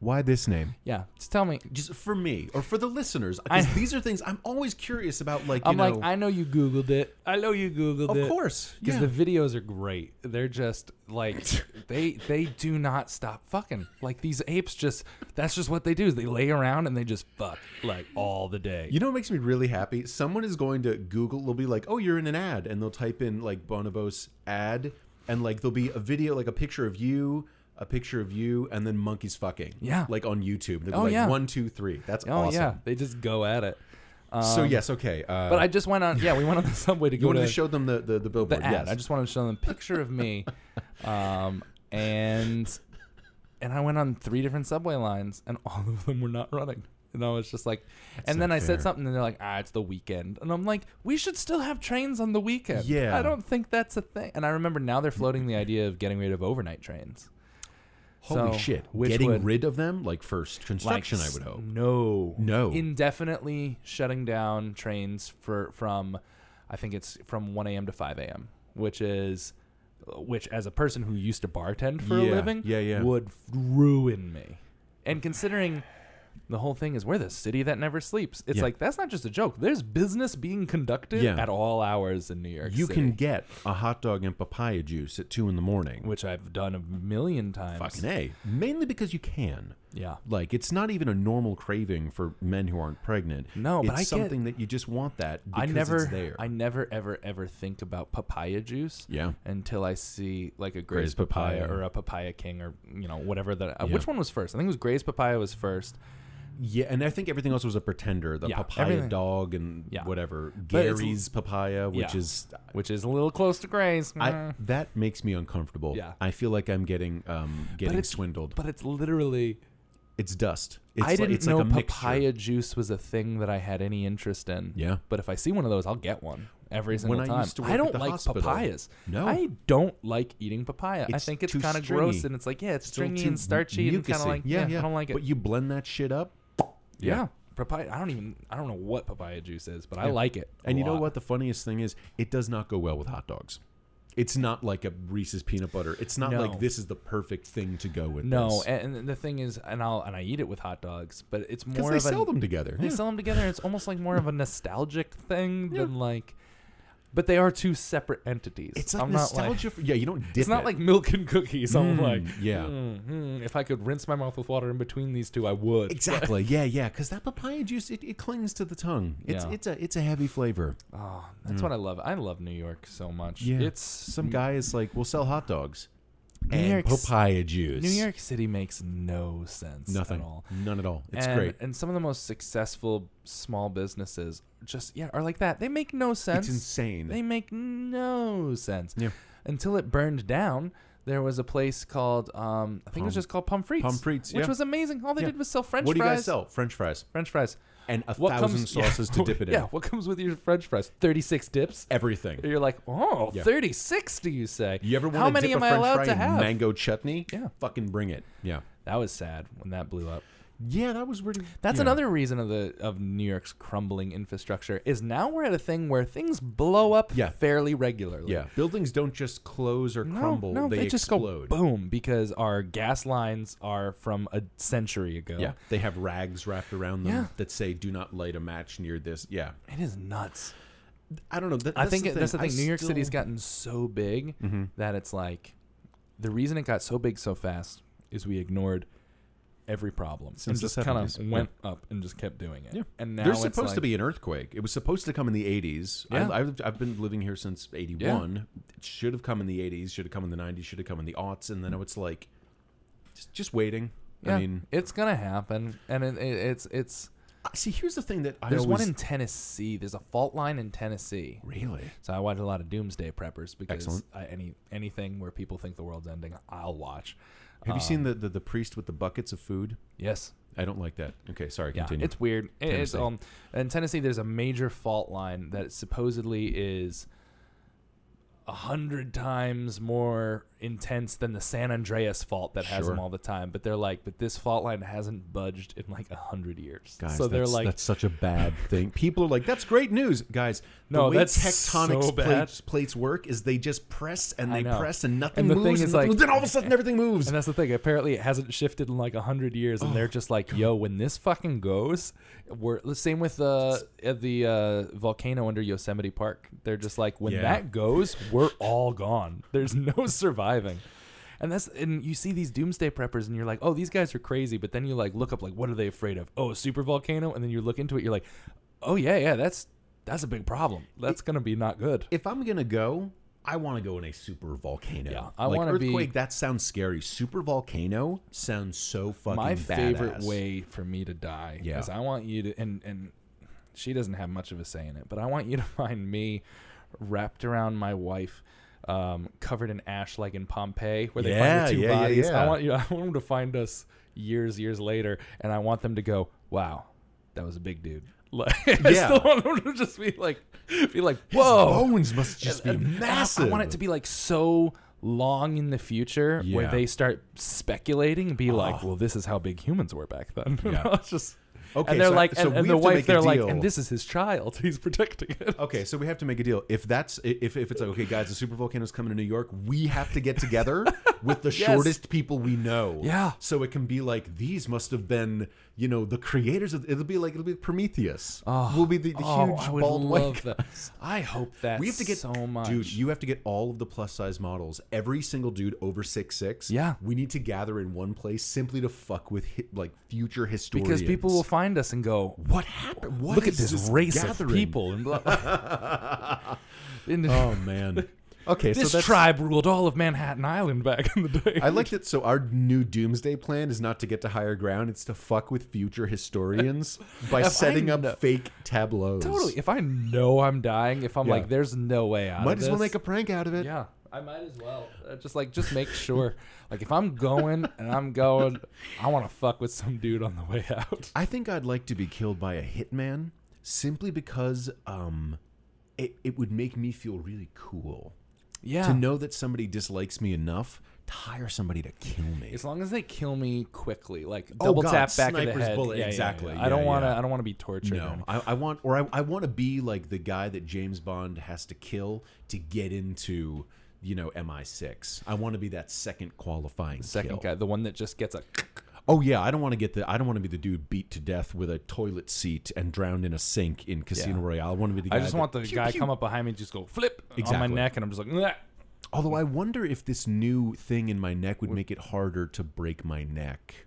[SPEAKER 3] why this name?
[SPEAKER 1] yeah, just tell me.
[SPEAKER 3] Just for me or for the listeners, because
[SPEAKER 1] I-
[SPEAKER 3] these are things I'm always curious about. Like, you
[SPEAKER 1] I'm
[SPEAKER 3] know,
[SPEAKER 1] like I know you googled it. I know you googled it.
[SPEAKER 3] of course,
[SPEAKER 1] because
[SPEAKER 3] yeah.
[SPEAKER 1] the videos are great. They're just like they they do not stop fucking. Like these apes just that's just what they do. Is they lay around and they just fuck like all the day.
[SPEAKER 3] You know what makes me really happy? Someone is going to Google, they'll be like, oh, you're in an ad. And they'll type in like Bonobos ad. And like, there'll be a video, like a picture of you, a picture of you, and then monkeys fucking.
[SPEAKER 1] Yeah.
[SPEAKER 3] Like on YouTube. They'll be
[SPEAKER 1] Oh,
[SPEAKER 3] like,
[SPEAKER 1] yeah.
[SPEAKER 3] one, two, three. That's
[SPEAKER 1] oh
[SPEAKER 3] awesome.
[SPEAKER 1] yeah, they just go at it.
[SPEAKER 3] so, yes, okay. Uh,
[SPEAKER 1] But I just went on. Yeah, we went on the subway to go
[SPEAKER 3] you wanted
[SPEAKER 1] to
[SPEAKER 3] to show them the, the, the
[SPEAKER 1] the
[SPEAKER 3] billboard.
[SPEAKER 1] ad.
[SPEAKER 3] yes.
[SPEAKER 1] I just wanted to show them a picture of me, um, and and I went on three different subway lines, and all of them were not running. And I was just like, and then
[SPEAKER 3] not
[SPEAKER 1] I
[SPEAKER 3] fair.
[SPEAKER 1] said something, and they're like, "Ah, it's the weekend," and I'm like, "We should still have trains on the weekend."
[SPEAKER 3] Yeah.
[SPEAKER 1] I don't think that's a thing. And I remember now they're floating the idea of getting rid of overnight trains.
[SPEAKER 3] Holy
[SPEAKER 1] So,
[SPEAKER 3] shit.
[SPEAKER 1] which
[SPEAKER 3] Getting
[SPEAKER 1] would-
[SPEAKER 3] rid of them? Like, first
[SPEAKER 1] Like,
[SPEAKER 3] construction, I would
[SPEAKER 1] s-
[SPEAKER 3] hope.
[SPEAKER 1] No,
[SPEAKER 3] No.
[SPEAKER 1] indefinitely shutting down trains for from I think it's from 1 a.m. to 5 a.m., which is which as a person who used to bartend for
[SPEAKER 3] Yeah,
[SPEAKER 1] a living
[SPEAKER 3] yeah, yeah.
[SPEAKER 1] would f- ruin me. And considering the whole thing is we're the city that never sleeps. It's
[SPEAKER 3] Yeah.
[SPEAKER 1] like that's not just a joke. There's business being conducted
[SPEAKER 3] Yeah.
[SPEAKER 1] at all hours in New York
[SPEAKER 3] You
[SPEAKER 1] City,
[SPEAKER 3] can get a hot dog and papaya juice at two in the morning.
[SPEAKER 1] which I've done a million times.
[SPEAKER 3] Fucking A. Mainly because you can.
[SPEAKER 1] Yeah.
[SPEAKER 3] Like it's not even a normal craving for men who aren't pregnant.
[SPEAKER 1] No,
[SPEAKER 3] it's
[SPEAKER 1] but I get-
[SPEAKER 3] something that you just want that
[SPEAKER 1] I
[SPEAKER 3] because
[SPEAKER 1] never,
[SPEAKER 3] it's there.
[SPEAKER 1] I never, ever, ever think about papaya juice.
[SPEAKER 3] Yeah.
[SPEAKER 1] Until I see like a
[SPEAKER 3] Grey's
[SPEAKER 1] Gray's papaya,
[SPEAKER 3] Papaya.
[SPEAKER 1] or a Papaya King or you know whatever that. uh,
[SPEAKER 3] Yeah.
[SPEAKER 1] Which one was first? I think it was Gray's Papaya was first.
[SPEAKER 3] yeah, and I think everything else was a pretender. The
[SPEAKER 1] Yeah,
[SPEAKER 3] papaya
[SPEAKER 1] everything.
[SPEAKER 3] dog and
[SPEAKER 1] Yeah.
[SPEAKER 3] whatever
[SPEAKER 1] it's-
[SPEAKER 3] Gary's papaya, which
[SPEAKER 1] Yeah.
[SPEAKER 3] is
[SPEAKER 1] Which is a little close to Gray's.
[SPEAKER 3] I
[SPEAKER 1] Mm.
[SPEAKER 3] that makes me uncomfortable.
[SPEAKER 1] Yeah.
[SPEAKER 3] I feel like I'm getting um getting
[SPEAKER 1] it's-
[SPEAKER 3] swindled.
[SPEAKER 1] but it's literally.
[SPEAKER 3] it's dust. It's
[SPEAKER 1] I didn't
[SPEAKER 3] like, it's
[SPEAKER 1] know
[SPEAKER 3] like a mixture.
[SPEAKER 1] papaya juice was a thing that I had any interest in.
[SPEAKER 3] Yeah.
[SPEAKER 1] But if I see one of those, I'll get one every single
[SPEAKER 3] I
[SPEAKER 1] time.
[SPEAKER 3] used to work
[SPEAKER 1] I
[SPEAKER 3] at
[SPEAKER 1] don't
[SPEAKER 3] the
[SPEAKER 1] like
[SPEAKER 3] hospital-
[SPEAKER 1] papayas.
[SPEAKER 3] No.
[SPEAKER 1] I don't like eating papaya. I
[SPEAKER 3] It's
[SPEAKER 1] think it's
[SPEAKER 3] too
[SPEAKER 1] kind of
[SPEAKER 3] stringy.
[SPEAKER 1] gross and it's like yeah, it's
[SPEAKER 3] It's a little
[SPEAKER 1] stringy
[SPEAKER 3] too
[SPEAKER 1] and starchy and kind
[SPEAKER 3] mucusy.
[SPEAKER 1] of like yeah, I don't like it.
[SPEAKER 3] But you blend that shit up.
[SPEAKER 1] Yeah. Papaya. I don't even. I don't know what papaya juice is, but I like it. a
[SPEAKER 3] And you know
[SPEAKER 1] lot.
[SPEAKER 3] what? The funniest thing is, it does not go well with hot dogs. It's not like a Reese's peanut butter. It's not
[SPEAKER 1] No.
[SPEAKER 3] like this is the perfect thing to go with.
[SPEAKER 1] No,
[SPEAKER 3] this.
[SPEAKER 1] and, and the thing is, and I'll and I eat it with hot dogs, but it's
[SPEAKER 3] because
[SPEAKER 1] more
[SPEAKER 3] they
[SPEAKER 1] of
[SPEAKER 3] sell
[SPEAKER 1] a,
[SPEAKER 3] them together.
[SPEAKER 1] They
[SPEAKER 3] Yeah.
[SPEAKER 1] sell them together. It's almost like more of a nostalgic thing than like, but they are two separate entities.
[SPEAKER 3] It's like
[SPEAKER 1] I'm Not like,
[SPEAKER 3] nostalgia. for, yeah, you don't. Dip
[SPEAKER 1] it's not
[SPEAKER 3] it.
[SPEAKER 1] like oh milk and cookies. I'm
[SPEAKER 3] Mm,
[SPEAKER 1] like,
[SPEAKER 3] yeah.
[SPEAKER 1] mm, mm, if I could rinse my mouth with water in between these two, I would.
[SPEAKER 3] exactly. yeah, yeah. Because that papaya juice, it, it clings to the tongue. It's
[SPEAKER 1] Yeah.
[SPEAKER 3] it's a it's a heavy flavor.
[SPEAKER 1] Oh, that's what I love. I love New York so much.
[SPEAKER 3] Mm. Yeah.
[SPEAKER 1] It's
[SPEAKER 3] Some guy is like, we'll sell hot dogs.
[SPEAKER 1] New
[SPEAKER 3] and
[SPEAKER 1] York s-
[SPEAKER 3] papaya juice.
[SPEAKER 1] New York City makes no sense
[SPEAKER 3] nothing,
[SPEAKER 1] at all.
[SPEAKER 3] none at all. It's
[SPEAKER 1] and,
[SPEAKER 3] great.
[SPEAKER 1] And some of the most successful small businesses just yeah are like that. They make no sense.
[SPEAKER 3] It's insane.
[SPEAKER 1] They make no sense.
[SPEAKER 3] Yeah.
[SPEAKER 1] Until it burned down, there was a place called um, I think it was
[SPEAKER 3] Pom-
[SPEAKER 1] just called Pomfrites.
[SPEAKER 3] Pomfrites,
[SPEAKER 1] which
[SPEAKER 3] yeah.
[SPEAKER 1] was amazing. All they
[SPEAKER 3] Yeah.
[SPEAKER 1] did was sell French
[SPEAKER 3] what do you
[SPEAKER 1] fries.
[SPEAKER 3] guys sell? French fries
[SPEAKER 1] French fries.
[SPEAKER 3] and a
[SPEAKER 1] What
[SPEAKER 3] thousand
[SPEAKER 1] comes- yeah.
[SPEAKER 3] sauces to dip it in.
[SPEAKER 1] Yeah, what comes with your French fries? Thirty six dips.
[SPEAKER 3] Everything.
[SPEAKER 1] You're like, oh,
[SPEAKER 3] Yeah.
[SPEAKER 1] 36, do you say?
[SPEAKER 3] You ever want
[SPEAKER 1] How
[SPEAKER 3] to
[SPEAKER 1] many
[SPEAKER 3] dip
[SPEAKER 1] am
[SPEAKER 3] a
[SPEAKER 1] I
[SPEAKER 3] French
[SPEAKER 1] allowed
[SPEAKER 3] fry
[SPEAKER 1] to
[SPEAKER 3] in
[SPEAKER 1] have?
[SPEAKER 3] mango chutney?
[SPEAKER 1] Yeah.
[SPEAKER 3] fucking bring it. Yeah,
[SPEAKER 1] That was sad when that blew up.
[SPEAKER 3] yeah, that was really.
[SPEAKER 1] That's
[SPEAKER 3] yeah.
[SPEAKER 1] another reason of the of New York's crumbling infrastructure is now we're at a thing where things blow up
[SPEAKER 3] Yeah.
[SPEAKER 1] fairly regularly.
[SPEAKER 3] Yeah, buildings don't just close or
[SPEAKER 1] No,
[SPEAKER 3] crumble;
[SPEAKER 1] no,
[SPEAKER 3] they,
[SPEAKER 1] they, just
[SPEAKER 3] explode.
[SPEAKER 1] go boom because our gas lines are from a century ago.
[SPEAKER 3] yeah, they have rags wrapped around them
[SPEAKER 1] Yeah.
[SPEAKER 3] that say "Do not light a match near this." Yeah,
[SPEAKER 1] It is nuts.
[SPEAKER 3] I don't know. That,
[SPEAKER 1] I
[SPEAKER 3] that's
[SPEAKER 1] think
[SPEAKER 3] the
[SPEAKER 1] it- that's the
[SPEAKER 3] thing.
[SPEAKER 1] thing.
[SPEAKER 3] I
[SPEAKER 1] New York
[SPEAKER 3] still- Mm-hmm.
[SPEAKER 1] City's gotten so big that it's like the reason it got so big so fast is we ignored every problem
[SPEAKER 3] Since the
[SPEAKER 1] and just kind
[SPEAKER 3] 70s,
[SPEAKER 1] of
[SPEAKER 3] yeah.
[SPEAKER 1] went up and just kept doing it.
[SPEAKER 3] Yeah.
[SPEAKER 1] And now
[SPEAKER 3] There's
[SPEAKER 1] it's
[SPEAKER 3] supposed to
[SPEAKER 1] like-
[SPEAKER 3] be an earthquake. It was supposed to come in the 80s.
[SPEAKER 1] Yeah.
[SPEAKER 3] I, I've, I've been living here since 81. It should have come in the 80s, should have come in the 90s, should have come in the aughts. And then now it's like, just, just waiting.
[SPEAKER 1] Yeah,
[SPEAKER 3] I mean,
[SPEAKER 1] it's gonna happen, and it, it, it's it's.
[SPEAKER 3] I- see, here's the thing that I
[SPEAKER 1] There's
[SPEAKER 3] always.
[SPEAKER 1] one in Tennessee. There's a fault line in Tennessee.
[SPEAKER 3] really?
[SPEAKER 1] So I watch a lot of doomsday preppers because
[SPEAKER 3] Excellent.
[SPEAKER 1] I, any anything where people think the world's ending, I'll watch.
[SPEAKER 3] Have
[SPEAKER 1] Uh,
[SPEAKER 3] you seen the, the, the priest with the buckets of food?
[SPEAKER 1] Yes,
[SPEAKER 3] I don't like that. Okay, sorry,
[SPEAKER 1] yeah,
[SPEAKER 3] continue.
[SPEAKER 1] it's weird. It- It's
[SPEAKER 3] Tennessee.
[SPEAKER 1] um in Tennessee. There's a major fault line that supposedly is a hundred times more intense than the San Andreas fault that has them
[SPEAKER 3] Sure.
[SPEAKER 1] all the time. But they're like, but this fault line hasn't budged in like a hundred years.
[SPEAKER 3] Guys,
[SPEAKER 1] so they're
[SPEAKER 3] that's,
[SPEAKER 1] like,
[SPEAKER 3] that's such a bad thing. People are like, "That's great news, guys." The
[SPEAKER 1] No,
[SPEAKER 3] way
[SPEAKER 1] that's
[SPEAKER 3] tectonic
[SPEAKER 1] so bad.
[SPEAKER 3] plates, plates work is they just press and
[SPEAKER 1] I
[SPEAKER 3] they
[SPEAKER 1] know.
[SPEAKER 3] press and nothing
[SPEAKER 1] And the
[SPEAKER 3] moves.
[SPEAKER 1] thing is,
[SPEAKER 3] nothing
[SPEAKER 1] like-
[SPEAKER 3] moves. then all of a sudden everything moves.
[SPEAKER 1] And that's the thing. Apparently, it hasn't shifted in like a hundred years, and they're just like, "Yo, when this fucking goes, we're the same with uh, uh, the uh, volcano under Yosemite Park. They're just like, when
[SPEAKER 3] Yeah.
[SPEAKER 1] that goes, we're all gone. There's no surviving." And that's and you see these doomsday preppers, and you're like, "Oh, these guys are crazy." But then you like look up, like, what are they afraid of? Oh, a super volcano. And then you look into it, you're like, "Oh yeah, yeah, that's that's a big problem. That's gonna be not good."
[SPEAKER 3] if I'm gonna go, I want to go in a super volcano.
[SPEAKER 1] Yeah, I
[SPEAKER 3] like
[SPEAKER 1] wanna be-
[SPEAKER 3] earthquake. That sounds scary. Super volcano sounds so fucking
[SPEAKER 1] my favorite
[SPEAKER 3] badass.
[SPEAKER 1] way for me to die
[SPEAKER 3] Yeah.
[SPEAKER 1] is I want you to and and she doesn't have much of a say in it, but I want you to find me wrapped around my wife, um, covered in ash like in Pompeii, where they
[SPEAKER 3] Yeah,
[SPEAKER 1] find the two
[SPEAKER 3] yeah, yeah,
[SPEAKER 1] bodies.
[SPEAKER 3] yeah.
[SPEAKER 1] I want you. I want them to find us years, years later, and I want them to go, "Wow, that was a big dude." Like, I
[SPEAKER 3] Yeah.
[SPEAKER 1] still want them to just be like, be like,
[SPEAKER 3] His
[SPEAKER 1] "Whoa,
[SPEAKER 3] Oh. bones must just be
[SPEAKER 1] and Uh, I-
[SPEAKER 3] massive.
[SPEAKER 1] I want it to be like so long in the future where
[SPEAKER 3] Yeah. Uh-huh.
[SPEAKER 1] they start speculating and be like, well, this is how big humans were back then. You
[SPEAKER 3] Yeah.
[SPEAKER 1] know, it's just
[SPEAKER 3] Okay,
[SPEAKER 1] And they're
[SPEAKER 3] so-
[SPEAKER 1] like,
[SPEAKER 3] so
[SPEAKER 1] and,
[SPEAKER 3] we
[SPEAKER 1] and the
[SPEAKER 3] have to
[SPEAKER 1] wife,
[SPEAKER 3] make a
[SPEAKER 1] they're like,
[SPEAKER 3] deal. Oh,
[SPEAKER 1] and this is his child. He's protecting it.
[SPEAKER 3] Okay, so we have to make a deal. If that's i- if, if it's like okay, guys, the super volcano's coming to New York, we have to get together with the
[SPEAKER 1] Yes.
[SPEAKER 3] shortest people we know.
[SPEAKER 1] Yeah.
[SPEAKER 3] So it can be like these must have been, you know, the creators of. It'll be like it'll be Prometheus. we'll be the, the
[SPEAKER 1] Oh,
[SPEAKER 3] huge
[SPEAKER 1] I would
[SPEAKER 3] bald white
[SPEAKER 1] love that. I hope that
[SPEAKER 3] we have to get
[SPEAKER 1] so much.
[SPEAKER 3] dude. You have to get all of the plus size models. Every single dude over six six.
[SPEAKER 1] Yeah.
[SPEAKER 3] we need to gather in one place simply to fuck with hi- like future historians.
[SPEAKER 1] because people will find us and go,
[SPEAKER 3] What happened? What
[SPEAKER 1] look at
[SPEAKER 3] is
[SPEAKER 1] this,
[SPEAKER 3] this
[SPEAKER 1] race
[SPEAKER 3] gathering?
[SPEAKER 1] of people. And blah. And
[SPEAKER 3] Oh man. Okay, so
[SPEAKER 1] this
[SPEAKER 3] that's,
[SPEAKER 1] tribe ruled all of Manhattan Island back in the day.
[SPEAKER 3] I like that. So our new doomsday plan is not to get to higher ground; it's to fuck with future historians by
[SPEAKER 1] I
[SPEAKER 3] setting up
[SPEAKER 1] kno-
[SPEAKER 3] fake tableaus.
[SPEAKER 1] Totally. If I know I'm dying, if I'm
[SPEAKER 3] Yeah.
[SPEAKER 1] like, there's no way out
[SPEAKER 3] might
[SPEAKER 1] of
[SPEAKER 3] as well
[SPEAKER 1] this,"
[SPEAKER 3] make a prank out of it.
[SPEAKER 1] Yeah, I might as well. Uh, just like, just make sure. like, if I'm going and I'm going, I want to fuck with some dude on the way out.
[SPEAKER 3] I think I'd like to be killed by a hitman simply because um, it it would make me feel really cool
[SPEAKER 1] Yeah.
[SPEAKER 3] to know that somebody dislikes me enough to hire somebody to kill me.
[SPEAKER 1] as long as they kill me quickly, like
[SPEAKER 3] Oh,
[SPEAKER 1] double
[SPEAKER 3] God,
[SPEAKER 1] tap back of the
[SPEAKER 3] sniper's
[SPEAKER 1] head.
[SPEAKER 3] bullet,
[SPEAKER 1] Yeah, yeah,
[SPEAKER 3] exactly.
[SPEAKER 1] yeah. I don't
[SPEAKER 3] Yeah,
[SPEAKER 1] want to.
[SPEAKER 3] yeah.
[SPEAKER 1] I don't want to be tortured. or
[SPEAKER 3] no,
[SPEAKER 1] anything.
[SPEAKER 3] I, I want, or I, I want to be like the guy that James Bond has to kill to get into, you know, MI6. I want to be that second qualifying
[SPEAKER 1] Second
[SPEAKER 3] kill.
[SPEAKER 1] guy, the one that just gets a.
[SPEAKER 3] Oh yeah, I don't want to get the I don't want to be the dude beat to death with a toilet seat and drowned in a sink in Casino
[SPEAKER 1] Yeah.
[SPEAKER 3] Royale. I want to be the guy.
[SPEAKER 1] I just
[SPEAKER 3] that-
[SPEAKER 1] want the
[SPEAKER 3] Pew,
[SPEAKER 1] guy
[SPEAKER 3] pew.
[SPEAKER 1] come up behind me, and just go flip on
[SPEAKER 3] Exactly.
[SPEAKER 1] my neck, and I'm just like. "Nah."
[SPEAKER 3] Although I wonder if this new thing in my neck would make it harder to break my neck.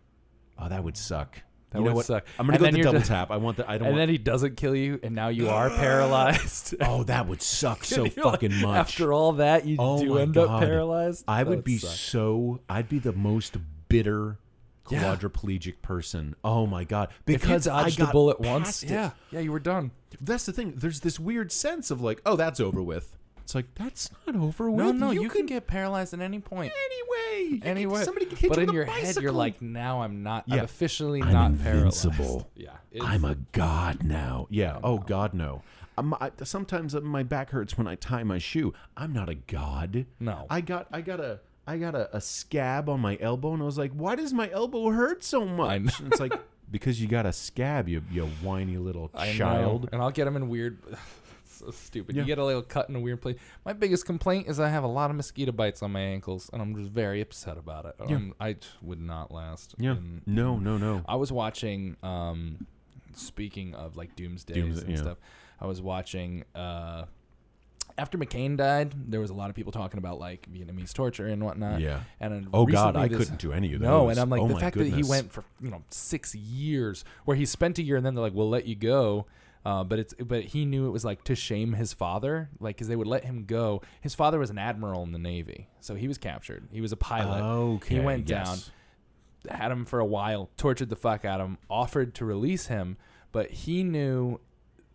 [SPEAKER 3] Oh, that would suck.
[SPEAKER 1] That
[SPEAKER 3] You know
[SPEAKER 1] would
[SPEAKER 3] what?
[SPEAKER 1] suck.
[SPEAKER 3] I'm gonna
[SPEAKER 1] And
[SPEAKER 3] go
[SPEAKER 1] then
[SPEAKER 3] with the
[SPEAKER 1] you're
[SPEAKER 3] double
[SPEAKER 1] just-
[SPEAKER 3] tap. I want the. I don't
[SPEAKER 1] And
[SPEAKER 3] want.
[SPEAKER 1] then he doesn't kill you, and now you are paralyzed.
[SPEAKER 3] oh, that would suck so
[SPEAKER 1] You're like,
[SPEAKER 3] fucking much.
[SPEAKER 1] After all that, you
[SPEAKER 3] Oh
[SPEAKER 1] do
[SPEAKER 3] my
[SPEAKER 1] end up
[SPEAKER 3] God.
[SPEAKER 1] paralyzed.
[SPEAKER 3] I
[SPEAKER 1] That
[SPEAKER 3] would be
[SPEAKER 1] suck.
[SPEAKER 3] so. I'd be the most bitter
[SPEAKER 1] Yeah.
[SPEAKER 3] quadriplegic person. Oh my god!
[SPEAKER 1] If you
[SPEAKER 3] Because I
[SPEAKER 1] dodged
[SPEAKER 3] got
[SPEAKER 1] the bullet once,
[SPEAKER 3] past it.
[SPEAKER 1] yeah, yeah, you were done.
[SPEAKER 3] That's the thing. There's this weird sense of like, oh, that's over with. It's like that's not over with.
[SPEAKER 1] No, no, you, can, get paralyzed at any point.
[SPEAKER 3] anyway. You
[SPEAKER 1] Anyway,
[SPEAKER 3] can, somebody can hit
[SPEAKER 1] but
[SPEAKER 3] you
[SPEAKER 1] in
[SPEAKER 3] with a
[SPEAKER 1] your head,
[SPEAKER 3] bicycle.
[SPEAKER 1] you're like, now I'm not. I'm
[SPEAKER 3] Yeah.
[SPEAKER 1] officially
[SPEAKER 3] I'm
[SPEAKER 1] not
[SPEAKER 3] invincible.
[SPEAKER 1] paralyzed. Yeah, it's-
[SPEAKER 3] I'm a god now. Yeah. Oh God, no. Um, I, sometimes my back hurts when I tie my shoe. I'm not a god.
[SPEAKER 1] No.
[SPEAKER 3] I got. I got a. I got a, a scab on my elbow, and I was like, "Why does my elbow hurt so much?"
[SPEAKER 1] know.
[SPEAKER 3] And it's like because you got a scab, you you whiny little
[SPEAKER 1] I know,
[SPEAKER 3] child.
[SPEAKER 1] and I'll get them in weird. so stupid.
[SPEAKER 3] Yeah.
[SPEAKER 1] You get a little cut in a weird place. My biggest complaint is I have a lot of mosquito bites on my ankles, and I'm just very upset about it. Um, I t- would not last.
[SPEAKER 3] Yeah.
[SPEAKER 1] in-
[SPEAKER 3] No. No. No.
[SPEAKER 1] I was watching. Um, speaking of like doomsdays
[SPEAKER 3] Dooms-
[SPEAKER 1] and
[SPEAKER 3] yeah.
[SPEAKER 1] stuff, I was watching. Uh, after McCain died, there was a lot of people talking about like Vietnamese torture and whatnot.
[SPEAKER 3] Yeah.
[SPEAKER 1] And then
[SPEAKER 3] Oh, God,
[SPEAKER 1] recently
[SPEAKER 3] I
[SPEAKER 1] this-
[SPEAKER 3] couldn't do any of
[SPEAKER 1] No,
[SPEAKER 3] those.
[SPEAKER 1] and I'm like
[SPEAKER 3] Oh,
[SPEAKER 1] the
[SPEAKER 3] my
[SPEAKER 1] fact that he
[SPEAKER 3] goodness.
[SPEAKER 1] went for you know six years, where he spent a year and then they're like, we'll let you go. Uh, but it's but he knew it was like to shame his father, like because they would let him go. His father was an admiral in the navy, so he was captured. He was a pilot.
[SPEAKER 3] Okay.
[SPEAKER 1] he went
[SPEAKER 3] yes.
[SPEAKER 1] down had him for a while, tortured the fuck out of him, offered to release him, but he knew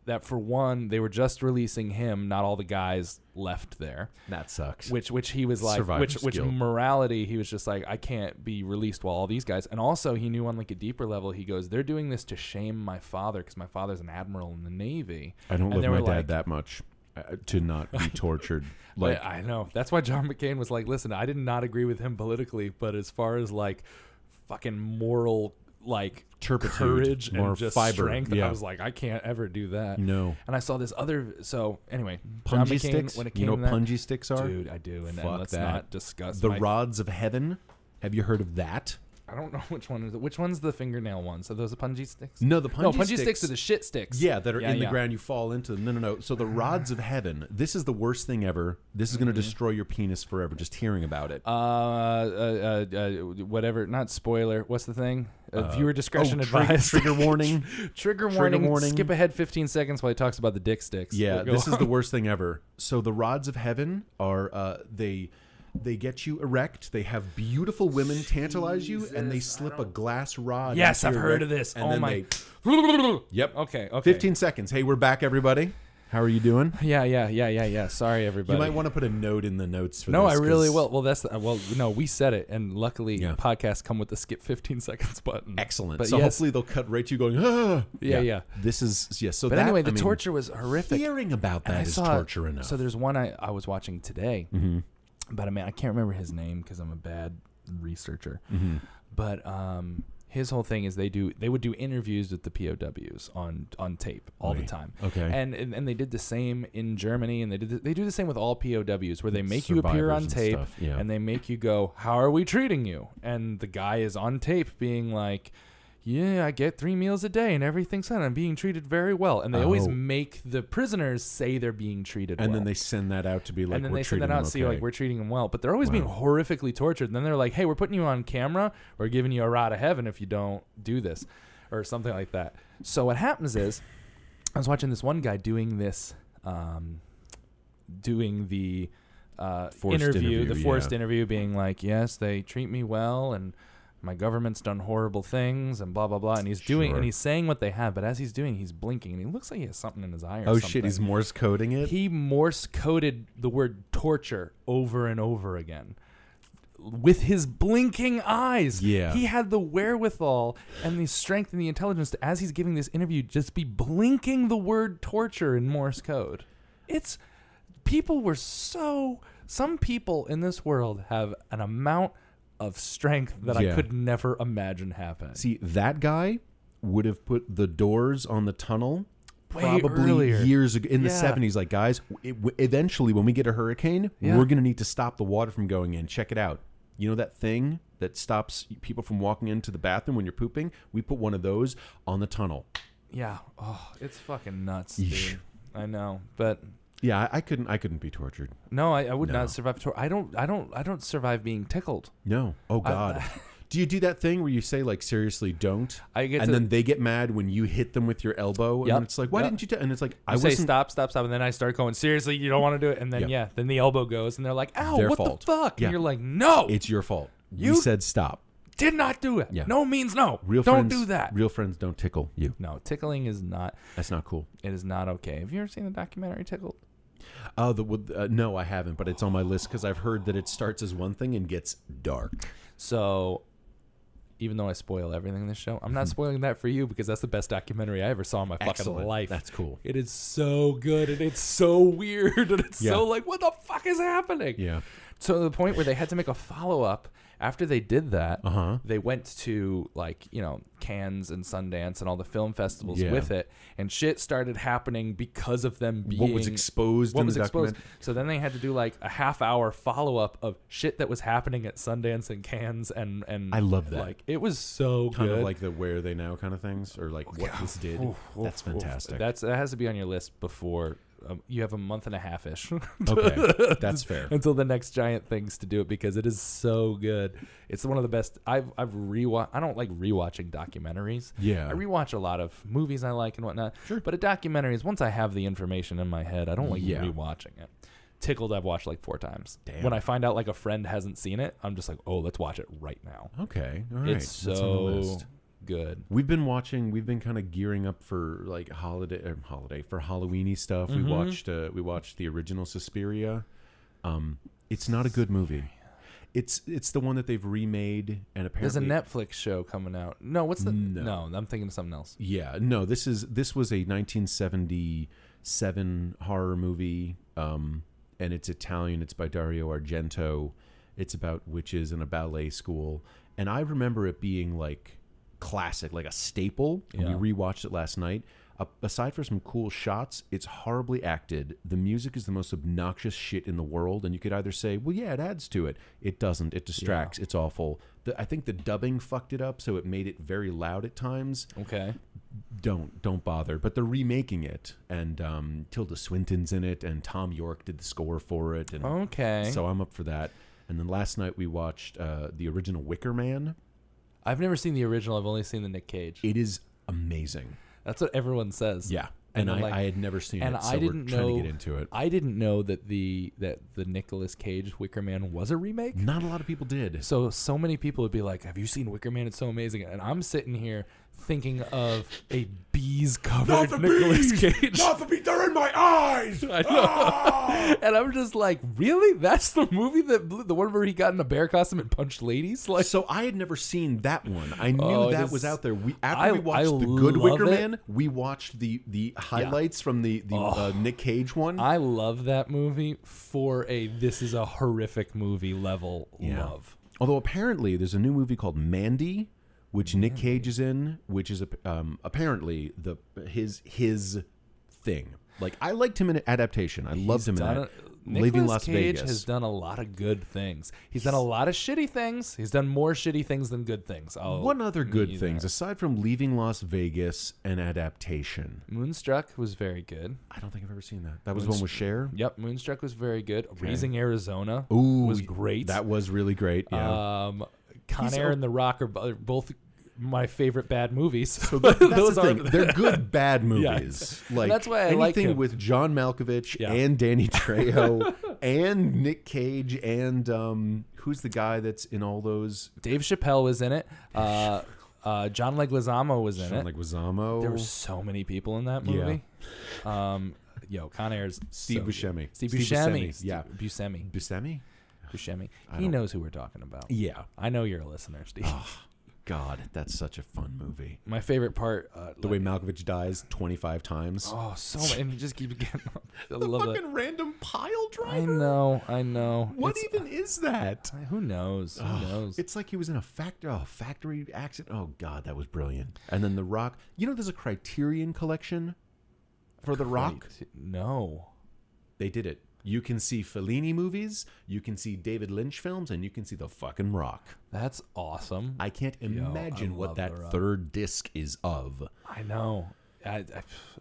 [SPEAKER 1] that for one, they were just releasing him, not all the guys left there.
[SPEAKER 3] That sucks.
[SPEAKER 1] Which which he was like
[SPEAKER 3] Survivor's
[SPEAKER 1] which which
[SPEAKER 3] guilt.
[SPEAKER 1] morality he was just like, I can't be released while all these guys and also he knew on like a deeper level, he goes, They're doing this to shame my father because my father's an admiral in the navy.
[SPEAKER 3] I don't
[SPEAKER 1] and
[SPEAKER 3] love
[SPEAKER 1] they
[SPEAKER 3] my
[SPEAKER 1] were
[SPEAKER 3] dad
[SPEAKER 1] like,
[SPEAKER 3] that much uh, to not be tortured. like
[SPEAKER 1] Like, I know. That's why John McCain was like, listen, I did not agree with him politically, but as far as like fucking moral like
[SPEAKER 3] Turpitude,
[SPEAKER 1] courage and
[SPEAKER 3] more
[SPEAKER 1] just
[SPEAKER 3] fiber,
[SPEAKER 1] strength, I
[SPEAKER 3] yeah.
[SPEAKER 1] was like, I can't ever do that.
[SPEAKER 3] no.
[SPEAKER 1] And I saw this other so anyway, John
[SPEAKER 3] Punji
[SPEAKER 1] McCain
[SPEAKER 3] sticks.
[SPEAKER 1] when it came
[SPEAKER 3] you know
[SPEAKER 1] to
[SPEAKER 3] what
[SPEAKER 1] that,
[SPEAKER 3] punji sticks are?
[SPEAKER 1] dude, I do, and, and
[SPEAKER 3] Fuck
[SPEAKER 1] let's
[SPEAKER 3] that.
[SPEAKER 1] not discuss
[SPEAKER 3] the
[SPEAKER 1] my-
[SPEAKER 3] rods of heaven. Have you heard of that?
[SPEAKER 1] I don't know which one is it. Which one's the fingernail one? So those are punji sticks.
[SPEAKER 3] No, the punji,
[SPEAKER 1] no, punji sticks, are the shit sticks.
[SPEAKER 3] yeah that are in the
[SPEAKER 1] yeah. Mm-hmm.
[SPEAKER 3] ground. You fall into them. No, no, no. So the rods of heaven. This is the worst thing ever. This is going to destroy your penis forever. Just hearing about it.
[SPEAKER 1] Uh, uh, uh, uh, whatever. Not spoiler. What's the thing? Uh, viewer discretion
[SPEAKER 3] oh, trigger-
[SPEAKER 1] advised.
[SPEAKER 3] Trigger warning.
[SPEAKER 1] Trigger
[SPEAKER 3] Trigger
[SPEAKER 1] warning,
[SPEAKER 3] warning.
[SPEAKER 1] Skip ahead 15 seconds while he talks about the dick sticks.
[SPEAKER 3] Yeah,
[SPEAKER 1] But go
[SPEAKER 3] this is
[SPEAKER 1] on.
[SPEAKER 3] the worst thing ever. So the rods of heaven are uh, they they get you erect. They have beautiful women tantalize you, and they slip a glass rod.
[SPEAKER 1] Yes,
[SPEAKER 3] into
[SPEAKER 1] I've
[SPEAKER 3] your
[SPEAKER 1] heard
[SPEAKER 3] erect-
[SPEAKER 1] of this.
[SPEAKER 3] and
[SPEAKER 1] oh
[SPEAKER 3] then
[SPEAKER 1] my.
[SPEAKER 3] they- yep.
[SPEAKER 1] Okay. Okay.
[SPEAKER 3] Fifteen seconds. Hey, we're back, everybody. How are you doing?
[SPEAKER 1] Yeah. Yeah. Yeah. Yeah. Yeah. Sorry, everybody.
[SPEAKER 3] You might want to put a note in the notes for
[SPEAKER 1] no, I
[SPEAKER 3] this,
[SPEAKER 1] really
[SPEAKER 3] 'cause-
[SPEAKER 1] will. Well, that's the, well. No, we said it, and luckily
[SPEAKER 3] Yeah.
[SPEAKER 1] podcasts come with the skip 15 seconds button.
[SPEAKER 3] Excellent.
[SPEAKER 1] But
[SPEAKER 3] so
[SPEAKER 1] yes.
[SPEAKER 3] hopefully they'll cut right to you going, ah.
[SPEAKER 1] Yeah, yeah.
[SPEAKER 3] This is yeah. So
[SPEAKER 1] But
[SPEAKER 3] that,
[SPEAKER 1] anyway,
[SPEAKER 3] I
[SPEAKER 1] the
[SPEAKER 3] mean,
[SPEAKER 1] torture was horrific.
[SPEAKER 3] Hearing about
[SPEAKER 1] And I
[SPEAKER 3] that is
[SPEAKER 1] saw-
[SPEAKER 3] torture enough. Mm-hmm.
[SPEAKER 1] So there's one I, I was watching today about a man. I can't remember his name because I'm a bad researcher.
[SPEAKER 3] Mm-hmm.
[SPEAKER 1] But um, his whole thing is they do they would do interviews with the POWs on on tape all the
[SPEAKER 3] Wait,
[SPEAKER 1] time.
[SPEAKER 3] okay.
[SPEAKER 1] And, and and they did the same in Germany, and they did the, they do the same with all POWs where they make you appear
[SPEAKER 3] Survivors
[SPEAKER 1] on
[SPEAKER 3] and
[SPEAKER 1] tape
[SPEAKER 3] stuff, yeah.
[SPEAKER 1] and they make you go, "How are we treating you?" And the guy is on tape being like. Yeah, I get three meals a day and everything's fine. I'm being treated very well. And they always
[SPEAKER 3] Oh.
[SPEAKER 1] make the prisoners say they're being treated
[SPEAKER 3] and
[SPEAKER 1] well.
[SPEAKER 3] then they send that out to be like,
[SPEAKER 1] and then
[SPEAKER 3] we're
[SPEAKER 1] they send
[SPEAKER 3] treating
[SPEAKER 1] that
[SPEAKER 3] them
[SPEAKER 1] out see like
[SPEAKER 3] okay.
[SPEAKER 1] we're treating them well but they're always being horrifically tortured and then they're like hey we're putting you on camera we're giving you a rod of heaven if you don't do this or something like that so what happens is i was watching this one guy doing this um, doing the uh,
[SPEAKER 3] Forced
[SPEAKER 1] interview, the
[SPEAKER 3] interview,
[SPEAKER 1] forced
[SPEAKER 3] yeah.
[SPEAKER 1] interview, being like, "Yes, they treat me well, and my government's done horrible things, and blah blah blah." And he's doing,
[SPEAKER 3] Sure.
[SPEAKER 1] and he's saying what they have, but as he's doing, he's blinking, and he looks like he has something in his eye. Or
[SPEAKER 3] Oh
[SPEAKER 1] something.
[SPEAKER 3] shit, he's Morse coding it.
[SPEAKER 1] He Morse coded the word torture over and over again with his blinking eyes.
[SPEAKER 3] Yeah.
[SPEAKER 1] He had the wherewithal and the strength and the intelligence to, as he's giving this interview, just be blinking the word torture in Morse code. It's. People were so. Some people in this world have an amount of strength that I
[SPEAKER 3] Yeah.
[SPEAKER 1] could never imagine happening.
[SPEAKER 3] See, that guy would have put the doors on the tunnel
[SPEAKER 1] Way
[SPEAKER 3] probably
[SPEAKER 1] earlier.
[SPEAKER 3] years ago in the
[SPEAKER 1] Yeah.
[SPEAKER 3] 70s. Like, guys, it, w- eventually when we get a hurricane,
[SPEAKER 1] Yeah.
[SPEAKER 3] we're going to need to stop the water from going in. Check it out. You know that thing that stops people from walking into the bathroom when you're pooping? We put one of those on the tunnel.
[SPEAKER 1] yeah. Oh, it's fucking nuts,
[SPEAKER 3] Yeesh.
[SPEAKER 1] dude. I know, but
[SPEAKER 3] Yeah, I, I couldn't. I couldn't be tortured.
[SPEAKER 1] No, I, I would
[SPEAKER 3] No.
[SPEAKER 1] not survive. Tor- I don't. I don't. I don't survive being tickled.
[SPEAKER 3] No. Oh God. Do you do that thing where you say like seriously don't?
[SPEAKER 1] I get
[SPEAKER 3] and
[SPEAKER 1] to-
[SPEAKER 3] then they get mad when you hit them with your elbow, and
[SPEAKER 1] Yep.
[SPEAKER 3] it's like, why
[SPEAKER 1] Yep.
[SPEAKER 3] didn't you? do And it's like, I
[SPEAKER 1] I say
[SPEAKER 3] wasn't.
[SPEAKER 1] stop, stop, stop, and then I start going seriously. You don't want to do it, and then
[SPEAKER 3] Yeah.
[SPEAKER 1] yeah, then the elbow goes, and they're like, "Ow,
[SPEAKER 3] Their
[SPEAKER 1] what
[SPEAKER 3] fault.
[SPEAKER 1] the fuck?"
[SPEAKER 3] Yeah.
[SPEAKER 1] And you're like, "No,
[SPEAKER 3] It's your fault. You
[SPEAKER 1] You-
[SPEAKER 3] said stop.
[SPEAKER 1] did not do it.
[SPEAKER 3] Yeah.
[SPEAKER 1] No means no.
[SPEAKER 3] Real
[SPEAKER 1] don't
[SPEAKER 3] friends
[SPEAKER 1] do that."
[SPEAKER 3] Real friends don't tickle you.
[SPEAKER 1] no, tickling is not.
[SPEAKER 3] That's not cool.
[SPEAKER 1] It is not okay. Have you ever seen the documentary Tickled?
[SPEAKER 3] Oh, the wood- uh, no, I haven't, but it's on my list because I've heard that it starts as one thing and gets dark.
[SPEAKER 1] So, even though I spoil everything in this show, I'm not spoiling that for you because that's the best documentary I ever saw in my fucking
[SPEAKER 3] Hmm. Excellent.
[SPEAKER 1] life.
[SPEAKER 3] That's cool.
[SPEAKER 1] It is so good and it's so weird and it's
[SPEAKER 3] Yeah.
[SPEAKER 1] so like, what the fuck is happening?
[SPEAKER 3] Yeah.
[SPEAKER 1] So to the point where they had to make a follow up. After they did that,
[SPEAKER 3] Uh-huh.
[SPEAKER 1] they went to like you know Cannes and Sundance and all the film festivals
[SPEAKER 3] Yeah.
[SPEAKER 1] with it, and shit started happening because of them being
[SPEAKER 3] What was exposed
[SPEAKER 1] what
[SPEAKER 3] in
[SPEAKER 1] was
[SPEAKER 3] the
[SPEAKER 1] exposed.
[SPEAKER 3] document-
[SPEAKER 1] So then they had to do like a half hour follow up of shit that was happening at Sundance and Cannes and and
[SPEAKER 3] I love that.
[SPEAKER 1] Like it was so
[SPEAKER 3] Kind
[SPEAKER 1] good.
[SPEAKER 3] of like the where are they now kind of things, or like what this did. That's
[SPEAKER 1] Oof,
[SPEAKER 3] fantastic.
[SPEAKER 1] That's that has to be on your list before um, you have a month and a half ish
[SPEAKER 3] okay, that's fair.
[SPEAKER 1] until the next giant things to do it because it is so good. It's one of the best. I've I've rewatch. I don't like rewatching documentaries.
[SPEAKER 3] Yeah.
[SPEAKER 1] I rewatch a lot of movies I like and whatnot.
[SPEAKER 3] Sure.
[SPEAKER 1] But a documentary is once I have the information in my head, I don't like
[SPEAKER 3] Yeah.
[SPEAKER 1] rewatching it. Tickled, I've watched like four times.
[SPEAKER 3] Damn.
[SPEAKER 1] When I find out like a friend hasn't seen it, I'm just like, oh, let's watch it right now.
[SPEAKER 3] Okay, all right.
[SPEAKER 1] It's
[SPEAKER 3] that's on the
[SPEAKER 1] so
[SPEAKER 3] list.
[SPEAKER 1] good.
[SPEAKER 3] We've been watching. We've been kind of gearing up for like holiday, or holiday for Halloweeny stuff.
[SPEAKER 1] Mm-hmm.
[SPEAKER 3] We watched. Uh, we watched the original Suspiria. Um, it's not a good movie. It's it's the one that they've remade and apparently
[SPEAKER 1] There's a Netflix show coming out. No, what's the
[SPEAKER 3] No.
[SPEAKER 1] no? I'm thinking of something else.
[SPEAKER 3] Yeah, no, this is this was a 1977 horror movie, um, and it's Italian. It's by Dario Argento. It's about witches in a ballet school, and I remember it being like classic, like a staple. And we rewatched it last night. A aside for some cool shots, it's horribly acted. The music is the most obnoxious shit in the world, and you could either say, "Well, yeah, it adds to it." It doesn't. It distracts. It's awful. The, I think the dubbing fucked it up, so it made it very loud at times
[SPEAKER 1] Okay.
[SPEAKER 3] don't don't bother but they're remaking it and um, tilda swinton's in it and tom york did the score for it and
[SPEAKER 1] Okay.
[SPEAKER 3] so i'm up for that and then last night we watched uh, the original wicker man
[SPEAKER 1] I've never seen the original. I've only seen the Nick Cage.
[SPEAKER 3] it is amazing
[SPEAKER 1] That's what everyone says.
[SPEAKER 3] yeah
[SPEAKER 1] And
[SPEAKER 3] and, I,
[SPEAKER 1] I'm like-
[SPEAKER 3] I had never seen
[SPEAKER 1] and
[SPEAKER 3] it so
[SPEAKER 1] I didn't
[SPEAKER 3] we're trying
[SPEAKER 1] know
[SPEAKER 3] to get into it
[SPEAKER 1] I didn't know that the that the Nicolas Cage Wicker Man was a remake.
[SPEAKER 3] not a lot of people did
[SPEAKER 1] So so many people would be like, "Have you seen Wicker Man? It's so amazing." And I'm sitting here thinking of a bees covered Nicolas Cage.
[SPEAKER 3] the bees they're in my eyes Ah!
[SPEAKER 1] I know. and I'm just like, "Really? That's the movie that blew, the one where he got in a bear costume and punched ladies?" Like
[SPEAKER 3] so I had never seen that one. I knew
[SPEAKER 1] Oh, it
[SPEAKER 3] that
[SPEAKER 1] is-
[SPEAKER 3] was out there. We after
[SPEAKER 1] I-
[SPEAKER 3] we watched
[SPEAKER 1] I
[SPEAKER 3] the Good Wicker
[SPEAKER 1] love it.
[SPEAKER 3] Man, we watched the the highlights from the the uh, Nick Cage one.
[SPEAKER 1] I love that movie for a this is a horrific movie level
[SPEAKER 3] Yeah.
[SPEAKER 1] love.
[SPEAKER 3] Although apparently there's a new movie called Mandy, which Nick Cage is in, which is um, apparently the his his thing. Like I liked him in adaptation. I loved him in
[SPEAKER 1] done
[SPEAKER 3] that.
[SPEAKER 1] a-
[SPEAKER 3] Leaving
[SPEAKER 1] Nicolas
[SPEAKER 3] Las
[SPEAKER 1] Cage
[SPEAKER 3] Vegas.
[SPEAKER 1] has done a lot of good things. He's done a lot of shitty things. He's done more shitty things than good things. Oh,
[SPEAKER 3] What other good things aside from Leaving Las Vegas and adaptation?
[SPEAKER 1] Moonstruck was very good.
[SPEAKER 3] I don't think I've ever seen that. That was the one with Cher.
[SPEAKER 1] Yep, Moonstruck was very good. Raising Arizona was great.
[SPEAKER 3] That was really great. Yeah.
[SPEAKER 1] um, Con
[SPEAKER 3] He's
[SPEAKER 1] Air
[SPEAKER 3] a-
[SPEAKER 1] and The Rock are bo- both my favorite bad movies. So
[SPEAKER 3] That's the thing. They're good bad movies. Like
[SPEAKER 1] That's why I
[SPEAKER 3] anything
[SPEAKER 1] like him.
[SPEAKER 3] with John Malkovich
[SPEAKER 1] Yeah.
[SPEAKER 3] and Danny Trejo and Nick Cage and um, who's the guy that's in all those?
[SPEAKER 1] Dave Chappelle was in it. Uh, uh, John Leguizamo was in it.
[SPEAKER 3] John Leguizamo.
[SPEAKER 1] There were so many people in that movie. Um, yo, Con Air's
[SPEAKER 3] Steve
[SPEAKER 1] so good.
[SPEAKER 3] Buscemi.
[SPEAKER 1] Steve
[SPEAKER 3] Steve
[SPEAKER 1] Buscemi.
[SPEAKER 3] Buscemi, yeah.
[SPEAKER 1] Steve Buscemi.
[SPEAKER 3] Buscemi.
[SPEAKER 1] Buscemi. He
[SPEAKER 3] don't- Oh.
[SPEAKER 1] knows who we're talking about.
[SPEAKER 3] Yeah.
[SPEAKER 1] I know you're a listener, Steve.
[SPEAKER 3] God, that's such a fun movie.
[SPEAKER 1] My favorite part, uh,
[SPEAKER 3] The way Malkovich dies twenty five times.
[SPEAKER 1] oh, so many, and he just keeps getting. I love it.
[SPEAKER 3] random pile
[SPEAKER 1] I know, I know. It's-
[SPEAKER 3] even is that?
[SPEAKER 1] Who knows? Who knows?
[SPEAKER 3] It's like he was in a factory, oh, factory accident. Oh God, that was brilliant. And then The Rock. You know, there's a Criterion collection for The Rock.
[SPEAKER 1] Right. No.
[SPEAKER 3] They did it. You can see Fellini movies, you can see David Lynch films, and you can see The fucking Rock.
[SPEAKER 1] That's awesome. I,
[SPEAKER 3] I can't imagine what
[SPEAKER 1] love
[SPEAKER 3] that
[SPEAKER 1] The Rock.
[SPEAKER 3] third disc is of.
[SPEAKER 1] know. I, I,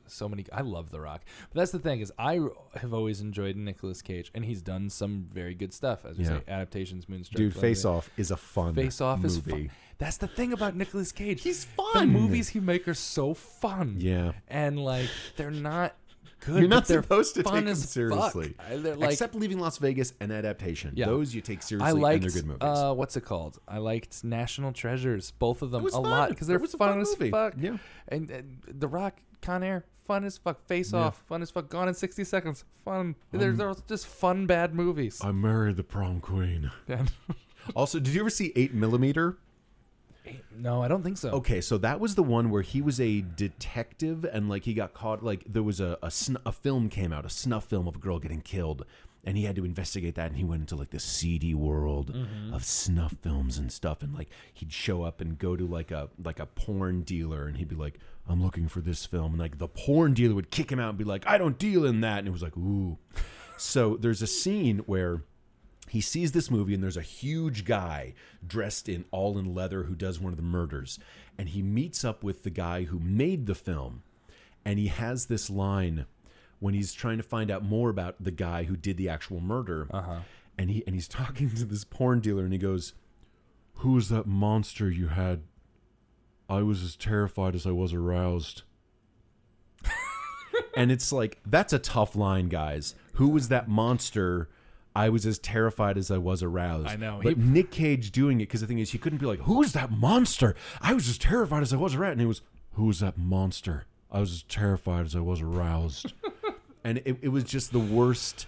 [SPEAKER 1] so many. I love The Rock, but that's the thing is I have always enjoyed Nicolas Cage, and he's done some very good stuff as we
[SPEAKER 3] Yeah.
[SPEAKER 1] say adaptations, Moonstruck.
[SPEAKER 3] Dude,
[SPEAKER 1] whatever.
[SPEAKER 3] Face Off is a fun
[SPEAKER 1] Face Off
[SPEAKER 3] movie.
[SPEAKER 1] is fun. That's the thing about Nicolas Cage.
[SPEAKER 3] He's
[SPEAKER 1] The
[SPEAKER 3] fun.
[SPEAKER 1] movies he makes are so fun.
[SPEAKER 3] Yeah.
[SPEAKER 1] and like they're not good.
[SPEAKER 3] You're
[SPEAKER 1] but
[SPEAKER 3] not
[SPEAKER 1] they're
[SPEAKER 3] supposed to
[SPEAKER 1] fun
[SPEAKER 3] take them
[SPEAKER 1] as fuck.
[SPEAKER 3] seriously,
[SPEAKER 1] I- they're like
[SPEAKER 3] except Leaving Las Vegas and Adaptation.
[SPEAKER 1] Yeah.
[SPEAKER 3] Those you take seriously,
[SPEAKER 1] I liked
[SPEAKER 3] and they're good movies.
[SPEAKER 1] Uh, what's it called? I liked National Treasures, both of them
[SPEAKER 3] was
[SPEAKER 1] a
[SPEAKER 3] fun.
[SPEAKER 1] lot because they're
[SPEAKER 3] It was a
[SPEAKER 1] fun,
[SPEAKER 3] fun
[SPEAKER 1] as
[SPEAKER 3] movie.
[SPEAKER 1] fuck.
[SPEAKER 3] Yeah.
[SPEAKER 1] and, and The Rock, Con Air, fun as fuck. Face Off, fun as fuck. Gone in sixty seconds, fun. They're, they're all just fun bad movies.
[SPEAKER 3] I married the prom queen.
[SPEAKER 1] And-
[SPEAKER 3] Also, did you ever see Eight Millimeter?
[SPEAKER 1] no, I don't think so.
[SPEAKER 3] Okay, so that was the one where he was a detective and like he got caught. Like there was a a, sn- a film came out, a snuff film of a girl getting killed, and he had to investigate that. And he went into like the seedy world of snuff films and stuff. And like he'd show up and go to like a like a porn dealer, and he'd be like, "I'm looking for this film," and like the porn dealer would kick him out and be like, "I don't deal in that." And it was like, ooh. So there's a scene where he sees this movie and there's a huge guy dressed in all in leather who does one of the murders and he meets up with the guy who made the film and he has this line when he's trying to find out more about the guy who did the actual murder and he and he's talking to this porn dealer and he goes who was that monster you had i was as terrified as i was aroused and it's like that's a tough line guys who was that monster i was as terrified as i was aroused
[SPEAKER 1] I know,
[SPEAKER 3] but
[SPEAKER 1] he-
[SPEAKER 3] nick cage doing it because the thing is he couldn't be like who's that monster i was as terrified as i was aroused and he was who was that monster i was as terrified as i was aroused and it, it was just the worst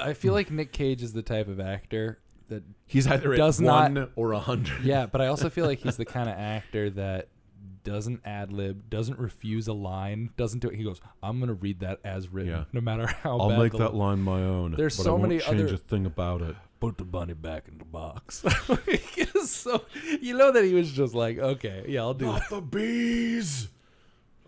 [SPEAKER 1] I feel like Nick Cage is the type of actor that.
[SPEAKER 3] he's either
[SPEAKER 1] Does
[SPEAKER 3] at
[SPEAKER 1] not-
[SPEAKER 3] one or a hundred
[SPEAKER 1] Yeah, but I also feel like he's the kind of actor that doesn't ad lib, doesn't refuse a line, doesn't do it. He goes, "I'm gonna read that as written,
[SPEAKER 3] Yeah.
[SPEAKER 1] no matter how
[SPEAKER 3] I'll
[SPEAKER 1] bad."
[SPEAKER 3] make
[SPEAKER 1] the
[SPEAKER 3] that line my own.
[SPEAKER 1] There's
[SPEAKER 3] but
[SPEAKER 1] so
[SPEAKER 3] I won't
[SPEAKER 1] many
[SPEAKER 3] change
[SPEAKER 1] other-
[SPEAKER 3] a thing about it.
[SPEAKER 1] put the bunny back in the box. so you know that he was just like, okay, yeah, I'll do that.
[SPEAKER 3] the bees.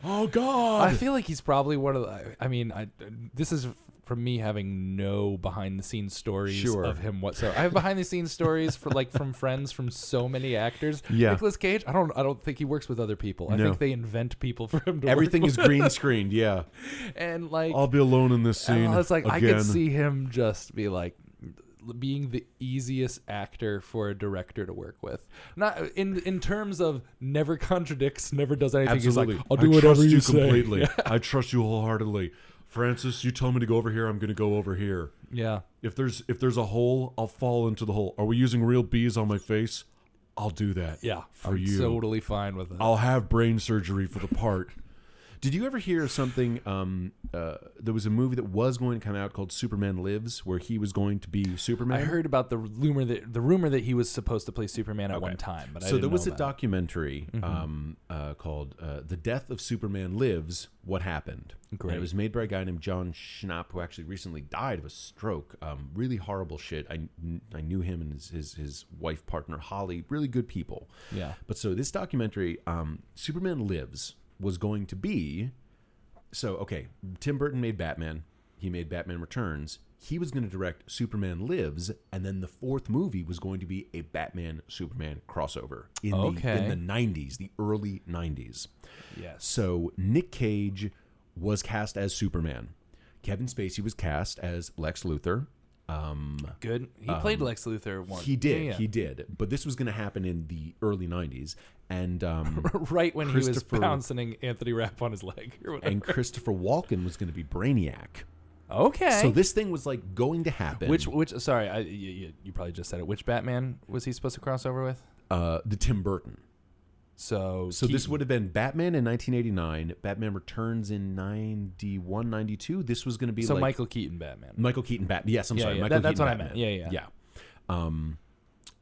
[SPEAKER 3] Oh God.
[SPEAKER 1] I feel like he's probably one of the. I mean, I this is from me having no behind the scenes stories
[SPEAKER 3] Sure.
[SPEAKER 1] of him whatsoever. I have behind the scenes stories for like from friends from so many actors.
[SPEAKER 3] Yeah.
[SPEAKER 1] Nicholas Cage. I don't. I don't think he works with other people. I
[SPEAKER 3] No.
[SPEAKER 1] think they invent people for him to
[SPEAKER 3] Everything
[SPEAKER 1] work
[SPEAKER 3] is green screened. Yeah.
[SPEAKER 1] with. and like
[SPEAKER 3] I'll be alone in this
[SPEAKER 1] And
[SPEAKER 3] scene.
[SPEAKER 1] I was like, I
[SPEAKER 3] again.
[SPEAKER 1] could see him just be like being the easiest actor for a director to work with. Not in in terms of never contradicts, never does anything.
[SPEAKER 3] Absolutely.
[SPEAKER 1] He's like, I'll
[SPEAKER 3] I
[SPEAKER 1] do whatever
[SPEAKER 3] trust you,
[SPEAKER 1] say."
[SPEAKER 3] completely. I trust you wholeheartedly. Francis, you tell me to go over here. I'm going to go over here.
[SPEAKER 1] Yeah.
[SPEAKER 3] If there's if there's a hole, I'll fall into the hole. Are we using real bees on my face? I'll do that.
[SPEAKER 1] Yeah.
[SPEAKER 3] For
[SPEAKER 1] I'm
[SPEAKER 3] you.
[SPEAKER 1] totally fine with it.
[SPEAKER 3] I'll have brain surgery for the part. Did you ever hear of something? Um, uh, there was a movie that was going to come out called Superman Lives, where he was going to be Superman.
[SPEAKER 1] I heard about the rumor that the rumor that he was supposed to play Superman at one time, but I
[SPEAKER 3] so there
[SPEAKER 1] didn't
[SPEAKER 3] was
[SPEAKER 1] know
[SPEAKER 3] a
[SPEAKER 1] about
[SPEAKER 3] documentary um, uh, called uh, "The Death of Superman Lives: What Happened." And
[SPEAKER 1] Great.
[SPEAKER 3] it was made by a guy named John Schnapp, who actually recently died of a stroke. Um, really horrible shit. I, I knew him and his, his his wife partner Holly. Really good people.
[SPEAKER 1] it. Yeah.
[SPEAKER 3] But so this documentary, um, Superman Lives, was going to be. So okay, Tim Burton made Batman. He made Batman Returns. He was going to direct Superman Lives, and then the fourth movie was going to be a Batman Superman crossover in the in
[SPEAKER 1] Okay.
[SPEAKER 3] the nineties, the early nineties.
[SPEAKER 1] Yes.
[SPEAKER 3] So Nick Cage was cast as Superman. Kevin Spacey was cast as Lex Luthor. Um,
[SPEAKER 1] Good. He played Lex Luthor once.
[SPEAKER 3] he did,
[SPEAKER 1] Yeah, yeah.
[SPEAKER 3] he did. But this was going to happen in the early nineties, and um,
[SPEAKER 1] right when he was
[SPEAKER 3] Christopher-
[SPEAKER 1] bouncing Anthony Rapp on his leg or whatever.
[SPEAKER 3] and Christopher Walken was going to be Brainiac.
[SPEAKER 1] okay.
[SPEAKER 3] So this thing was like going to happen.
[SPEAKER 1] Which which sorry, I, you, you- you probably just said it. Which Batman was he supposed to cross over with?
[SPEAKER 3] uh, the Tim Burton.
[SPEAKER 1] So
[SPEAKER 3] So this
[SPEAKER 1] Keaton.
[SPEAKER 3] would have been Batman in 1989, Batman Returns in 91, 92. This was going to be
[SPEAKER 1] so
[SPEAKER 3] like
[SPEAKER 1] Michael Keaton Batman.
[SPEAKER 3] Michael Keaton Batman. Yes, I'm
[SPEAKER 1] Yeah,
[SPEAKER 3] sorry,
[SPEAKER 1] yeah,
[SPEAKER 3] Michael
[SPEAKER 1] that- that's
[SPEAKER 3] Keaton
[SPEAKER 1] what I meant.
[SPEAKER 3] Batman.
[SPEAKER 1] Yeah,
[SPEAKER 3] yeah. Um,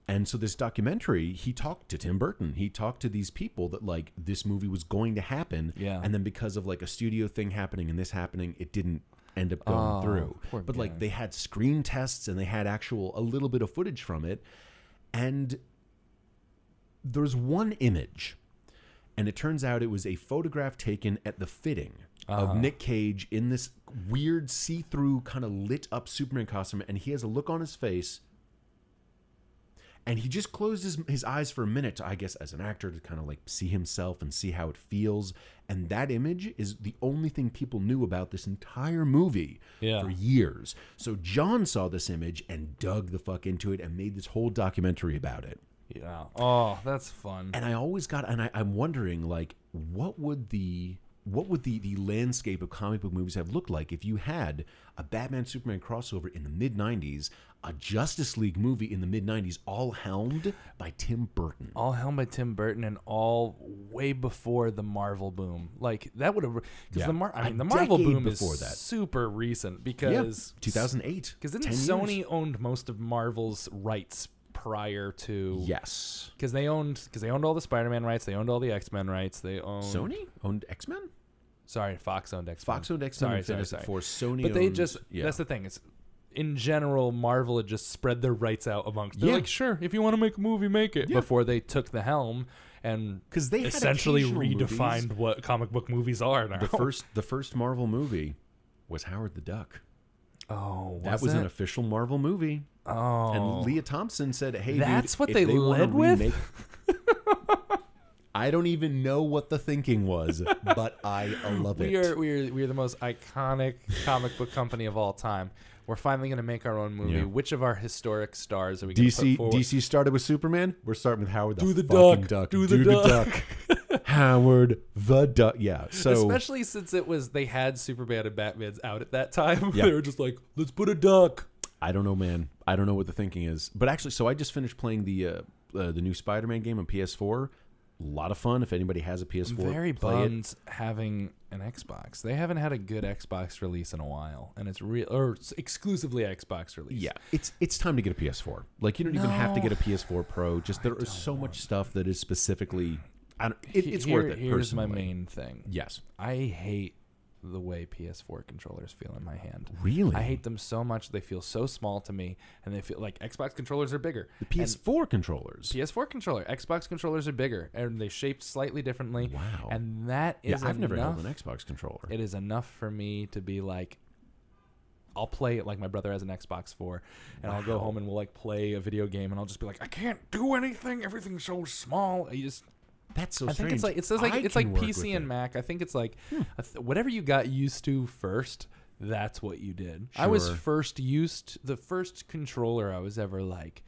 [SPEAKER 3] and so this documentary, he talked to Tim Burton. He talked to these people that like this movie was going to happen.
[SPEAKER 1] Yeah.
[SPEAKER 3] And then because of like a studio thing happening and this happening, it didn't end up going
[SPEAKER 1] Oh,
[SPEAKER 3] through.
[SPEAKER 1] poor
[SPEAKER 3] But
[SPEAKER 1] guy.
[SPEAKER 3] like they had screen tests and they had actual a little bit of footage from it, and there's one image and it turns out it was a photograph taken at the fitting of Nick Cage in this weird see-through kind of lit up Superman costume and he has a look on his face and he just closed his, his eyes for a minute i guess as an actor to kind of like see himself and see how it feels and that image is the only thing people knew about this entire movie
[SPEAKER 1] Yeah.
[SPEAKER 3] for years so john saw this image and dug the fuck into it and made this whole documentary about it
[SPEAKER 1] Yeah. Oh, that's fun.
[SPEAKER 3] and I always got and I, I'm wondering like what would the what would the, the landscape of comic book movies have looked like if you had a Batman Superman crossover in the mid 90s, a Justice League movie in the mid 90s, all helmed by Tim Burton?
[SPEAKER 1] all helmed by Tim Burton and all way before the Marvel boom. Like that would have because
[SPEAKER 3] Yeah.
[SPEAKER 1] the Mar- I
[SPEAKER 3] A
[SPEAKER 1] mean the Marvel
[SPEAKER 3] decade
[SPEAKER 1] boom
[SPEAKER 3] before
[SPEAKER 1] is
[SPEAKER 3] that.
[SPEAKER 1] super recent
[SPEAKER 3] Yeah,
[SPEAKER 1] because
[SPEAKER 3] 2008.
[SPEAKER 1] Because then
[SPEAKER 3] 10 years.
[SPEAKER 1] Sony owned most of Marvel's rights prior to
[SPEAKER 3] Yes.
[SPEAKER 1] because they owned because they owned all the Spider-Man rights, they owned all the X-Men rights, they owned
[SPEAKER 3] Sony owned X Men?
[SPEAKER 1] Sorry, Fox owned X-Men.
[SPEAKER 3] Fox owned X Men
[SPEAKER 1] Sorry,
[SPEAKER 3] and
[SPEAKER 1] sorry,
[SPEAKER 3] Fantastic
[SPEAKER 1] sorry.
[SPEAKER 3] Four. Sony
[SPEAKER 1] But they
[SPEAKER 3] owned-
[SPEAKER 1] just
[SPEAKER 3] yeah.
[SPEAKER 1] that's the thing. It's in general Marvel had just spread their rights out amongst. They're
[SPEAKER 3] Yeah.
[SPEAKER 1] like, sure, if you want to make a movie, make it. Before they took the helm and
[SPEAKER 3] 'Cause they had
[SPEAKER 1] essentially
[SPEAKER 3] occasional movies.
[SPEAKER 1] redefined what comic book movies are now.
[SPEAKER 3] the first the first Marvel movie was Howard the Duck.
[SPEAKER 1] oh,
[SPEAKER 3] That was an official Marvel movie.
[SPEAKER 1] oh,
[SPEAKER 3] And Leah Thompson said, "Hey, dude,
[SPEAKER 1] That's what
[SPEAKER 3] if
[SPEAKER 1] they
[SPEAKER 3] wanna
[SPEAKER 1] led with?
[SPEAKER 3] remake- I don't even know what the thinking was, but I love it.
[SPEAKER 1] we are we are we are the most iconic comic book company of all time. We're finally going to make our own movie.
[SPEAKER 3] Yeah.
[SPEAKER 1] Which of our historic stars are we going to
[SPEAKER 3] DC
[SPEAKER 1] put forward?
[SPEAKER 3] DC started with Superman. We're starting with Howard the,
[SPEAKER 1] Do the
[SPEAKER 3] fucking
[SPEAKER 1] duck.
[SPEAKER 3] duck.
[SPEAKER 1] Do the duck.
[SPEAKER 3] duck. Howard the duck. Yeah. So
[SPEAKER 1] Especially since it was they had Superman and Batman's out at that time.
[SPEAKER 3] Yeah.
[SPEAKER 1] they were just like, let's put a duck.
[SPEAKER 3] I don't know, man. I don't know what the thinking is. But actually, so I just finished playing the uh, uh, the new Spider-Man game on PS4. A lot of fun. If anybody has a PS4,
[SPEAKER 1] very
[SPEAKER 3] play it.
[SPEAKER 1] bummed having an Xbox. They haven't had a good Xbox release in a while, and it's real or it's exclusively Xbox release.
[SPEAKER 3] Yeah, it's it's time to get a PS4. Like you don't even have to get a PS4 Pro. Just there is so much stuff that is specifically. I don't, it,
[SPEAKER 1] He-
[SPEAKER 3] it's
[SPEAKER 1] here-
[SPEAKER 3] worth it.
[SPEAKER 1] Here's
[SPEAKER 3] personally.
[SPEAKER 1] my main thing.
[SPEAKER 3] Yes.
[SPEAKER 1] I hate the way PS4 controllers feel in my hand.
[SPEAKER 3] Really.
[SPEAKER 1] I hate them so much. They feel so small to me, and they feel like Xbox controllers are bigger.
[SPEAKER 3] the PS4 controllers.
[SPEAKER 1] PS4 controller, Xbox controllers are bigger, and they shaped slightly differently.
[SPEAKER 3] Wow.
[SPEAKER 1] And that
[SPEAKER 3] yeah,
[SPEAKER 1] is
[SPEAKER 3] I've never
[SPEAKER 1] enough
[SPEAKER 3] held an Xbox controller.
[SPEAKER 1] it is enough for me to be like I'll play it like my brother has an Xbox 4 and I'll go home and we'll like play a video game and I'll just be like I can't do anything everything's so small I just
[SPEAKER 3] That's
[SPEAKER 1] I
[SPEAKER 3] so
[SPEAKER 1] think
[SPEAKER 3] strange.
[SPEAKER 1] it's like it's just like
[SPEAKER 3] I
[SPEAKER 1] it's like
[SPEAKER 3] can work
[SPEAKER 1] PC
[SPEAKER 3] with
[SPEAKER 1] and
[SPEAKER 3] it. Hmm.
[SPEAKER 1] Mac I think it's like a th- whatever you got used to first that's what you did I was
[SPEAKER 3] Sure.
[SPEAKER 1] first used the first controller I was ever like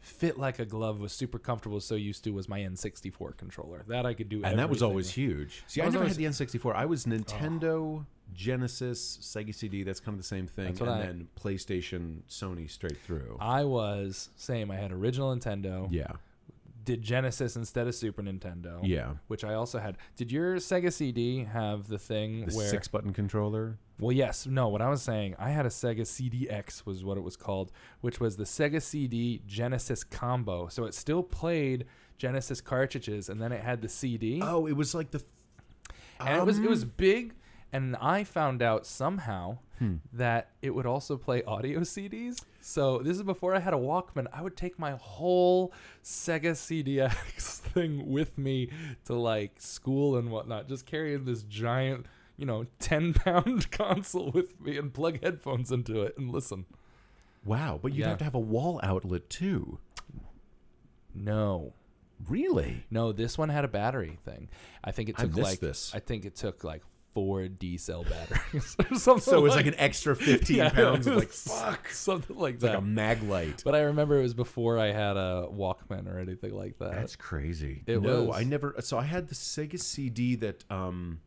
[SPEAKER 1] fit like a glove was super comfortable so used to was my N64 controller that I could do
[SPEAKER 3] And that was
[SPEAKER 1] everything
[SPEAKER 3] always
[SPEAKER 1] with.
[SPEAKER 3] huge. See, I,
[SPEAKER 1] That was
[SPEAKER 3] never
[SPEAKER 1] always-
[SPEAKER 3] had the N64. I was Nintendo, Genesis, Sega CD. That's kind of the same thing.
[SPEAKER 1] what
[SPEAKER 3] and
[SPEAKER 1] I- Uh,
[SPEAKER 3] then PlayStation, Sony, straight through.
[SPEAKER 1] I was same I had original Nintendo
[SPEAKER 3] yeah.
[SPEAKER 1] did Genesis instead of Super Nintendo.
[SPEAKER 3] Yeah.
[SPEAKER 1] Which I also had. Did your Sega CD have the thing
[SPEAKER 3] The
[SPEAKER 1] where?
[SPEAKER 3] six button controller.
[SPEAKER 1] Well, yes. No. What I was saying, I had a Sega CDX, was what it was called, which was the Sega CD Genesis combo. So it still played Genesis cartridges, and then it had the CD,
[SPEAKER 3] Oh, it was like the.
[SPEAKER 1] and it was it
[SPEAKER 3] Um.
[SPEAKER 1] was big. And I found out somehow
[SPEAKER 3] Hmm.
[SPEAKER 1] that it would also play audio CDs. So this is before I had a Walkman. I would take my whole Sega CDX thing with me to like school and whatnot, just carrying this giant, you know, 10 pound console with me and plug headphones into it and listen.
[SPEAKER 3] Wow, but you'd
[SPEAKER 1] Yeah.
[SPEAKER 3] have to have a wall outlet too.
[SPEAKER 1] No.
[SPEAKER 3] Really?
[SPEAKER 1] No, this one had a battery thing. I think it
[SPEAKER 3] I
[SPEAKER 1] took
[SPEAKER 3] missed
[SPEAKER 1] like
[SPEAKER 3] this.
[SPEAKER 1] I think it took like four D cell batteries or something.
[SPEAKER 3] So it was like an extra 15
[SPEAKER 1] Yeah,
[SPEAKER 3] pounds of
[SPEAKER 1] it
[SPEAKER 3] like,
[SPEAKER 1] was
[SPEAKER 3] fuck.
[SPEAKER 1] something like
[SPEAKER 3] It's like
[SPEAKER 1] that.
[SPEAKER 3] a mag light.
[SPEAKER 1] But I remember it was before I had a Walkman or anything like that.
[SPEAKER 3] That's crazy.
[SPEAKER 1] uh, It
[SPEAKER 3] no,
[SPEAKER 1] was.
[SPEAKER 3] I never. So I had the Sega CD that um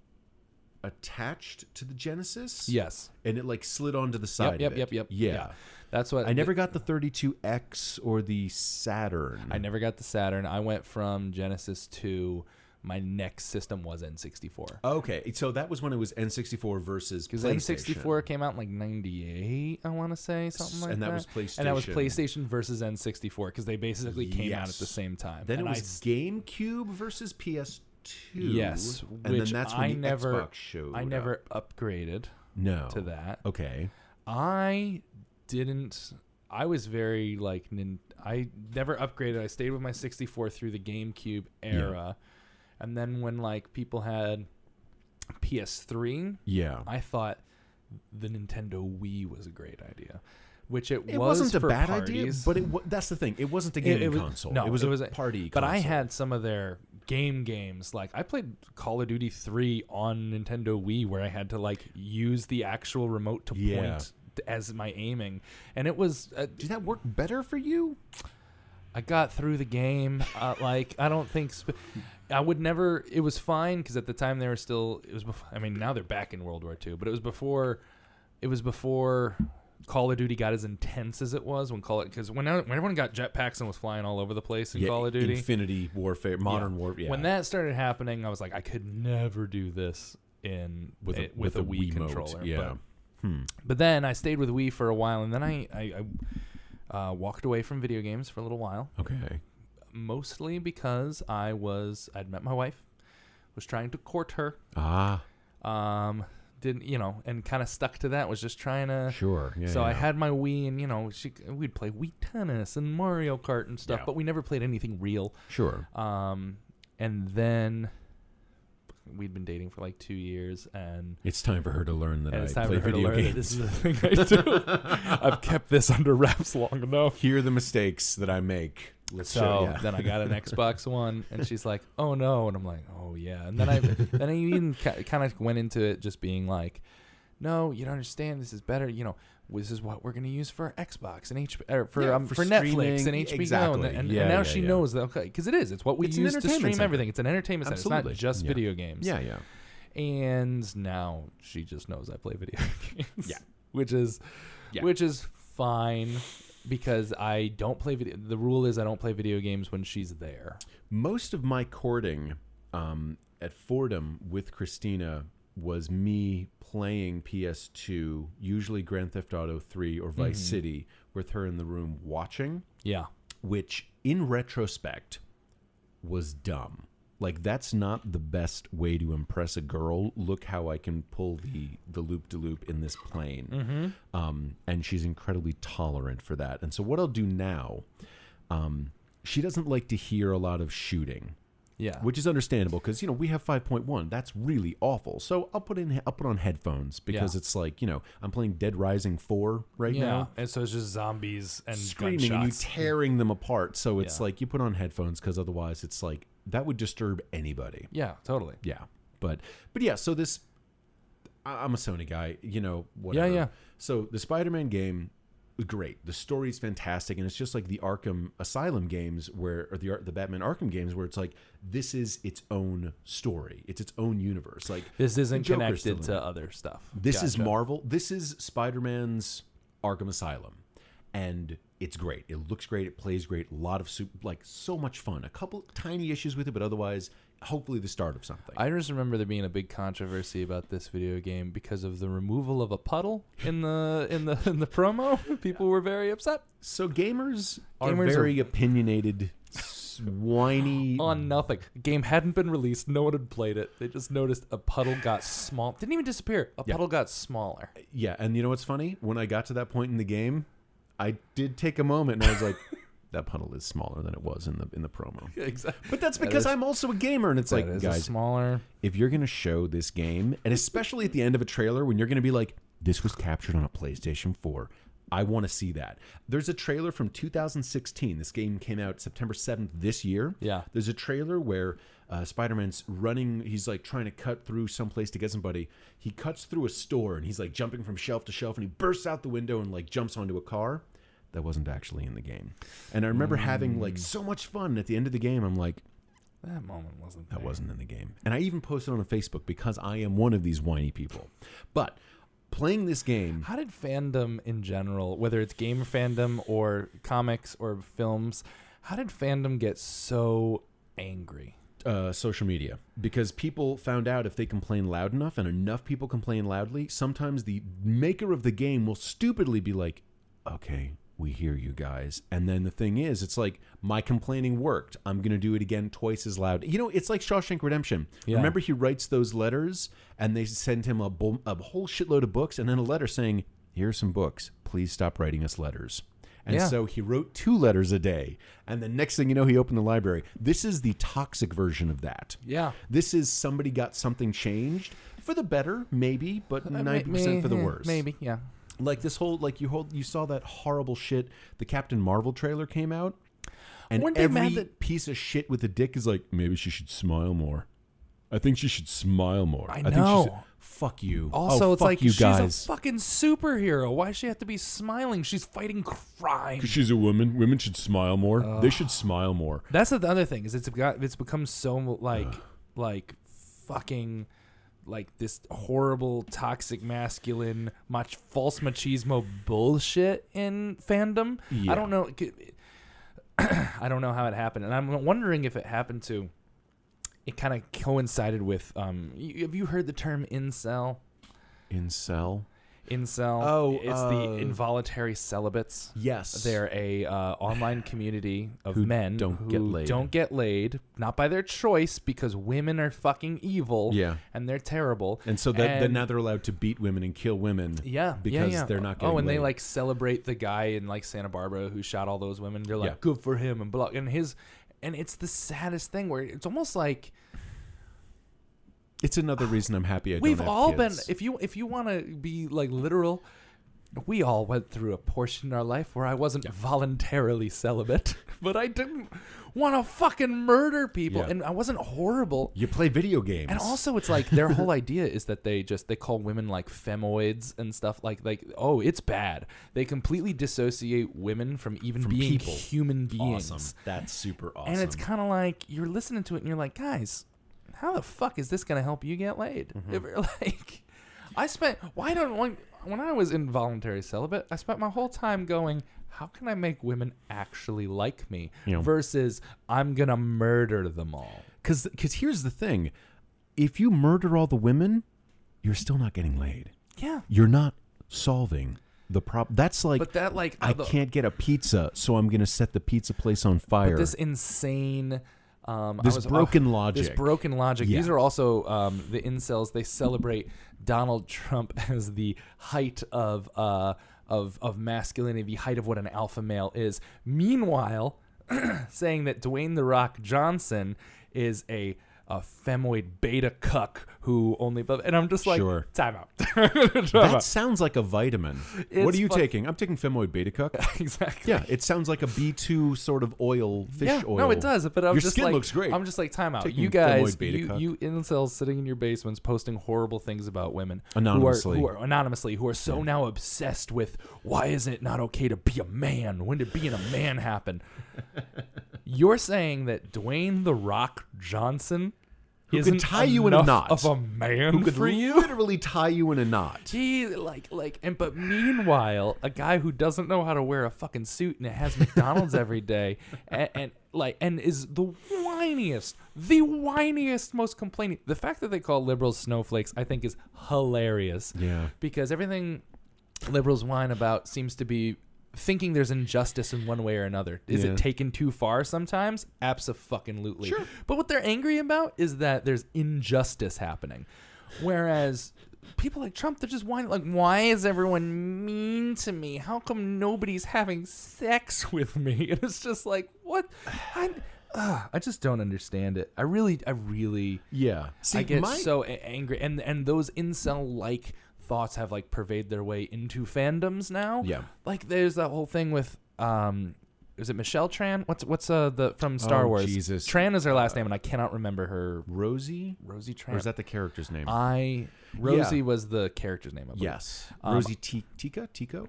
[SPEAKER 3] attached to the Genesis.
[SPEAKER 1] yes.
[SPEAKER 3] And it like slid onto the side. of
[SPEAKER 1] yep,
[SPEAKER 3] it.
[SPEAKER 1] yep, yep.
[SPEAKER 3] Yeah.
[SPEAKER 1] Yeah. That's what
[SPEAKER 3] I never got the 32X or the Saturn.
[SPEAKER 1] I never got the Saturn. I went from Genesis to my next system was N64.
[SPEAKER 3] Okay, so that was when it was N64 versus
[SPEAKER 1] Because
[SPEAKER 3] Oh, PlayStation.
[SPEAKER 1] N64 came out in like 98, I want to say, something like
[SPEAKER 3] and
[SPEAKER 1] that.
[SPEAKER 3] that was
[SPEAKER 1] And that was
[SPEAKER 3] PlayStation.
[SPEAKER 1] PlayStation versus N64 because they basically came out at
[SPEAKER 3] Yes.
[SPEAKER 1] the same time.
[SPEAKER 3] Then
[SPEAKER 1] And
[SPEAKER 3] it
[SPEAKER 1] I
[SPEAKER 3] was
[SPEAKER 1] s-
[SPEAKER 3] GameCube versus PS2.
[SPEAKER 1] Yes,
[SPEAKER 3] and
[SPEAKER 1] which
[SPEAKER 3] then that's when
[SPEAKER 1] I
[SPEAKER 3] the
[SPEAKER 1] never-
[SPEAKER 3] Xbox showed.
[SPEAKER 1] I
[SPEAKER 3] up.
[SPEAKER 1] never upgraded
[SPEAKER 3] no
[SPEAKER 1] to that.
[SPEAKER 3] Okay,
[SPEAKER 1] I didn't. I was very like nin, I never upgraded. I stayed with my 64 through the GameCube era, and then when like people had PS3,
[SPEAKER 3] yeah,
[SPEAKER 1] I thought the Nintendo Wii was a great idea which it,
[SPEAKER 3] It
[SPEAKER 1] was
[SPEAKER 3] was not a
[SPEAKER 1] for
[SPEAKER 3] bad
[SPEAKER 1] parties.
[SPEAKER 3] idea, but it wa- that's the thing. It wasn't a gaming console.
[SPEAKER 1] No,
[SPEAKER 3] it was a party.
[SPEAKER 1] But I
[SPEAKER 3] console.
[SPEAKER 1] had some of their game games. Like I played Call of Duty Three on Nintendo Wii, where I had to like use the actual remote to
[SPEAKER 3] Yeah.
[SPEAKER 1] point as my aiming, and it was. Uh,
[SPEAKER 3] Did that work better for you?
[SPEAKER 1] I got through the game. Uh, like I don't think. Sp- I would never. It was fine because at the time they were still. It was. Before, I mean, now they're back in World War II, but it was before. It was before Call of Duty got as intense as it was when Call because when, when everyone got jetpacks and was flying all over the place in Call of Duty.
[SPEAKER 3] Infinity Warfare, Modern Warfare. Yeah.
[SPEAKER 1] When that started happening, I was like, I could never do this in with
[SPEAKER 3] With
[SPEAKER 1] a,
[SPEAKER 3] a-
[SPEAKER 1] with
[SPEAKER 3] Eh, with
[SPEAKER 1] a
[SPEAKER 3] a
[SPEAKER 1] Wii
[SPEAKER 3] Wiimote,
[SPEAKER 1] controller.
[SPEAKER 3] yeah. Hmm.
[SPEAKER 1] But, but then I stayed with Wii for a while, and then I I, I uh, walked away from video games for a little while,
[SPEAKER 3] okay,
[SPEAKER 1] mostly because I was I'd met my wife, was trying to court her,
[SPEAKER 3] ah,
[SPEAKER 1] um, didn't you know, and kind of stuck to that. Was just trying to
[SPEAKER 3] sure. Yeah,
[SPEAKER 1] so I
[SPEAKER 3] yeah.
[SPEAKER 1] had my Wii, and you know, she, we'd play Wii tennis and Mario Kart and stuff,
[SPEAKER 3] Yeah.
[SPEAKER 1] but we never played anything real.
[SPEAKER 3] sure.
[SPEAKER 1] Um, and then we'd been dating for like two years, and,
[SPEAKER 3] It's time for her to learn that
[SPEAKER 1] and
[SPEAKER 3] I
[SPEAKER 1] it's time
[SPEAKER 3] play
[SPEAKER 1] for her to
[SPEAKER 3] video
[SPEAKER 1] learn that
[SPEAKER 3] games.
[SPEAKER 1] this is the thing I do. I've kept this under wraps long enough.
[SPEAKER 3] Here are the mistakes that I make. Let's
[SPEAKER 1] So
[SPEAKER 3] show- yeah.
[SPEAKER 1] then I got an Xbox One, and she's like, "Oh no," and I'm like, "Oh yeah." And then I then I even kind of went into it just being like, "No, you don't understand. This is better. You know, this is what we're gonna use for our Xbox and H or for
[SPEAKER 3] Yeah,
[SPEAKER 1] um,
[SPEAKER 3] for
[SPEAKER 1] for Netflix
[SPEAKER 3] streaming.
[SPEAKER 1] and HBO." And,
[SPEAKER 3] Exactly.
[SPEAKER 1] and, and
[SPEAKER 3] Yeah,
[SPEAKER 1] now
[SPEAKER 3] yeah,
[SPEAKER 1] she
[SPEAKER 3] yeah.
[SPEAKER 1] knows that okay, because it is. It's what we
[SPEAKER 3] It's an
[SPEAKER 1] use to
[SPEAKER 3] entertainment
[SPEAKER 1] stream
[SPEAKER 3] center.
[SPEAKER 1] everything. It's an entertainment center.
[SPEAKER 3] Absolutely.
[SPEAKER 1] It's not just
[SPEAKER 3] Yeah.
[SPEAKER 1] video games.
[SPEAKER 3] yeah, yeah.
[SPEAKER 1] and now she just knows I play video games.
[SPEAKER 3] Yeah.
[SPEAKER 1] which is,
[SPEAKER 3] Yeah.
[SPEAKER 1] which is fine because I don't play video. The rule is I don't play video games when she's there.
[SPEAKER 3] most of my courting um, at Fordham with Christina was me playing PS2, usually Grand Theft Auto 3 or Vice City, with her in the room watching,
[SPEAKER 1] Yeah,
[SPEAKER 3] which in retrospect was dumb. Like that's not the best way to impress a girl. Look how I can pull the the loop de loop in this plane,
[SPEAKER 1] Mm-hmm.
[SPEAKER 3] um, and she's incredibly tolerant for that. And so what I'll do now, um, she doesn't like to hear a lot of shooting
[SPEAKER 1] yeah.
[SPEAKER 3] which is understandable because you know we have 5.1 that's really awful so i'll put in i'll put on headphones because
[SPEAKER 1] Yeah.
[SPEAKER 3] it's like you know i'm playing dead rising 4 right
[SPEAKER 1] yeah,
[SPEAKER 3] now
[SPEAKER 1] and so it's just zombies and
[SPEAKER 3] screaming and you
[SPEAKER 1] gunshots.
[SPEAKER 3] tearing them apart so it's
[SPEAKER 1] Yeah.
[SPEAKER 3] like you put on headphones because otherwise it's like that would disturb anybody
[SPEAKER 1] yeah, totally.
[SPEAKER 3] yeah but but yeah so this I- i'm a sony guy you know whatever
[SPEAKER 1] yeah.
[SPEAKER 3] so the spider-man game great the story's fantastic and it's just like the arkham asylum games where or the Ar- the batman arkham games where it's like this is its own story it's its own universe like
[SPEAKER 1] This isn't
[SPEAKER 3] Joker's
[SPEAKER 1] connected
[SPEAKER 3] still in
[SPEAKER 1] to other stuff.
[SPEAKER 3] this is
[SPEAKER 1] Gotcha.
[SPEAKER 3] Marvel. This is Spider Man's Arkham Asylum, and it's great. It looks great. It plays great. A lot of soup, like so much fun. A couple tiny issues with it, but otherwise, hopefully, the start of something.
[SPEAKER 1] I just remember there being a big controversy about this video game because of the removal of a puddle in the in the in the promo. People were very upset.
[SPEAKER 3] so gamers are
[SPEAKER 1] Gamers are-
[SPEAKER 3] very opinionated, s- whiny.
[SPEAKER 1] on nothing. The game hadn't been released. No one had played it. They just noticed a puddle got small. Didn't even disappear. A puddle got smaller.
[SPEAKER 3] yeah, and you know what's funny? When I got to that point in the game, I did take a moment and I was like, "That puddle is smaller than it was in the in the promo."
[SPEAKER 1] Exactly.
[SPEAKER 3] But that's because I'm also a gamer, and it's
[SPEAKER 1] Like
[SPEAKER 3] like, guys,
[SPEAKER 1] smaller.
[SPEAKER 3] if you're going to show this game, and especially at the end of a trailer when you're going to be like, this was captured on a PlayStation 4, I want to see that. There's a trailer from 2016. This game came out September 7th this year.
[SPEAKER 1] Yeah.
[SPEAKER 3] There's a trailer where uh, Spider Man's running. He's like trying to cut through someplace to get somebody. He cuts through a store and he's like jumping from shelf to shelf and he bursts out the window and like jumps onto a car. That wasn't actually in the game. And I remember having like so much fun. And at the end of the game, I'm like,
[SPEAKER 1] That moment wasn't.
[SPEAKER 3] that wasn't in the game. And I even posted on Facebook because I am one of these whiny people. But playing this game,
[SPEAKER 1] How did fandom in general, whether it's game fandom or comics or films, how did fandom get so angry?
[SPEAKER 3] uh, social media, because people found out if they complain loud enough and enough people complain loudly, sometimes the maker of the game will stupidly be like, okay, we hear you guys. And then the thing is, it's like, my complaining worked. I'm going to do it again twice as loud. You know, it's like Shawshank Redemption.
[SPEAKER 1] Yeah.
[SPEAKER 3] Remember, he writes those letters and they send him a, bu- a whole shitload of books and then a letter saying, here are some books. Please stop writing us letters. And
[SPEAKER 1] Yeah.
[SPEAKER 3] so he wrote two letters a day. And the next thing you know, he opened the library. This is the toxic version of that.
[SPEAKER 1] Yeah.
[SPEAKER 3] This is somebody got something changed for the better, maybe, but 90% for the worse.
[SPEAKER 1] Uh, Maybe. Yeah.
[SPEAKER 3] like this whole like you hold you saw that horrible shit. The Captain Marvel trailer came out, and
[SPEAKER 1] Weren't they
[SPEAKER 3] every
[SPEAKER 1] mad that-
[SPEAKER 3] piece of shit with a dick is like, maybe she should smile more. I think she should smile more.
[SPEAKER 1] I
[SPEAKER 3] think she should-"
[SPEAKER 1] know.
[SPEAKER 3] Fuck you.
[SPEAKER 1] Also,
[SPEAKER 3] oh,
[SPEAKER 1] it's
[SPEAKER 3] fuck
[SPEAKER 1] like
[SPEAKER 3] you
[SPEAKER 1] she's
[SPEAKER 3] guys.
[SPEAKER 1] a fucking superhero. Why does she have to be smiling? She's fighting crime.
[SPEAKER 3] She's a woman. Women should smile more. they should smile more.
[SPEAKER 1] That's the other thing is it's got it's become so like like fucking like this horrible toxic masculine much false machismo bullshit in fandom. I
[SPEAKER 3] Yeah.
[SPEAKER 1] don't know. I don't know how it happened, and I'm wondering if it happened to. It kind of coincided with. Um, y have you heard the term incel?
[SPEAKER 3] Incel.
[SPEAKER 1] Incel.
[SPEAKER 3] Oh,
[SPEAKER 1] it's
[SPEAKER 3] uh,
[SPEAKER 1] the involuntary celibates.
[SPEAKER 3] Yes.
[SPEAKER 1] They're a uh, online community of
[SPEAKER 3] Who
[SPEAKER 1] men
[SPEAKER 3] don't get
[SPEAKER 1] who
[SPEAKER 3] laid.
[SPEAKER 1] Don't get laid, not by their choice, because women are fucking evil.
[SPEAKER 3] Yeah.
[SPEAKER 1] and they're terrible.
[SPEAKER 3] And so that, then
[SPEAKER 1] And-
[SPEAKER 3] now they're allowed to beat women and kill women.
[SPEAKER 1] yeah, yeah,
[SPEAKER 3] because
[SPEAKER 1] yeah.
[SPEAKER 3] they're not. Getting
[SPEAKER 1] Oh, and they
[SPEAKER 3] laid.
[SPEAKER 1] like celebrate the guy in like Santa Barbara who shot all those women. They're like,
[SPEAKER 3] Yeah.
[SPEAKER 1] good for him, and blah. And his, and it's the saddest thing where it's almost like
[SPEAKER 3] It's another reason I'm happy. I
[SPEAKER 1] we've
[SPEAKER 3] don't have
[SPEAKER 1] all
[SPEAKER 3] kids.
[SPEAKER 1] been. If you if you want to be like literal. We all went through a portion in our life where I wasn't voluntarily celibate, but I didn't want to fucking murder people,
[SPEAKER 3] Yeah.
[SPEAKER 1] and I wasn't horrible.
[SPEAKER 3] you play video games.
[SPEAKER 1] And also, it's like their whole idea is that they just they call women like femoids and stuff like like oh it's bad. They completely dissociate women from even being
[SPEAKER 3] people.
[SPEAKER 1] human beings.
[SPEAKER 3] awesome. That's super awesome.
[SPEAKER 1] And it's kind of like you're listening to it and you're like, guys, how the fuck is this gonna help you get laid?
[SPEAKER 3] Mm-hmm.
[SPEAKER 1] If you're like, I spent why don't when, when I was involuntary celibate, I spent my whole time going. How can I make women actually like me
[SPEAKER 3] Yeah.
[SPEAKER 1] versus I'm gonna murder them all?
[SPEAKER 3] because because here's the thing: if you murder all the women, you're still not getting laid.
[SPEAKER 1] Yeah,
[SPEAKER 3] You're not solving the problem. That's like
[SPEAKER 1] but that like
[SPEAKER 3] I
[SPEAKER 1] the-
[SPEAKER 3] can't get a pizza, so I'm gonna set the pizza place on fire.
[SPEAKER 1] this insane um, I
[SPEAKER 3] This
[SPEAKER 1] was-
[SPEAKER 3] broken
[SPEAKER 1] This
[SPEAKER 3] logic.
[SPEAKER 1] broken logic. These
[SPEAKER 3] Yeah.
[SPEAKER 1] are also um, the incels. They celebrate Donald Trump as the height of uh, of of masculinity, the height of what an alpha male is. Meanwhile, saying that Dwayne the Rock Johnson is a a femoid beta cuck who only and I'm just like
[SPEAKER 3] Sure.
[SPEAKER 1] time out.
[SPEAKER 3] that sounds like a vitamin. what
[SPEAKER 1] It's
[SPEAKER 3] are you
[SPEAKER 1] fuck-
[SPEAKER 3] taking? I'm taking Femoid Beta Cuck.
[SPEAKER 1] exactly.
[SPEAKER 3] Yeah, it sounds like a B2 sort of oil, fish
[SPEAKER 1] yeah,
[SPEAKER 3] oil.
[SPEAKER 1] No, it does. But I'm
[SPEAKER 3] Your
[SPEAKER 1] just
[SPEAKER 3] skin
[SPEAKER 1] like,
[SPEAKER 3] looks great.
[SPEAKER 1] I'm just like, time out.
[SPEAKER 3] Taking
[SPEAKER 1] you guys,
[SPEAKER 3] Femoid beta
[SPEAKER 1] you,
[SPEAKER 3] cuck.
[SPEAKER 1] you incels sitting in your basements posting horrible things about women who are-
[SPEAKER 3] Anonymously.
[SPEAKER 1] who are, anonymously, who are so now obsessed with why is it not okay to be a man? When did being a man happen? You're saying that Dwayne the Rock Johnson
[SPEAKER 3] Who could
[SPEAKER 1] isn't
[SPEAKER 3] tie you in a
[SPEAKER 1] enough
[SPEAKER 3] knot.
[SPEAKER 1] of a man
[SPEAKER 3] Who could
[SPEAKER 1] for you?
[SPEAKER 3] literally tie you in a knot.
[SPEAKER 1] He like like and but meanwhile, a guy who doesn't know how to wear a fucking suit and has McDonald's every day and, and like and is the whiniest, the whiniest, most complaining. The fact that they call liberals snowflakes, I think, is hilarious.
[SPEAKER 3] Yeah.
[SPEAKER 1] Because everything liberals whine about seems to be thinking there's injustice in one way or another. Is
[SPEAKER 3] Yeah.
[SPEAKER 1] it taken too far sometimes? Absolutely.
[SPEAKER 3] Sure.
[SPEAKER 1] But what they're angry about is that there's injustice happening. Whereas people like Trump, they're just whining like, why is everyone mean to me? How come nobody's having sex with me? And it's just like, what? I, uh, I just don't understand it. I really, I really.
[SPEAKER 3] Yeah. See,
[SPEAKER 1] I get
[SPEAKER 3] my,
[SPEAKER 1] so a- angry, and and those incel like thoughts have like pervaded their way into fandoms now.
[SPEAKER 3] Yeah.
[SPEAKER 1] like there's that whole thing with um, is it Michelle Tran? What's what's uh the from Star
[SPEAKER 3] Oh,
[SPEAKER 1] Wars?
[SPEAKER 3] Jesus.
[SPEAKER 1] Tran is her last name, and I cannot remember her.
[SPEAKER 3] Rosie,
[SPEAKER 1] Rosie Tran.
[SPEAKER 3] or is that the character's name?
[SPEAKER 1] Um, I Rosie was the character's name. I believe.
[SPEAKER 3] yes,
[SPEAKER 1] Um,
[SPEAKER 3] Rosie T- Tika Tico.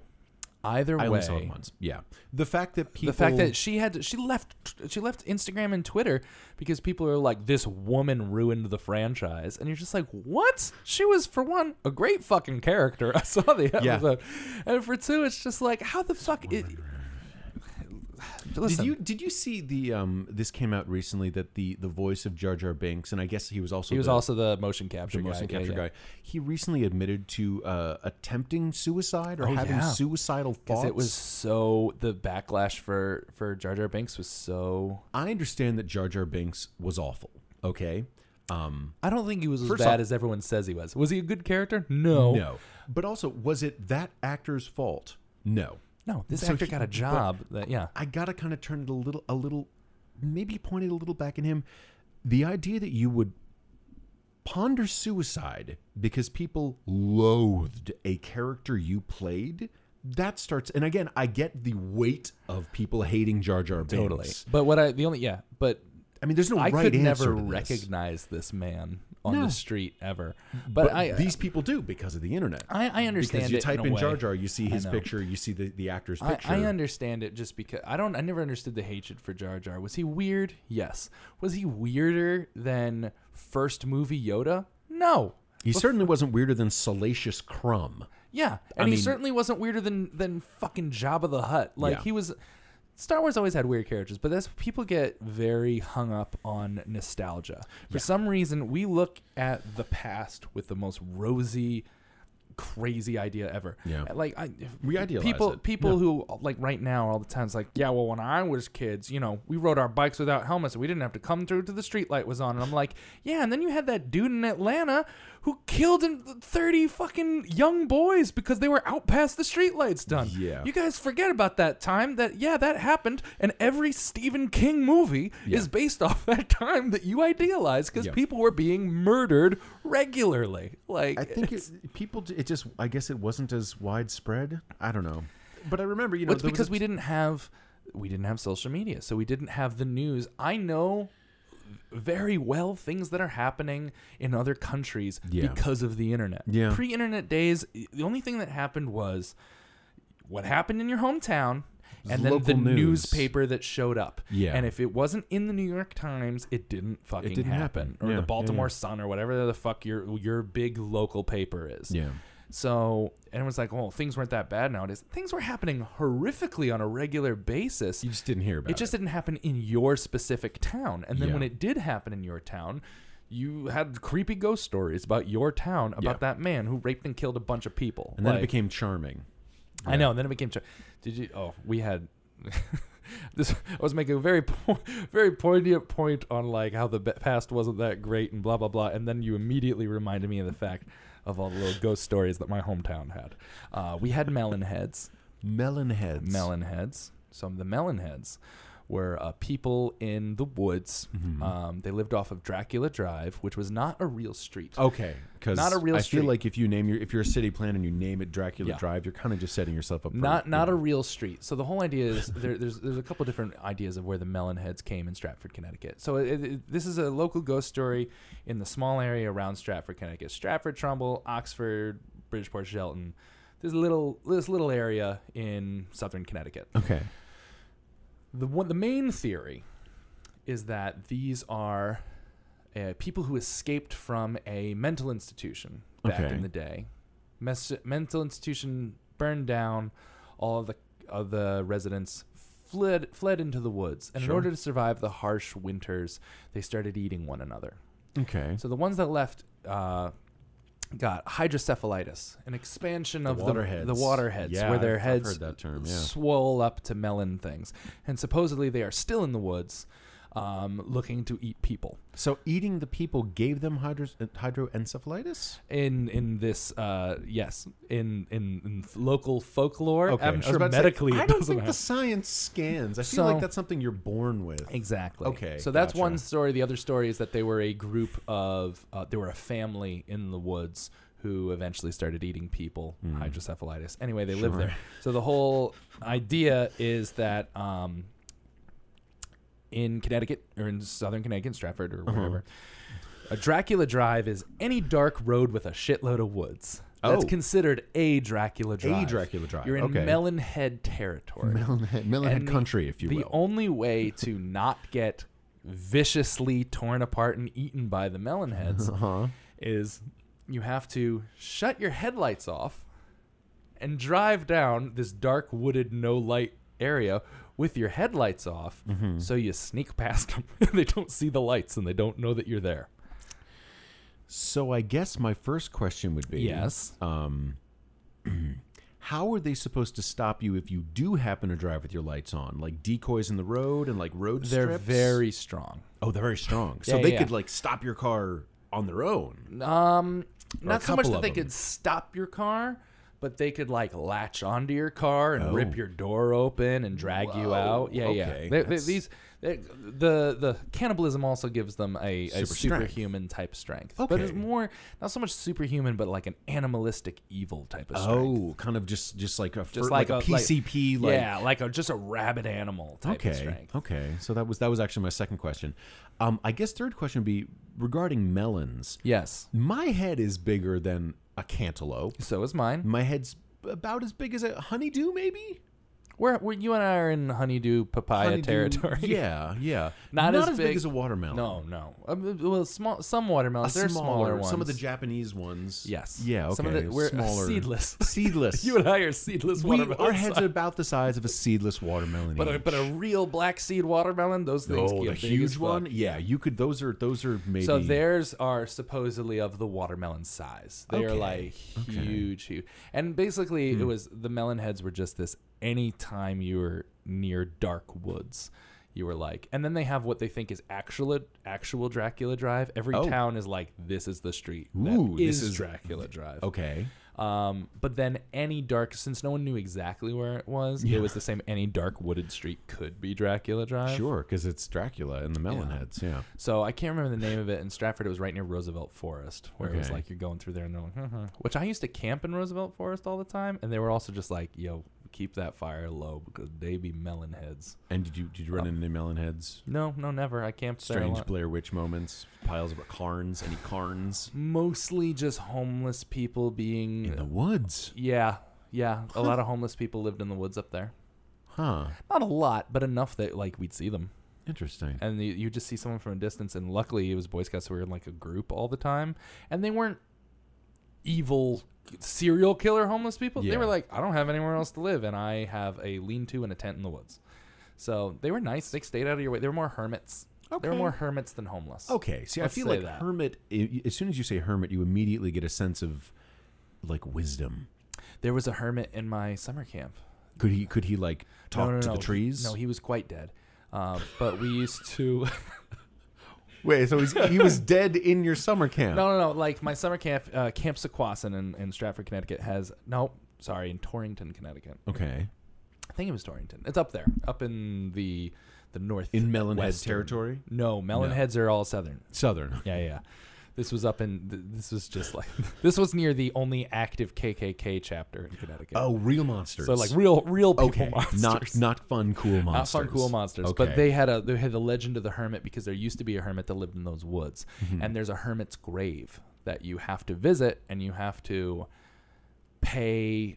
[SPEAKER 1] Either
[SPEAKER 3] I
[SPEAKER 1] way,
[SPEAKER 3] only saw it once. Yeah, the fact that people
[SPEAKER 1] the fact that she had she left she left Instagram and Twitter because people are like this woman ruined the franchise and you're just like what she was for one a great fucking character I saw the
[SPEAKER 3] Yeah.
[SPEAKER 1] episode and for two it's just like how the fuck it,
[SPEAKER 3] did
[SPEAKER 1] listen
[SPEAKER 3] you did you see the um? This came out recently that the the voice of Jar Jar Binks, and I guess he was also
[SPEAKER 1] he was
[SPEAKER 3] the,
[SPEAKER 1] also the motion capture
[SPEAKER 3] the
[SPEAKER 1] guy.
[SPEAKER 3] motion
[SPEAKER 1] Yeah,
[SPEAKER 3] capture
[SPEAKER 1] yeah.
[SPEAKER 3] guy. He recently admitted to uh, attempting suicide or
[SPEAKER 1] Oh,
[SPEAKER 3] having
[SPEAKER 1] yeah.
[SPEAKER 3] suicidal thoughts.
[SPEAKER 1] 'Cause it was so the backlash for for Jar Jar Binks was so
[SPEAKER 3] I understand that Jar Jar Binks was awful. Okay. Um.
[SPEAKER 1] I don't think he was as
[SPEAKER 3] First
[SPEAKER 1] bad
[SPEAKER 3] off-
[SPEAKER 1] as everyone says he was. Was he a good character? No.
[SPEAKER 3] No. But also, was it that actor's fault? No.
[SPEAKER 1] No, this
[SPEAKER 3] So
[SPEAKER 1] actor
[SPEAKER 3] he-
[SPEAKER 1] got a
[SPEAKER 3] but-
[SPEAKER 1] job that yeah.
[SPEAKER 3] I gotta kind of turn it a little, a little, maybe point it a little back at him. The idea that you would ponder suicide because people loathed a character you played. That starts, and again, I get the weight of people hating Jar Jar Binks.
[SPEAKER 1] Totally. But what I the only yeah, but
[SPEAKER 3] I mean, there's no
[SPEAKER 1] I
[SPEAKER 3] right
[SPEAKER 1] could
[SPEAKER 3] answer
[SPEAKER 1] never
[SPEAKER 3] to this.
[SPEAKER 1] recognize this man on
[SPEAKER 3] No.
[SPEAKER 1] the street ever. But,
[SPEAKER 3] But,
[SPEAKER 1] I
[SPEAKER 3] these people do because of the internet.
[SPEAKER 1] I, I understand
[SPEAKER 3] because you
[SPEAKER 1] it
[SPEAKER 3] type
[SPEAKER 1] in,
[SPEAKER 3] in,
[SPEAKER 1] a way.
[SPEAKER 3] Jar Jar, you see his
[SPEAKER 1] know.
[SPEAKER 3] picture, you see the, the actor's
[SPEAKER 1] I,
[SPEAKER 3] picture.
[SPEAKER 1] I understand it just because I don't. I never understood the hatred for Jar Jar. Was he weird? Yes. Was he weirder than first movie Yoda? No.
[SPEAKER 3] he certainly wasn't weirder than Salacious Crumb.
[SPEAKER 1] Yeah, and he
[SPEAKER 3] mean-
[SPEAKER 1] certainly wasn't weirder than than fucking Jabba the Hutt. Like
[SPEAKER 3] Yeah.
[SPEAKER 1] he was. Star Wars always had weird characters, but that's people get very hung up on nostalgia. For some reason, we look at the past with the most rosy, crazy idea ever.
[SPEAKER 3] Yeah.
[SPEAKER 1] like I,
[SPEAKER 3] We idealize
[SPEAKER 1] people
[SPEAKER 3] it.
[SPEAKER 1] people who like right now all the time is like, yeah, well, when I was kids, you know, we rode our bikes without helmets, and we didn't have to come through till the street light was on. And I'm like, yeah, and then you had that dude in Atlanta who killed in- thirty fucking young boys because they were out past the street lights done.
[SPEAKER 3] Yeah.
[SPEAKER 1] you guys forget about that time. That yeah, that happened, and every Stephen King movie is based off that time that you idealize because
[SPEAKER 3] Yeah.
[SPEAKER 1] people were being murdered regularly. Like
[SPEAKER 3] I think it, people, d- it just, I guess it wasn't as widespread. I don't know. But I remember, you know,
[SPEAKER 1] Well, it's
[SPEAKER 3] there was a
[SPEAKER 1] because we didn't have we didn't have social media, so we didn't have the news. I know very well things that are happening in other countries
[SPEAKER 3] Yeah.
[SPEAKER 1] because of the internet.
[SPEAKER 3] Yeah.
[SPEAKER 1] Pre-internet days, the only thing that happened was what happened in your hometown and then the
[SPEAKER 3] local news.
[SPEAKER 1] newspaper that showed up.
[SPEAKER 3] Yeah.
[SPEAKER 1] And if it wasn't in the New York Times, it didn't fucking
[SPEAKER 3] didn't happen.
[SPEAKER 1] Or
[SPEAKER 3] Yeah, yeah,
[SPEAKER 1] the Baltimore
[SPEAKER 3] yeah.
[SPEAKER 1] Sun or whatever the fuck your your big local paper is.
[SPEAKER 3] Yeah.
[SPEAKER 1] So everyone's like, well, things weren't that bad nowadays. Things were happening horrifically on a regular basis.
[SPEAKER 3] You just didn't hear about it.
[SPEAKER 1] It just didn't happen in your specific town. And then
[SPEAKER 3] Yeah.
[SPEAKER 1] when it did happen in your town, you had creepy ghost stories about your town about
[SPEAKER 3] Yeah.
[SPEAKER 1] that man who raped and killed a bunch of people.
[SPEAKER 3] and then it
[SPEAKER 1] Like,
[SPEAKER 3] became charming.
[SPEAKER 1] I know. And then it became. Ch- Did you? Oh, we had. this I was making a very, po- very poignant point on like how the be- past wasn't that great and blah blah blah, and then you immediately reminded me of the fact of all the little ghost stories that my hometown had. Uh, we had melon heads.
[SPEAKER 3] Melon heads.
[SPEAKER 1] Melon heads. Some of the melon heads were uh, people in the woods. Um, they lived off of Dracula Drive, which was not a real street.
[SPEAKER 3] Okay, because
[SPEAKER 1] Not a real
[SPEAKER 3] I
[SPEAKER 1] street.
[SPEAKER 3] feel like if you name your if you're a city plan and you name it Dracula
[SPEAKER 1] Yeah.
[SPEAKER 3] Drive, you're kind of just setting yourself up. For,
[SPEAKER 1] not
[SPEAKER 3] you
[SPEAKER 1] not
[SPEAKER 3] know.
[SPEAKER 1] a real street. So the whole idea is there, there's there's a couple different ideas of where the melon heads came in Stratford, Connecticut. So it, it, this is a local ghost story in the small area around Stratford, Connecticut. Stratford, Trumbull, Oxford, Bridgeport, Shelton. This little this little area in southern Connecticut.
[SPEAKER 3] okay.
[SPEAKER 1] The one the main theory is that these are uh, people who escaped from a mental institution back
[SPEAKER 3] Okay.
[SPEAKER 1] in the day. Mes- mental institution burned down. All of the of the residents fled fled into the woods, and in
[SPEAKER 3] Sure.
[SPEAKER 1] order to survive the harsh winters, they started eating one another.
[SPEAKER 3] Okay.
[SPEAKER 1] So the ones that left uh, got hydrocephalitis, an expansion of the, the
[SPEAKER 3] waterheads.
[SPEAKER 1] waterheads,
[SPEAKER 3] Yeah,
[SPEAKER 1] where their
[SPEAKER 3] I've- I've
[SPEAKER 1] heads
[SPEAKER 3] heard that term, yeah.
[SPEAKER 1] swole up to melon things. And supposedly they are still in the woods um, looking to eat people.
[SPEAKER 3] So eating the people gave them hydro, hydroencephalitis.
[SPEAKER 1] In in this uh, yes in in, in local folklore
[SPEAKER 3] Okay, I
[SPEAKER 1] I'm
[SPEAKER 3] was
[SPEAKER 1] sure
[SPEAKER 3] about to say,
[SPEAKER 1] medically
[SPEAKER 3] I
[SPEAKER 1] it
[SPEAKER 3] don't
[SPEAKER 1] doesn't
[SPEAKER 3] think the
[SPEAKER 1] happen.
[SPEAKER 3] science scans. I
[SPEAKER 1] So-
[SPEAKER 3] feel like that's something you're born with.
[SPEAKER 1] Exactly.
[SPEAKER 3] Okay,
[SPEAKER 1] So that's
[SPEAKER 3] gotcha.
[SPEAKER 1] one story. The other story is that they were a group of, uh, they were a family in the woods who eventually started eating people,
[SPEAKER 3] Hmm.
[SPEAKER 1] hydrocephalitis. Anyway, they lived there. So the whole idea is that um, in Connecticut or in southern Connecticut, Stratford or
[SPEAKER 3] Uh-huh.
[SPEAKER 1] wherever, a Dracula Drive is any dark road with a shitload of woods. That's
[SPEAKER 3] Oh.
[SPEAKER 1] considered a Dracula Drive.
[SPEAKER 3] Dracula Drive,
[SPEAKER 1] You're in
[SPEAKER 3] okay.
[SPEAKER 1] melon head territory
[SPEAKER 3] Melonhead, melonhead
[SPEAKER 1] the-
[SPEAKER 3] country, if you
[SPEAKER 1] the
[SPEAKER 3] will.
[SPEAKER 1] only way to not get viciously torn apart and eaten by the melon heads
[SPEAKER 3] Uh-huh.
[SPEAKER 1] is you have to shut your headlights off and drive down this dark wooded no light area with your headlights off
[SPEAKER 3] Mm-hmm.
[SPEAKER 1] so you sneak past them they don't see the lights and they don't know that you're there
[SPEAKER 3] so I guess my first question would be:
[SPEAKER 1] yes
[SPEAKER 3] um, how are they supposed to stop you if you do happen to drive with your lights on? Like decoys in the road and like road
[SPEAKER 1] they're
[SPEAKER 3] strips?
[SPEAKER 1] very strong
[SPEAKER 3] Oh, they're very strong. So
[SPEAKER 1] Yeah,
[SPEAKER 3] they
[SPEAKER 1] yeah,
[SPEAKER 3] could
[SPEAKER 1] yeah.
[SPEAKER 3] like stop your car on their own.
[SPEAKER 1] Um,
[SPEAKER 3] Or a
[SPEAKER 1] not so much
[SPEAKER 3] couple
[SPEAKER 1] that
[SPEAKER 3] of
[SPEAKER 1] they
[SPEAKER 3] them.
[SPEAKER 1] could stop your car, but they could like latch onto your car and
[SPEAKER 3] Oh.
[SPEAKER 1] rip your door open and drag you out. Yeah, yeah.
[SPEAKER 3] okay,
[SPEAKER 1] They- they-
[SPEAKER 3] that's-
[SPEAKER 1] these they- the the cannibalism also gives them a, a
[SPEAKER 3] Super strength.
[SPEAKER 1] superhuman type strength, but it's
[SPEAKER 3] Okay.
[SPEAKER 1] more not so much superhuman, but like an animalistic evil type of strength.
[SPEAKER 3] Oh, kind of just just like a
[SPEAKER 1] Just
[SPEAKER 3] fir- like, a, PCP like
[SPEAKER 1] yeah, like a, just a rabid animal type of
[SPEAKER 3] okay
[SPEAKER 1] strength.
[SPEAKER 3] okay. So that was that was actually my second question. Um, I guess third question would be regarding melons.
[SPEAKER 1] Yes,
[SPEAKER 3] My head is bigger than a cantaloupe.
[SPEAKER 1] so is mine.
[SPEAKER 3] My head's about as big as a honeydew, maybe.
[SPEAKER 1] We're, we're you and I are in honeydew papaya
[SPEAKER 3] Honeydew-
[SPEAKER 1] territory.
[SPEAKER 3] Yeah, yeah.
[SPEAKER 1] Not as
[SPEAKER 3] as big,
[SPEAKER 1] big-
[SPEAKER 3] as a watermelon.
[SPEAKER 1] No, no. Um, well, small some watermelons.
[SPEAKER 3] A
[SPEAKER 1] They're smaller, ones.
[SPEAKER 3] Some of the Japanese ones.
[SPEAKER 1] Yes.
[SPEAKER 3] Yeah. Okay.
[SPEAKER 1] Some of the- we're, uh,
[SPEAKER 3] smaller.
[SPEAKER 1] seedless.
[SPEAKER 3] Seedless.
[SPEAKER 1] You and I are seedless
[SPEAKER 3] we,
[SPEAKER 1] watermelons.
[SPEAKER 3] our heads are about the size of a seedless watermelon.
[SPEAKER 1] but a,
[SPEAKER 3] each.
[SPEAKER 1] but a real black seed watermelon, those things
[SPEAKER 3] oh,
[SPEAKER 1] get
[SPEAKER 3] the
[SPEAKER 1] big as
[SPEAKER 3] huge
[SPEAKER 1] fuck.
[SPEAKER 3] one. Yeah. You could. Those are. Those are maybe.
[SPEAKER 1] So theirs are supposedly of the watermelon size. They are
[SPEAKER 3] Okay. Hmm.
[SPEAKER 1] like huge, huge. And basically, it was the melon heads were just this. Anytime you were near dark woods, you were like. And then they have what they think is actual actual Dracula Drive. Every
[SPEAKER 3] Oh.
[SPEAKER 1] town is like, this is the street.
[SPEAKER 3] Ooh,
[SPEAKER 1] that
[SPEAKER 3] this
[SPEAKER 1] is,
[SPEAKER 3] is-
[SPEAKER 1] Dracula Drive.
[SPEAKER 3] Okay.
[SPEAKER 1] Um, but then any dark, since no one knew exactly where it was, it was the same. Any dark wooded street could be Dracula Drive.
[SPEAKER 3] Sure, because it's Dracula and the melon
[SPEAKER 1] Yeah.
[SPEAKER 3] heads. Yeah.
[SPEAKER 1] So I can't remember the name of it. In Stratford, it was right near Roosevelt Forest, where it was
[SPEAKER 3] Okay.
[SPEAKER 1] like you're going through there and they're like, "Mhm." which I used to camp in Roosevelt Forest all the time, and they were also just like, yo, keep that fire low because they be melon heads.
[SPEAKER 3] And did you did you
[SPEAKER 1] Uh,
[SPEAKER 3] run into any melon heads?
[SPEAKER 1] No, no, never. I camped there. a
[SPEAKER 3] Strange
[SPEAKER 1] lot.
[SPEAKER 3] Blair Witch moments. Piles of carns. Any carns
[SPEAKER 1] Mostly just homeless people being.
[SPEAKER 3] in the woods?
[SPEAKER 1] Yeah, yeah. A lot of homeless people lived in the woods up there.
[SPEAKER 3] Huh.
[SPEAKER 1] Not a lot, but enough that like we'd see them.
[SPEAKER 3] Interesting.
[SPEAKER 1] and you, you just see someone from a distance. And luckily, it was Boy Scouts, so we were in like a group all the time, and they weren't evil serial killer homeless people. They
[SPEAKER 3] Yeah.
[SPEAKER 1] were like, I don't have anywhere else to live, and I have a lean-to and a tent in the woods. So they were nice. They stayed out of your way. They were more hermits. They were
[SPEAKER 3] Okay.
[SPEAKER 1] more hermits than homeless.
[SPEAKER 3] Okay, see,
[SPEAKER 1] Let's
[SPEAKER 3] I feel
[SPEAKER 1] say
[SPEAKER 3] like
[SPEAKER 1] that.
[SPEAKER 3] hermit. i- As soon as you say hermit, you immediately get a sense of like wisdom.
[SPEAKER 1] There was a hermit in my summer camp.
[SPEAKER 3] Could he? Could he like
[SPEAKER 1] No,
[SPEAKER 3] talk
[SPEAKER 1] no,
[SPEAKER 3] to
[SPEAKER 1] no,
[SPEAKER 3] the
[SPEAKER 1] he-
[SPEAKER 3] trees?
[SPEAKER 1] no, he was quite dead. Um, but we used to.
[SPEAKER 3] Wait, so he's, he was dead in your summer camp?
[SPEAKER 1] No, no, no. Like my summer camp, uh, Camp Sequassin in, in Stratford, Connecticut has. No, sorry, in Torrington, Connecticut.
[SPEAKER 3] Okay,
[SPEAKER 1] I think it was Torrington. It's up there, up in the the north.
[SPEAKER 3] in Melonhead
[SPEAKER 1] western-
[SPEAKER 3] territory,
[SPEAKER 1] No, melon
[SPEAKER 3] No.
[SPEAKER 1] heads are all southern.
[SPEAKER 3] southern.
[SPEAKER 1] Yeah, yeah. This was up in. th- This was just like this was near the only active KKK chapter in Connecticut.
[SPEAKER 3] Oh, real monsters.
[SPEAKER 1] so like real, real people
[SPEAKER 3] okay,
[SPEAKER 1] monsters.
[SPEAKER 3] not not fun, cool monsters.
[SPEAKER 1] Not fun, cool monsters,
[SPEAKER 3] Okay.
[SPEAKER 1] but they had a they had the legend of the hermit because there used to be a hermit that lived in those woods,
[SPEAKER 3] Mm-hmm.
[SPEAKER 1] and there's a hermit's grave that you have to visit, and you have to pay.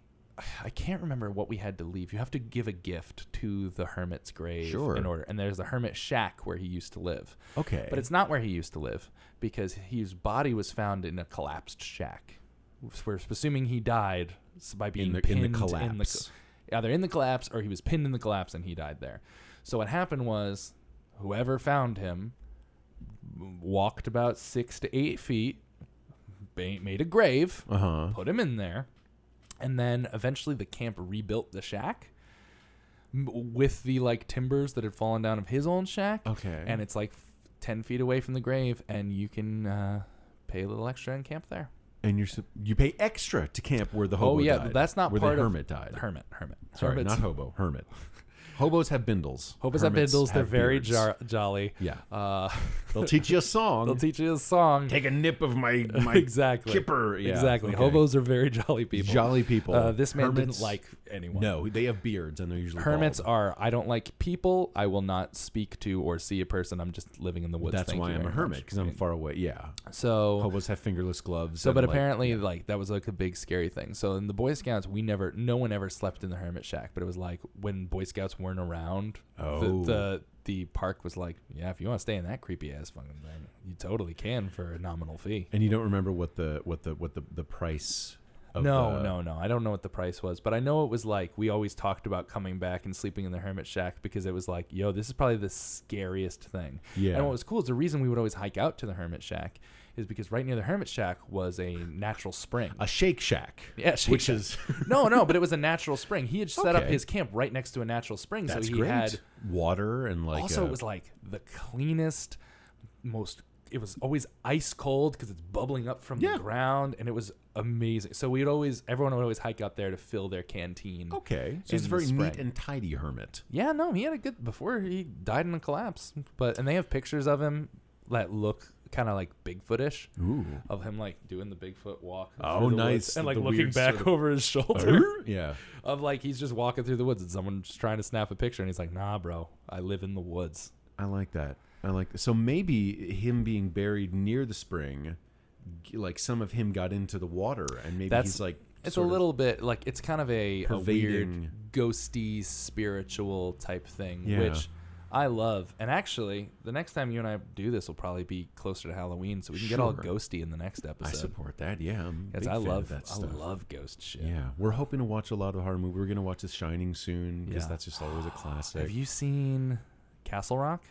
[SPEAKER 1] I can't remember what we had to leave. You have to give a gift to the hermit's grave
[SPEAKER 3] Sure.
[SPEAKER 1] in order, and there's the hermit shack where he used to live,
[SPEAKER 3] Okay,
[SPEAKER 1] but it's not where he used to live because his body was found in a collapsed shack. We're assuming he died s- by being
[SPEAKER 3] in the,
[SPEAKER 1] pinned
[SPEAKER 3] in the collapse.
[SPEAKER 1] either in the collapse or he was pinned in the collapse and he died there. So what happened was, whoever found him walked about six to eight feet, ba- made a grave,
[SPEAKER 3] uh huh.
[SPEAKER 1] put him in there, and then eventually the camp rebuilt the shack m- with the like timbers that had fallen down of his own shack.
[SPEAKER 3] Okay.
[SPEAKER 1] and it's like f- ten feet away from the grave, and you can uh, pay a little extra and camp there.
[SPEAKER 3] And you're sup- you pay extra to camp where the hobo
[SPEAKER 1] oh yeah,
[SPEAKER 3] died,
[SPEAKER 1] that's not
[SPEAKER 3] where
[SPEAKER 1] part
[SPEAKER 3] the
[SPEAKER 1] of
[SPEAKER 3] hermit died.
[SPEAKER 1] Hermit, hermit.
[SPEAKER 3] Sorry,
[SPEAKER 1] Hermits-
[SPEAKER 3] not hobo. Hermit. Hobos have bindles.
[SPEAKER 1] Hopus up
[SPEAKER 3] Hermits
[SPEAKER 1] Bindles, they're
[SPEAKER 3] have
[SPEAKER 1] very
[SPEAKER 3] beards.
[SPEAKER 1] jar- jolly.
[SPEAKER 3] Yeah,
[SPEAKER 1] Uh,
[SPEAKER 3] they'll teach you a song.
[SPEAKER 1] they'll teach you a song.
[SPEAKER 3] Take a nip of my my
[SPEAKER 1] exactly.
[SPEAKER 3] kipper. Yeah,
[SPEAKER 1] Exactly.
[SPEAKER 3] okay.
[SPEAKER 1] Hobos are very jolly people.
[SPEAKER 3] jolly people.
[SPEAKER 1] Uh, this man
[SPEAKER 3] Hermits-
[SPEAKER 1] didn't like anyone.
[SPEAKER 3] No, they have beards and they're usually
[SPEAKER 1] Hermits
[SPEAKER 3] bald.
[SPEAKER 1] are, I don't like people. I will not speak to or see a person. I'm just living in the woods.
[SPEAKER 3] That's
[SPEAKER 1] Thank
[SPEAKER 3] why
[SPEAKER 1] you
[SPEAKER 3] I'm a
[SPEAKER 1] very
[SPEAKER 3] hermit
[SPEAKER 1] much.
[SPEAKER 3] because I'm far away. Yeah,
[SPEAKER 1] So,
[SPEAKER 3] hobos have fingerless gloves.
[SPEAKER 1] so
[SPEAKER 3] and,
[SPEAKER 1] but
[SPEAKER 3] like-
[SPEAKER 1] apparently, like, that was like a big scary thing. So, in the Boy Scouts, we never, no one ever slept in the hermit shack, but it was like when Boy Scouts weren't around,
[SPEAKER 3] Oh.
[SPEAKER 1] the, the, the park was like, yeah, if you want to stay in that creepy ass fucking thing, you totally can for a nominal fee.
[SPEAKER 3] and you don't remember what the what the what the the price. Of
[SPEAKER 1] no,
[SPEAKER 3] the-
[SPEAKER 1] no, no. I don't know what the price was, but I know it was like we always talked about coming back and sleeping in the hermit shack because it was like, yo, this is probably the scariest thing.
[SPEAKER 3] Yeah.
[SPEAKER 1] And what was cool is the reason we would always hike out to the hermit shack is because right near the hermit shack was a natural spring.
[SPEAKER 3] A Shake Shack.
[SPEAKER 1] Yeah, Shake
[SPEAKER 3] which
[SPEAKER 1] Shack.
[SPEAKER 3] is
[SPEAKER 1] no, no, but it was a natural spring. He had set up
[SPEAKER 3] Okay.
[SPEAKER 1] his camp right next to a natural spring,
[SPEAKER 3] that's
[SPEAKER 1] so he
[SPEAKER 3] great.
[SPEAKER 1] had
[SPEAKER 3] Water and like
[SPEAKER 1] also
[SPEAKER 3] a-
[SPEAKER 1] it was like the cleanest, most it was always ice cold because it's bubbling up from
[SPEAKER 3] Yeah.
[SPEAKER 1] the ground, and it was amazing. So we'd always everyone would always hike up there to fill their canteen.
[SPEAKER 3] Okay, so
[SPEAKER 1] In
[SPEAKER 3] he's a
[SPEAKER 1] the
[SPEAKER 3] very neat
[SPEAKER 1] spring.
[SPEAKER 3] and tidy hermit.
[SPEAKER 1] Yeah, no, he had a good before he died in a collapse. But and they have pictures of him that look kind of like Bigfootish.
[SPEAKER 3] Ooh,
[SPEAKER 1] Of him like doing the Bigfoot walk.
[SPEAKER 3] Oh,
[SPEAKER 1] through the
[SPEAKER 3] nice.
[SPEAKER 1] woods And like
[SPEAKER 3] The
[SPEAKER 1] looking
[SPEAKER 3] weird
[SPEAKER 1] back
[SPEAKER 3] sort of- Oh.
[SPEAKER 1] over his shoulder.
[SPEAKER 3] yeah.
[SPEAKER 1] of like he's just walking through the woods and someone's trying to snap a picture and he's like, nah, bro, I live in the woods.
[SPEAKER 3] I like that. I like so maybe him being buried near the spring, g- like some of him got into the water, and maybe
[SPEAKER 1] That's-
[SPEAKER 3] he's like
[SPEAKER 1] It's a
[SPEAKER 3] sort of-
[SPEAKER 1] little bit like it's kind of a, a weird
[SPEAKER 3] Pervading.
[SPEAKER 1] ghosty spiritual type thing,
[SPEAKER 3] Yeah.
[SPEAKER 1] which I love. And actually, the next time you and I do this will probably be closer to Halloween, so we can get all
[SPEAKER 3] Sure.
[SPEAKER 1] ghosty in the next
[SPEAKER 3] I
[SPEAKER 1] episode.
[SPEAKER 3] support that. Yeah, I'm a
[SPEAKER 1] Because
[SPEAKER 3] big
[SPEAKER 1] I
[SPEAKER 3] fan of
[SPEAKER 1] love
[SPEAKER 3] that
[SPEAKER 1] I
[SPEAKER 3] stuff.
[SPEAKER 1] love ghost shit.
[SPEAKER 3] Yeah, we're hoping to watch a lot of horror movies. We're gonna watch The Shining soon because
[SPEAKER 1] Yeah.
[SPEAKER 3] that's just always a classic.
[SPEAKER 1] Have you seen Castle Rock?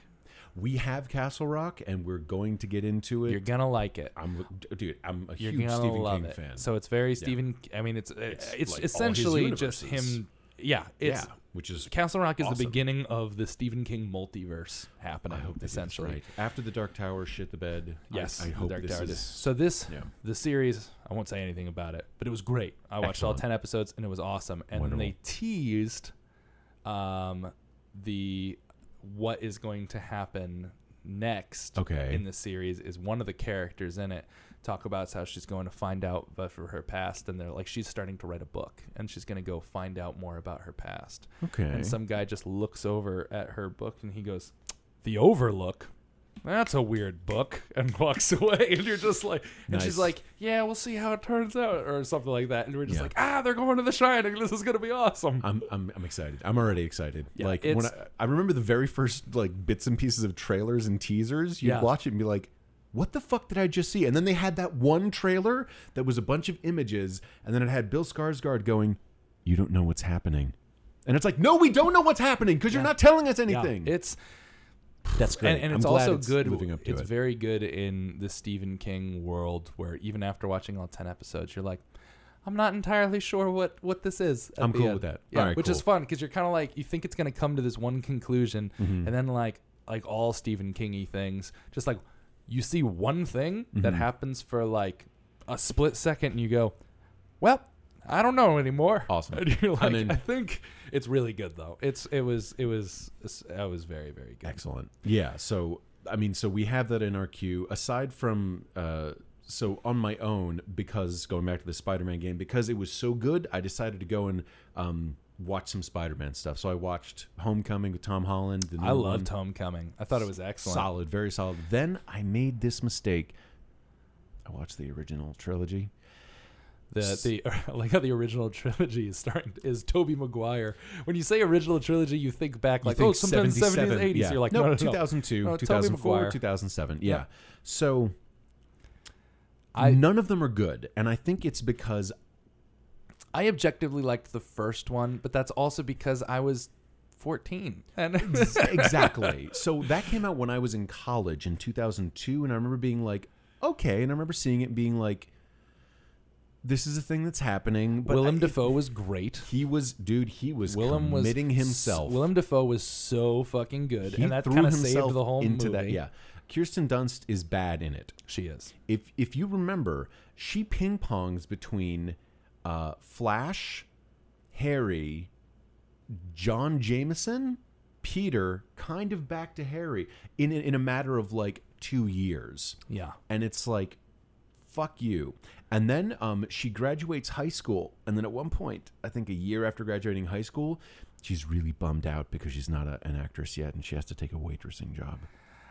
[SPEAKER 3] we have Castle Rock, and we're going to get into it.
[SPEAKER 1] You're gonna like it.
[SPEAKER 3] I'm d- dude. I'm a
[SPEAKER 1] You're
[SPEAKER 3] huge
[SPEAKER 1] gonna
[SPEAKER 3] Stephen
[SPEAKER 1] love
[SPEAKER 3] King
[SPEAKER 1] it.
[SPEAKER 3] fan.
[SPEAKER 1] So it's very Stephen. I mean, it's it's,
[SPEAKER 3] It's
[SPEAKER 1] it's
[SPEAKER 3] like all his
[SPEAKER 1] essentially just
[SPEAKER 3] universes.
[SPEAKER 1] him. Yeah,
[SPEAKER 3] yeah,
[SPEAKER 1] it's
[SPEAKER 3] which is
[SPEAKER 1] Castle Rock is the
[SPEAKER 3] Awesome.
[SPEAKER 1] beginning of the Stephen King multiverse happening.
[SPEAKER 3] I hope this is
[SPEAKER 1] essentially,
[SPEAKER 3] right. after the Dark Tower shit the bed. I-
[SPEAKER 1] yes.
[SPEAKER 3] I,
[SPEAKER 1] the
[SPEAKER 3] hope
[SPEAKER 1] Dark
[SPEAKER 3] this
[SPEAKER 1] Tower
[SPEAKER 3] is
[SPEAKER 1] did. so. This
[SPEAKER 3] yeah.
[SPEAKER 1] the series. I won't say anything about it, but it was great. I watched all
[SPEAKER 3] Excellent.
[SPEAKER 1] ten episodes, and it was awesome. And
[SPEAKER 3] Wonderful.
[SPEAKER 1] they teased, um, the what is going to happen next.
[SPEAKER 3] Okay.
[SPEAKER 1] in the series is one of the characters in it talk about how she's going to find out about for her past, and they're like she's starting to write a book, and she's going to go find out more about her past.
[SPEAKER 3] okay.
[SPEAKER 1] And some guy just looks over at her book and he goes, The Overlook? That's a weird book. And walks away. And you're just like, and she's
[SPEAKER 3] Nice.
[SPEAKER 1] like, Yeah, we'll see how it turns out. Or something like that. And we're just
[SPEAKER 3] Yeah. Uh,
[SPEAKER 1] like, Ah, they're going to the Shining. This is going to be awesome.
[SPEAKER 3] I'm, I'm I'm excited. I'm already excited.
[SPEAKER 1] Yeah,
[SPEAKER 3] like when I,
[SPEAKER 1] it's-
[SPEAKER 3] I remember the very first like bits and pieces of trailers and teasers, you'd
[SPEAKER 1] Yeah.
[SPEAKER 3] watch it and be like, "What the fuck did I just see?" And then they had that one trailer that was a bunch of images, and then it had Bill Skarsgård going, "You don't know what's happening," and it's like, "No, we don't know what's happening because you're not telling us
[SPEAKER 1] Yeah,
[SPEAKER 3] anything."
[SPEAKER 1] it's
[SPEAKER 3] That's
[SPEAKER 1] and, and
[SPEAKER 3] I'm
[SPEAKER 1] it's
[SPEAKER 3] glad
[SPEAKER 1] also
[SPEAKER 3] it's
[SPEAKER 1] good.
[SPEAKER 3] Living up to
[SPEAKER 1] it's
[SPEAKER 3] it.
[SPEAKER 1] very good in the Stephen King world, where even after watching all ten episodes, you're like, I'm not entirely sure what what this is. at
[SPEAKER 3] I'm
[SPEAKER 1] the
[SPEAKER 3] cool
[SPEAKER 1] end.
[SPEAKER 3] with that.
[SPEAKER 1] Yeah,
[SPEAKER 3] All right,
[SPEAKER 1] which is
[SPEAKER 3] cool.
[SPEAKER 1] fun because you're kind of like you think it's gonna come to this one conclusion,
[SPEAKER 3] Mm-hmm.
[SPEAKER 1] and then like like all Stephen Kingy things, just like you see one thing that
[SPEAKER 3] Mm-hmm.
[SPEAKER 1] happens for like a split second, and you go, well. I don't know anymore.
[SPEAKER 3] Awesome.
[SPEAKER 1] And you're like,
[SPEAKER 3] I'm in.
[SPEAKER 1] I think it's really good though. It's it was it was it was very very good.
[SPEAKER 3] Excellent. Yeah. So, I mean, so we have that in our queue. Aside from, uh, so on my own, because going back to the Spider Man game, because it was so good, I decided to go and um, watch some Spider Man stuff. So I watched Homecoming with Tom Holland. The new
[SPEAKER 1] I loved
[SPEAKER 3] one.
[SPEAKER 1] Homecoming. I thought it was excellent.
[SPEAKER 3] Um, Solid, very solid. Then I made this mistake. I watched the original trilogy.
[SPEAKER 1] The the I like how the original trilogy is starting is Toby Maguire. When you say original trilogy, you think back like oh sometimes seventies eighties. You're like
[SPEAKER 3] no,
[SPEAKER 1] no no, no.
[SPEAKER 3] 2002,
[SPEAKER 1] No, Tobey
[SPEAKER 3] 2004,
[SPEAKER 1] Maguire.
[SPEAKER 3] 2007. Yeah.
[SPEAKER 1] Yeah.
[SPEAKER 3] So
[SPEAKER 1] I-
[SPEAKER 3] none of them are good, and I think it's because
[SPEAKER 1] I objectively liked the first one, but that's also because I was fourteen and
[SPEAKER 3] exactly. So that came out when I was in college in 2002, and I remember being like, okay, and I remember seeing it and being like, this is a thing that's happening. But
[SPEAKER 1] Willem
[SPEAKER 3] I-
[SPEAKER 1] Dafoe was great.
[SPEAKER 3] he was, dude, he was
[SPEAKER 1] Willem was
[SPEAKER 3] committing himself.
[SPEAKER 1] Willem Dafoe was so fucking good,
[SPEAKER 3] he
[SPEAKER 1] and that
[SPEAKER 3] threw
[SPEAKER 1] kind of
[SPEAKER 3] himself
[SPEAKER 1] saved the whole
[SPEAKER 3] into
[SPEAKER 1] movie.
[SPEAKER 3] that. Yeah, Kirsten Dunst is bad in it.
[SPEAKER 1] she is.
[SPEAKER 3] If if you remember, she ping pongs between uh, Flash, Harry, John Jameson, Peter, kind of back to Harry in in a matter of like two years,
[SPEAKER 1] Yeah,
[SPEAKER 3] and it's like, fuck you. And then um, she graduates high school, and then at one point, I think a year after graduating high school. She's really bummed out because she's not a, an actress yet, and she has to take a waitressing job.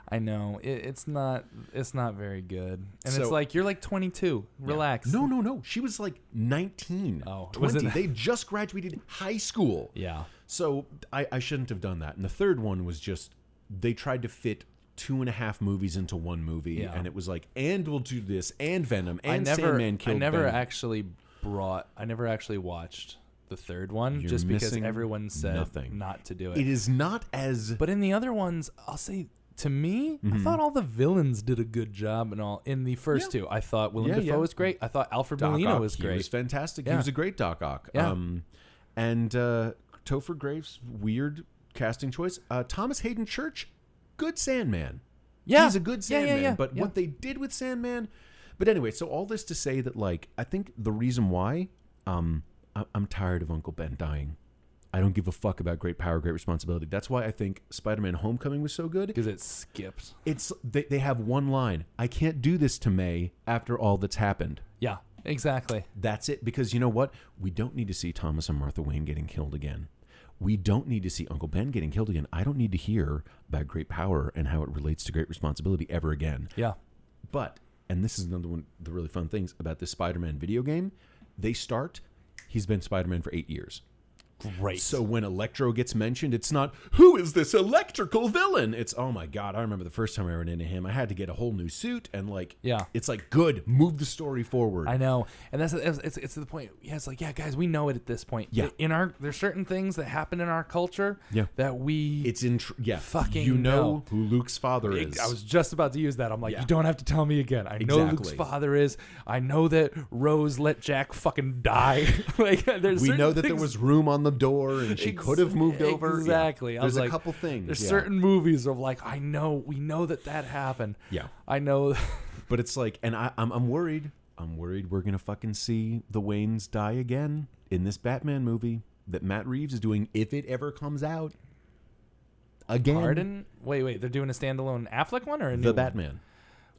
[SPEAKER 1] I know it, it's not it's not very good, and
[SPEAKER 3] So-
[SPEAKER 1] it's like you're like twenty two. Relax.
[SPEAKER 3] No, no, no. She was like 19.
[SPEAKER 1] Oh, was
[SPEAKER 3] 20.
[SPEAKER 1] it-
[SPEAKER 3] They just graduated high school.
[SPEAKER 1] Yeah.
[SPEAKER 3] So I, I shouldn't have done that. And the third one was just they tried to fit two and a half movies into one movie.
[SPEAKER 1] Yeah.
[SPEAKER 3] And it was like, and we'll do this, and Venom, and
[SPEAKER 1] I never,
[SPEAKER 3] Sandman
[SPEAKER 1] I
[SPEAKER 3] killed
[SPEAKER 1] never
[SPEAKER 3] Venom.
[SPEAKER 1] actually brought, I never actually watched the third one
[SPEAKER 3] You're
[SPEAKER 1] just because
[SPEAKER 3] missing
[SPEAKER 1] everyone said
[SPEAKER 3] nothing.
[SPEAKER 1] not to do it.
[SPEAKER 3] It is not as.
[SPEAKER 1] But in the other ones, I'll say to me, I thought all the villains did a good job and all in the first two. I thought Willem
[SPEAKER 3] Mm-hmm. Yeah,
[SPEAKER 1] Dafoe
[SPEAKER 3] yeah.
[SPEAKER 1] was great. I thought Alfred
[SPEAKER 3] Doc
[SPEAKER 1] Molina
[SPEAKER 3] Ock,
[SPEAKER 1] was
[SPEAKER 3] He
[SPEAKER 1] great.
[SPEAKER 3] was fantastic. He
[SPEAKER 1] Yeah.
[SPEAKER 3] was a great Doc Ock.
[SPEAKER 1] Yeah.
[SPEAKER 3] Um, and uh, Topher Graves, weird casting choice. Uh, Thomas Hayden Church, good Sandman.
[SPEAKER 1] Yeah.
[SPEAKER 3] he's a good
[SPEAKER 1] Yeah, yeah,
[SPEAKER 3] Sandman.
[SPEAKER 1] yeah,
[SPEAKER 3] but
[SPEAKER 1] yeah.
[SPEAKER 3] what they did with Sandman, but anyway, so all this to say that like I think the reason why, um, I- I'm tired of Uncle Ben dying. I don't give a fuck about great power, great responsibility. That's why I think Spider-Man: Homecoming was so good.
[SPEAKER 1] because it skipped.
[SPEAKER 3] It's they, they have one line. I can't do this to May after all that's happened.
[SPEAKER 1] Yeah, exactly.
[SPEAKER 3] That's it. Because you know what? We don't need to see Thomas and Martha Wayne getting killed again. We don't need to see Uncle Ben getting killed again. I don't need to hear about great power and how it relates to great responsibility ever again.
[SPEAKER 1] Yeah,
[SPEAKER 3] But, and this is another one of the really fun things about this Spider Man video game, they start, he's been Spider Man for eight years.
[SPEAKER 1] great.
[SPEAKER 3] So when Electro gets mentioned, it's not who is this electrical villain? It's oh my god, I remember the first time I ran into him. I had to get a whole new suit and like
[SPEAKER 1] Yeah.
[SPEAKER 3] it's like good, move the story forward.
[SPEAKER 1] I know, and that's it's, it's, it's to the point. Yeah, it's like yeah, guys, we know it at this point.
[SPEAKER 3] Yeah.
[SPEAKER 1] in our there's certain things that happen in our culture.
[SPEAKER 3] Yeah.
[SPEAKER 1] that we.
[SPEAKER 3] It's in tr- yeah,
[SPEAKER 1] Fucking
[SPEAKER 3] you know
[SPEAKER 1] no.
[SPEAKER 3] who Luke's father is.
[SPEAKER 1] I was just about to use that. I'm like,
[SPEAKER 3] Yeah.
[SPEAKER 1] you don't have to tell me again. I know Luke's
[SPEAKER 3] Exactly.
[SPEAKER 1] father is. I know that Rose let Jack fucking die. like, there's
[SPEAKER 3] we
[SPEAKER 1] certain
[SPEAKER 3] know that there
[SPEAKER 1] things-
[SPEAKER 3] was room on the door and she
[SPEAKER 1] Ex-
[SPEAKER 3] could have moved over. Yeah.
[SPEAKER 1] Exactly. I
[SPEAKER 3] There's
[SPEAKER 1] was
[SPEAKER 3] a
[SPEAKER 1] like,
[SPEAKER 3] couple things.
[SPEAKER 1] There's
[SPEAKER 3] yeah.
[SPEAKER 1] certain movies of like, I know, we know that that happened.
[SPEAKER 3] Yeah.
[SPEAKER 1] I know.
[SPEAKER 3] But it's like, and I, I'm, I'm worried. I'm worried we're gonna fucking see the Waynes die again in this Batman movie that Matt Reeves is doing if it ever comes out. Again,
[SPEAKER 1] Pardon? Wait, wait. They're doing a standalone Affleck one or a new
[SPEAKER 3] the Batman.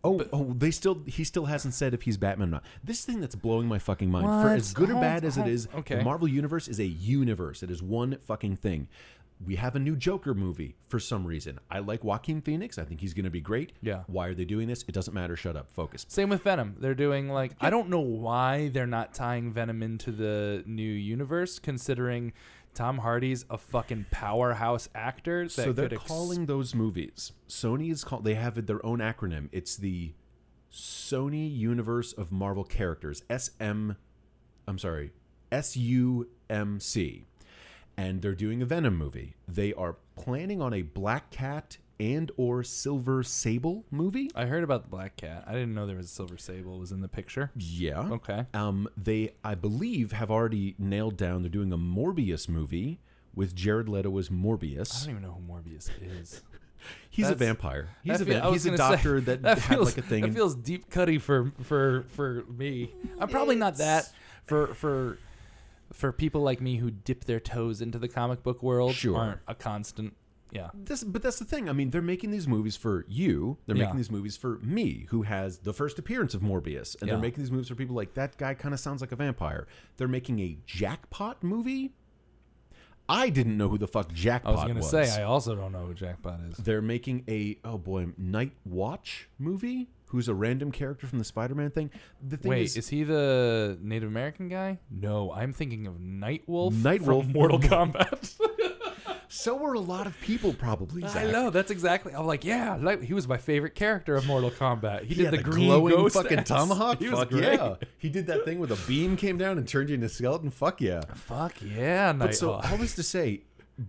[SPEAKER 3] Oh, oh, they still he still hasn't said if he's Batman or not. This thing that's blowing my fucking mind. For
[SPEAKER 1] What?
[SPEAKER 3] as good or
[SPEAKER 1] Hold-
[SPEAKER 3] bad as it
[SPEAKER 1] hold-
[SPEAKER 3] is, the
[SPEAKER 1] okay.
[SPEAKER 3] Marvel universe is a universe. It is one fucking thing. We have a new Joker movie for some reason. I like Joaquin Phoenix. I think he's going to be great.
[SPEAKER 1] Yeah.
[SPEAKER 3] Why are they doing this? It doesn't matter. Shut up. Focus.
[SPEAKER 1] Same with Venom. They're doing like I don't know why they're not tying Venom into the new universe, considering Tom Hardy's a fucking powerhouse actor. That
[SPEAKER 3] so they're
[SPEAKER 1] could ex-
[SPEAKER 3] calling those movies. Sony is called. They have their own acronym. It's the Sony Universe of Marvel Characters. SM. I'm sorry. S U M C. And they're doing a Venom movie. They are planning on a Black Cat and or Silver Sable movie.
[SPEAKER 1] I heard about the Black Cat. I didn't know there was a Silver Sable was in the picture.
[SPEAKER 3] Yeah.
[SPEAKER 1] Okay.
[SPEAKER 3] Um, they, I believe, have already nailed down. They're doing a Morbius movie with Jared Leto as
[SPEAKER 1] I
[SPEAKER 3] Morbius.
[SPEAKER 1] don't even know who Morbius is.
[SPEAKER 3] He's a
[SPEAKER 1] That's-
[SPEAKER 3] vampire. He's
[SPEAKER 1] That
[SPEAKER 3] a
[SPEAKER 1] feel-
[SPEAKER 3] vamp-
[SPEAKER 1] I was
[SPEAKER 3] he's a
[SPEAKER 1] gonna say,
[SPEAKER 3] doctor that, had like a thing.
[SPEAKER 1] That
[SPEAKER 3] and-
[SPEAKER 1] feels deep cutty for for for me. I'm probably not that for for for people like me who dip their toes into the comic book world
[SPEAKER 3] Sure.
[SPEAKER 1] aren't a constant. Yeah.
[SPEAKER 3] this, but that's the thing. I mean, they're making these movies for you. They're
[SPEAKER 1] Yeah.
[SPEAKER 3] making these movies for me, who has the first appearance of Morbius, and they're
[SPEAKER 1] Yeah.
[SPEAKER 3] making these movies for people like that guy. Kind of sounds like a vampire. They're making a jackpot movie. I didn't know who the fuck
[SPEAKER 1] I
[SPEAKER 3] jackpot
[SPEAKER 1] was gonna say I also don't know who Jackpot is.
[SPEAKER 3] they're making a oh boy Night Watch movie. Who's a random character from the Spider-Man thing? The thing
[SPEAKER 1] Wait,
[SPEAKER 3] is,
[SPEAKER 1] is, he the Native American guy? No, I'm thinking of Nightwolf.
[SPEAKER 3] Nightwolf
[SPEAKER 1] from Mortal Kombat.
[SPEAKER 3] so were a lot of people probably.
[SPEAKER 1] I
[SPEAKER 3] Zach.
[SPEAKER 1] know that's exactly. I'm like, yeah, like, he was my favorite character of Mortal Kombat. He,
[SPEAKER 3] He
[SPEAKER 1] did
[SPEAKER 3] had
[SPEAKER 1] the,
[SPEAKER 3] the,
[SPEAKER 1] green
[SPEAKER 3] glowing
[SPEAKER 1] ghost
[SPEAKER 3] fucking
[SPEAKER 1] ass.
[SPEAKER 3] tomahawk.
[SPEAKER 1] He was
[SPEAKER 3] fuck
[SPEAKER 1] great.
[SPEAKER 3] yeah. He did that thing where the beam came down and turned you into a skeleton. Fuck yeah.
[SPEAKER 1] Fuck yeah, Night,
[SPEAKER 3] But so all this to say,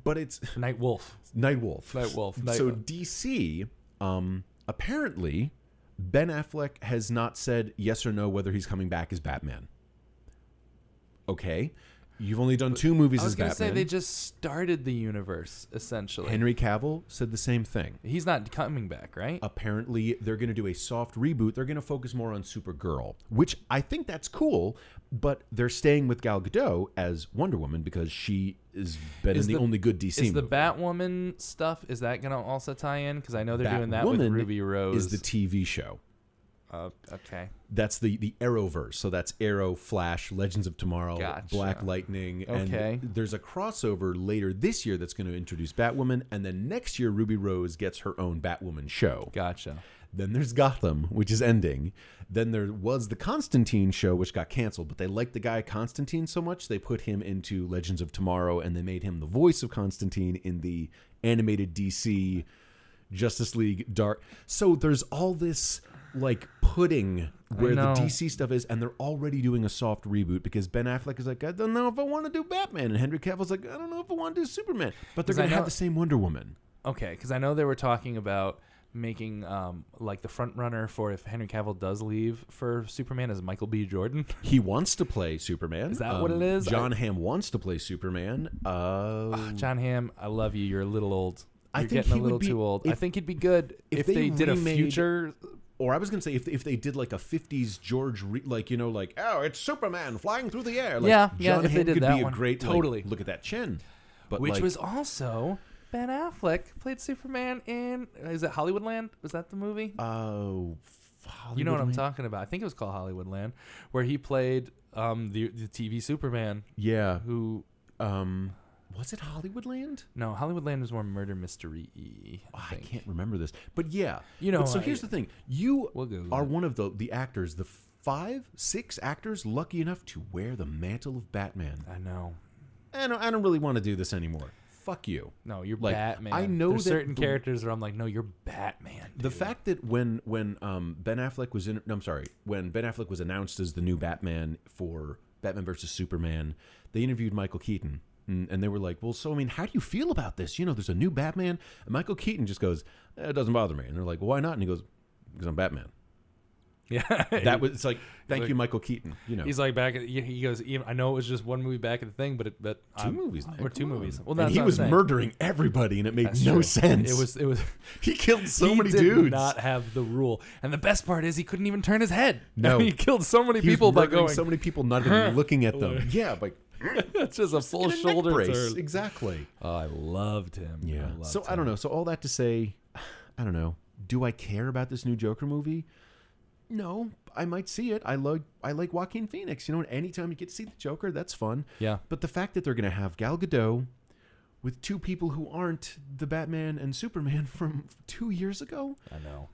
[SPEAKER 3] but it's
[SPEAKER 1] Night Wolf.
[SPEAKER 3] Nightwolf.
[SPEAKER 1] Nightwolf,
[SPEAKER 3] So
[SPEAKER 1] Nightwolf.
[SPEAKER 3] DC, um, apparently, Ben Affleck has not said yes or no whether he's coming back as Batman. Okay, you've only done two movies
[SPEAKER 1] I was
[SPEAKER 3] as
[SPEAKER 1] gonna
[SPEAKER 3] Batman.
[SPEAKER 1] say they just started the universe essentially.
[SPEAKER 3] Henry Cavill said the same thing.
[SPEAKER 1] He's not coming back, right?
[SPEAKER 3] apparently they're going to do a soft reboot. They're going to focus more on Supergirl, which I think that's cool. But they're staying with Gal Gadot as Wonder Woman because she has been
[SPEAKER 1] Is
[SPEAKER 3] in the,
[SPEAKER 1] the-
[SPEAKER 3] only good DC
[SPEAKER 1] is the
[SPEAKER 3] movie.
[SPEAKER 1] Batwoman stuff? Is that gonna also tie in? Because I know they're doing that with
[SPEAKER 3] Batwoman
[SPEAKER 1] Ruby Rose.
[SPEAKER 3] Is the TV show.
[SPEAKER 1] uh, okay.
[SPEAKER 3] That's the the Arrowverse. So that's Arrow, Flash, Legends of Tomorrow,
[SPEAKER 1] Gotcha.
[SPEAKER 3] Black Lightning,
[SPEAKER 1] Okay.
[SPEAKER 3] and there's a crossover later this year that's going to introduce Batwoman, and then next year Ruby Rose gets her own Batwoman show.
[SPEAKER 1] Gotcha.
[SPEAKER 3] Then there's Gotham, which is ending. Then there was the Constantine show, which got canceled, but they liked the guy Constantine so much they put him into Legends of Tomorrow and they made him the voice of Constantine in the animated DC Justice League Dark. So there's all this like pudding where the
[SPEAKER 1] know.
[SPEAKER 3] DC stuff is, and they're already doing a soft reboot because Ben Affleck is like, I don't know if I want to do Batman, and Henry Cavill's like, I don't know if I want to do Superman, but they're
[SPEAKER 1] 'Cause I
[SPEAKER 3] gonna
[SPEAKER 1] know-
[SPEAKER 3] have the same Wonder Woman.
[SPEAKER 1] Okay, because I know they were talking about making um, like the front runner for if Henry Cavill does leave for Superman is Michael B. Jordan.
[SPEAKER 3] He wants to play Superman. Um, Is
[SPEAKER 1] that what it is?
[SPEAKER 3] John Hamm wants to play Superman. Uh,
[SPEAKER 1] John Hamm, Hmm. I love you. You're a little old.
[SPEAKER 3] I
[SPEAKER 1] You're
[SPEAKER 3] think
[SPEAKER 1] getting
[SPEAKER 3] he
[SPEAKER 1] a
[SPEAKER 3] would
[SPEAKER 1] little
[SPEAKER 3] be-
[SPEAKER 1] too old. I
[SPEAKER 3] if-
[SPEAKER 1] think he'd be good if,
[SPEAKER 3] if
[SPEAKER 1] they,
[SPEAKER 3] they
[SPEAKER 1] did a
[SPEAKER 3] remade-
[SPEAKER 1] future.
[SPEAKER 3] or I was gonna say if if they did like a '50s George, Re- like you know, like oh, it's Superman flying through the air. Like,
[SPEAKER 1] Yeah,
[SPEAKER 3] John
[SPEAKER 1] yeah, if they
[SPEAKER 3] Hamm
[SPEAKER 1] did
[SPEAKER 3] could
[SPEAKER 1] that
[SPEAKER 3] be
[SPEAKER 1] one.
[SPEAKER 3] a great like,
[SPEAKER 1] Totally.
[SPEAKER 3] look at that chin, but
[SPEAKER 1] Which
[SPEAKER 3] like,
[SPEAKER 1] was also Ben Affleck played Superman in is it Hollywoodland? Was that the movie?
[SPEAKER 3] oh,
[SPEAKER 1] you know what I'm
[SPEAKER 3] Hollywoodland?
[SPEAKER 1] talking about. I think it was called Hollywoodland, where he played um, the the TV Superman
[SPEAKER 3] Yeah,
[SPEAKER 1] who
[SPEAKER 3] um, was it Hollywoodland?
[SPEAKER 1] no Hollywoodland was more murder mystery. y.
[SPEAKER 3] Oh, I can't remember this, but yeah,
[SPEAKER 1] You know,
[SPEAKER 3] But so
[SPEAKER 1] I-
[SPEAKER 3] here's the thing: you
[SPEAKER 1] We'll Google
[SPEAKER 3] are
[SPEAKER 1] it.
[SPEAKER 3] one of the the actors, the five, six actors lucky enough to wear the mantle of Batman.
[SPEAKER 1] I know.
[SPEAKER 3] I don't, I don't really want to do this anymore. Fuck you.
[SPEAKER 1] No, you're
[SPEAKER 3] Like,
[SPEAKER 1] Batman.
[SPEAKER 3] I know
[SPEAKER 1] There's
[SPEAKER 3] that
[SPEAKER 1] certain
[SPEAKER 3] the-
[SPEAKER 1] characters where I'm like, no, you're Batman.
[SPEAKER 3] The fact that when when um, Ben Affleck was in, no, I'm sorry, when Ben Affleck was announced as the new Batman for Batman versus Superman, they interviewed Michael Keaton, and, and they were like, "Well, so I mean, how do you feel about this? You know, there's a new Batman." And Michael Keaton just goes, eh, "It doesn't bother me," and they're like, "Why not?" And he goes, "Because I'm Batman."
[SPEAKER 1] yeah,
[SPEAKER 3] That was it's like, "Thank
[SPEAKER 1] like-
[SPEAKER 3] you, Michael Keaton." You know,
[SPEAKER 1] He's like back. At, he he goes. "Even- I know it was just one movie back at the thing, but it, but
[SPEAKER 3] two movies
[SPEAKER 1] um, or
[SPEAKER 3] man,
[SPEAKER 1] two
[SPEAKER 3] come
[SPEAKER 1] movies.
[SPEAKER 3] on."
[SPEAKER 1] Well,
[SPEAKER 3] And
[SPEAKER 1] that's
[SPEAKER 3] he
[SPEAKER 1] what I'm
[SPEAKER 3] was
[SPEAKER 1] saying.
[SPEAKER 3] murdering everybody, and it made
[SPEAKER 1] That's
[SPEAKER 3] no
[SPEAKER 1] true.
[SPEAKER 3] sense.
[SPEAKER 1] It was. It was.
[SPEAKER 3] he killed so
[SPEAKER 1] he
[SPEAKER 3] many
[SPEAKER 1] did
[SPEAKER 3] dudes.
[SPEAKER 1] Not have the rule, and the best part is he couldn't even turn his head.
[SPEAKER 3] No.
[SPEAKER 1] he killed so many
[SPEAKER 3] He was
[SPEAKER 1] people by
[SPEAKER 3] murdering
[SPEAKER 1] going.
[SPEAKER 3] so many people, not even looking at them. Yeah, like.
[SPEAKER 1] it's just a full shoulder turn.
[SPEAKER 3] Exactly.
[SPEAKER 1] Oh, I loved him. I loved
[SPEAKER 3] so I
[SPEAKER 1] him.
[SPEAKER 3] don't know. So all that to say, I don't know. Do I care about this new Joker movie? No, I might see it. I like I like Joaquin Phoenix. You know, and anytime you get to see the Joker, that's fun.
[SPEAKER 1] Yeah.
[SPEAKER 3] But the fact that they're gonna have Gal Gadot with two people who aren't the Batman and Superman from two years ago,
[SPEAKER 1] I know.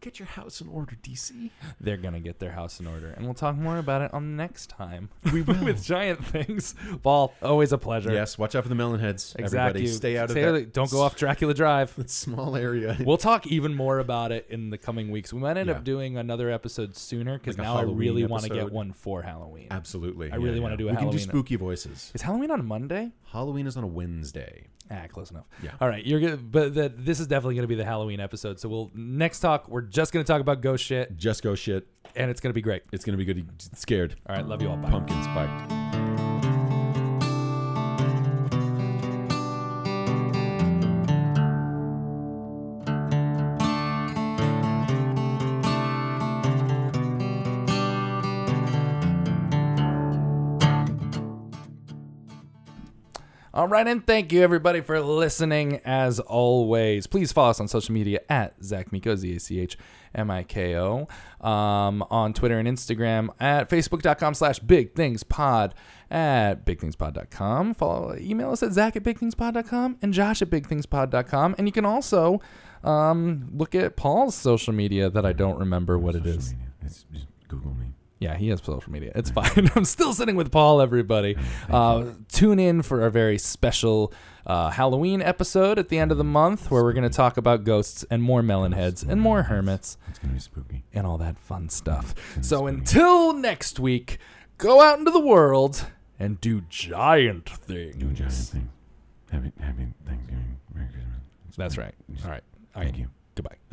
[SPEAKER 3] get your house in order, DC.
[SPEAKER 1] They're gonna get their house in order, and we'll talk more about it on next time.
[SPEAKER 3] We will.
[SPEAKER 1] with giant things. Ball, always a pleasure.
[SPEAKER 3] Yes, watch out for the melon heads.
[SPEAKER 1] exactly.
[SPEAKER 3] Everybody, stay out
[SPEAKER 1] Stay
[SPEAKER 3] of
[SPEAKER 1] out
[SPEAKER 3] that.
[SPEAKER 1] of- Don't go off Dracula Drive.
[SPEAKER 3] that small area.
[SPEAKER 1] We'll talk even more about it in the coming weeks. We might end
[SPEAKER 3] Yeah.
[SPEAKER 1] up doing another episode sooner because
[SPEAKER 3] Like a
[SPEAKER 1] now I
[SPEAKER 3] Halloween
[SPEAKER 1] really want to get
[SPEAKER 3] episode.
[SPEAKER 1] one for Halloween.
[SPEAKER 3] Absolutely.
[SPEAKER 1] I really wanna do a
[SPEAKER 3] We can do
[SPEAKER 1] Halloween-
[SPEAKER 3] spooky voices.
[SPEAKER 1] Is Halloween on Monday?
[SPEAKER 3] Halloween is on a Wednesday.
[SPEAKER 1] Ah, close enough.
[SPEAKER 3] Yeah.
[SPEAKER 1] All right, you're gonna, but the, this is definitely gonna be the Halloween episode. So we'll next talk. We're just gonna talk about ghost shit,
[SPEAKER 3] Just go shit.
[SPEAKER 1] and it's gonna be great.
[SPEAKER 3] It's gonna be good. You- Scared.
[SPEAKER 1] All right, love you all. Bye.
[SPEAKER 3] Pumpkins. Bye.
[SPEAKER 1] All right, and thank you everybody for listening as always. Please follow us on social media at Zach Miko, Z A C H M I K O, um, on Twitter and Instagram at facebook.com slash big things pod at bigthingspod.com. Follow, email us at Zach at bigthingspod.com and Josh at bigthingspod.com. And you can also um, look at Paul's social media that I don't remember what it is.
[SPEAKER 3] It's just Google me.
[SPEAKER 1] Yeah, he has social media. It's fine. I'm still sitting with Paul, everybody. Uh, tune in for our very special uh, Halloween episode at the end of the month where we're going to talk about ghosts and more melon heads and more hermits
[SPEAKER 3] It's gonna be spooky.
[SPEAKER 1] and all that fun stuff. So until next week, go out into the world and do giant things.
[SPEAKER 3] Happy, happy Thanksgiving. Merry Christmas.
[SPEAKER 1] That's right. All right. All right.
[SPEAKER 3] you.
[SPEAKER 1] Goodbye.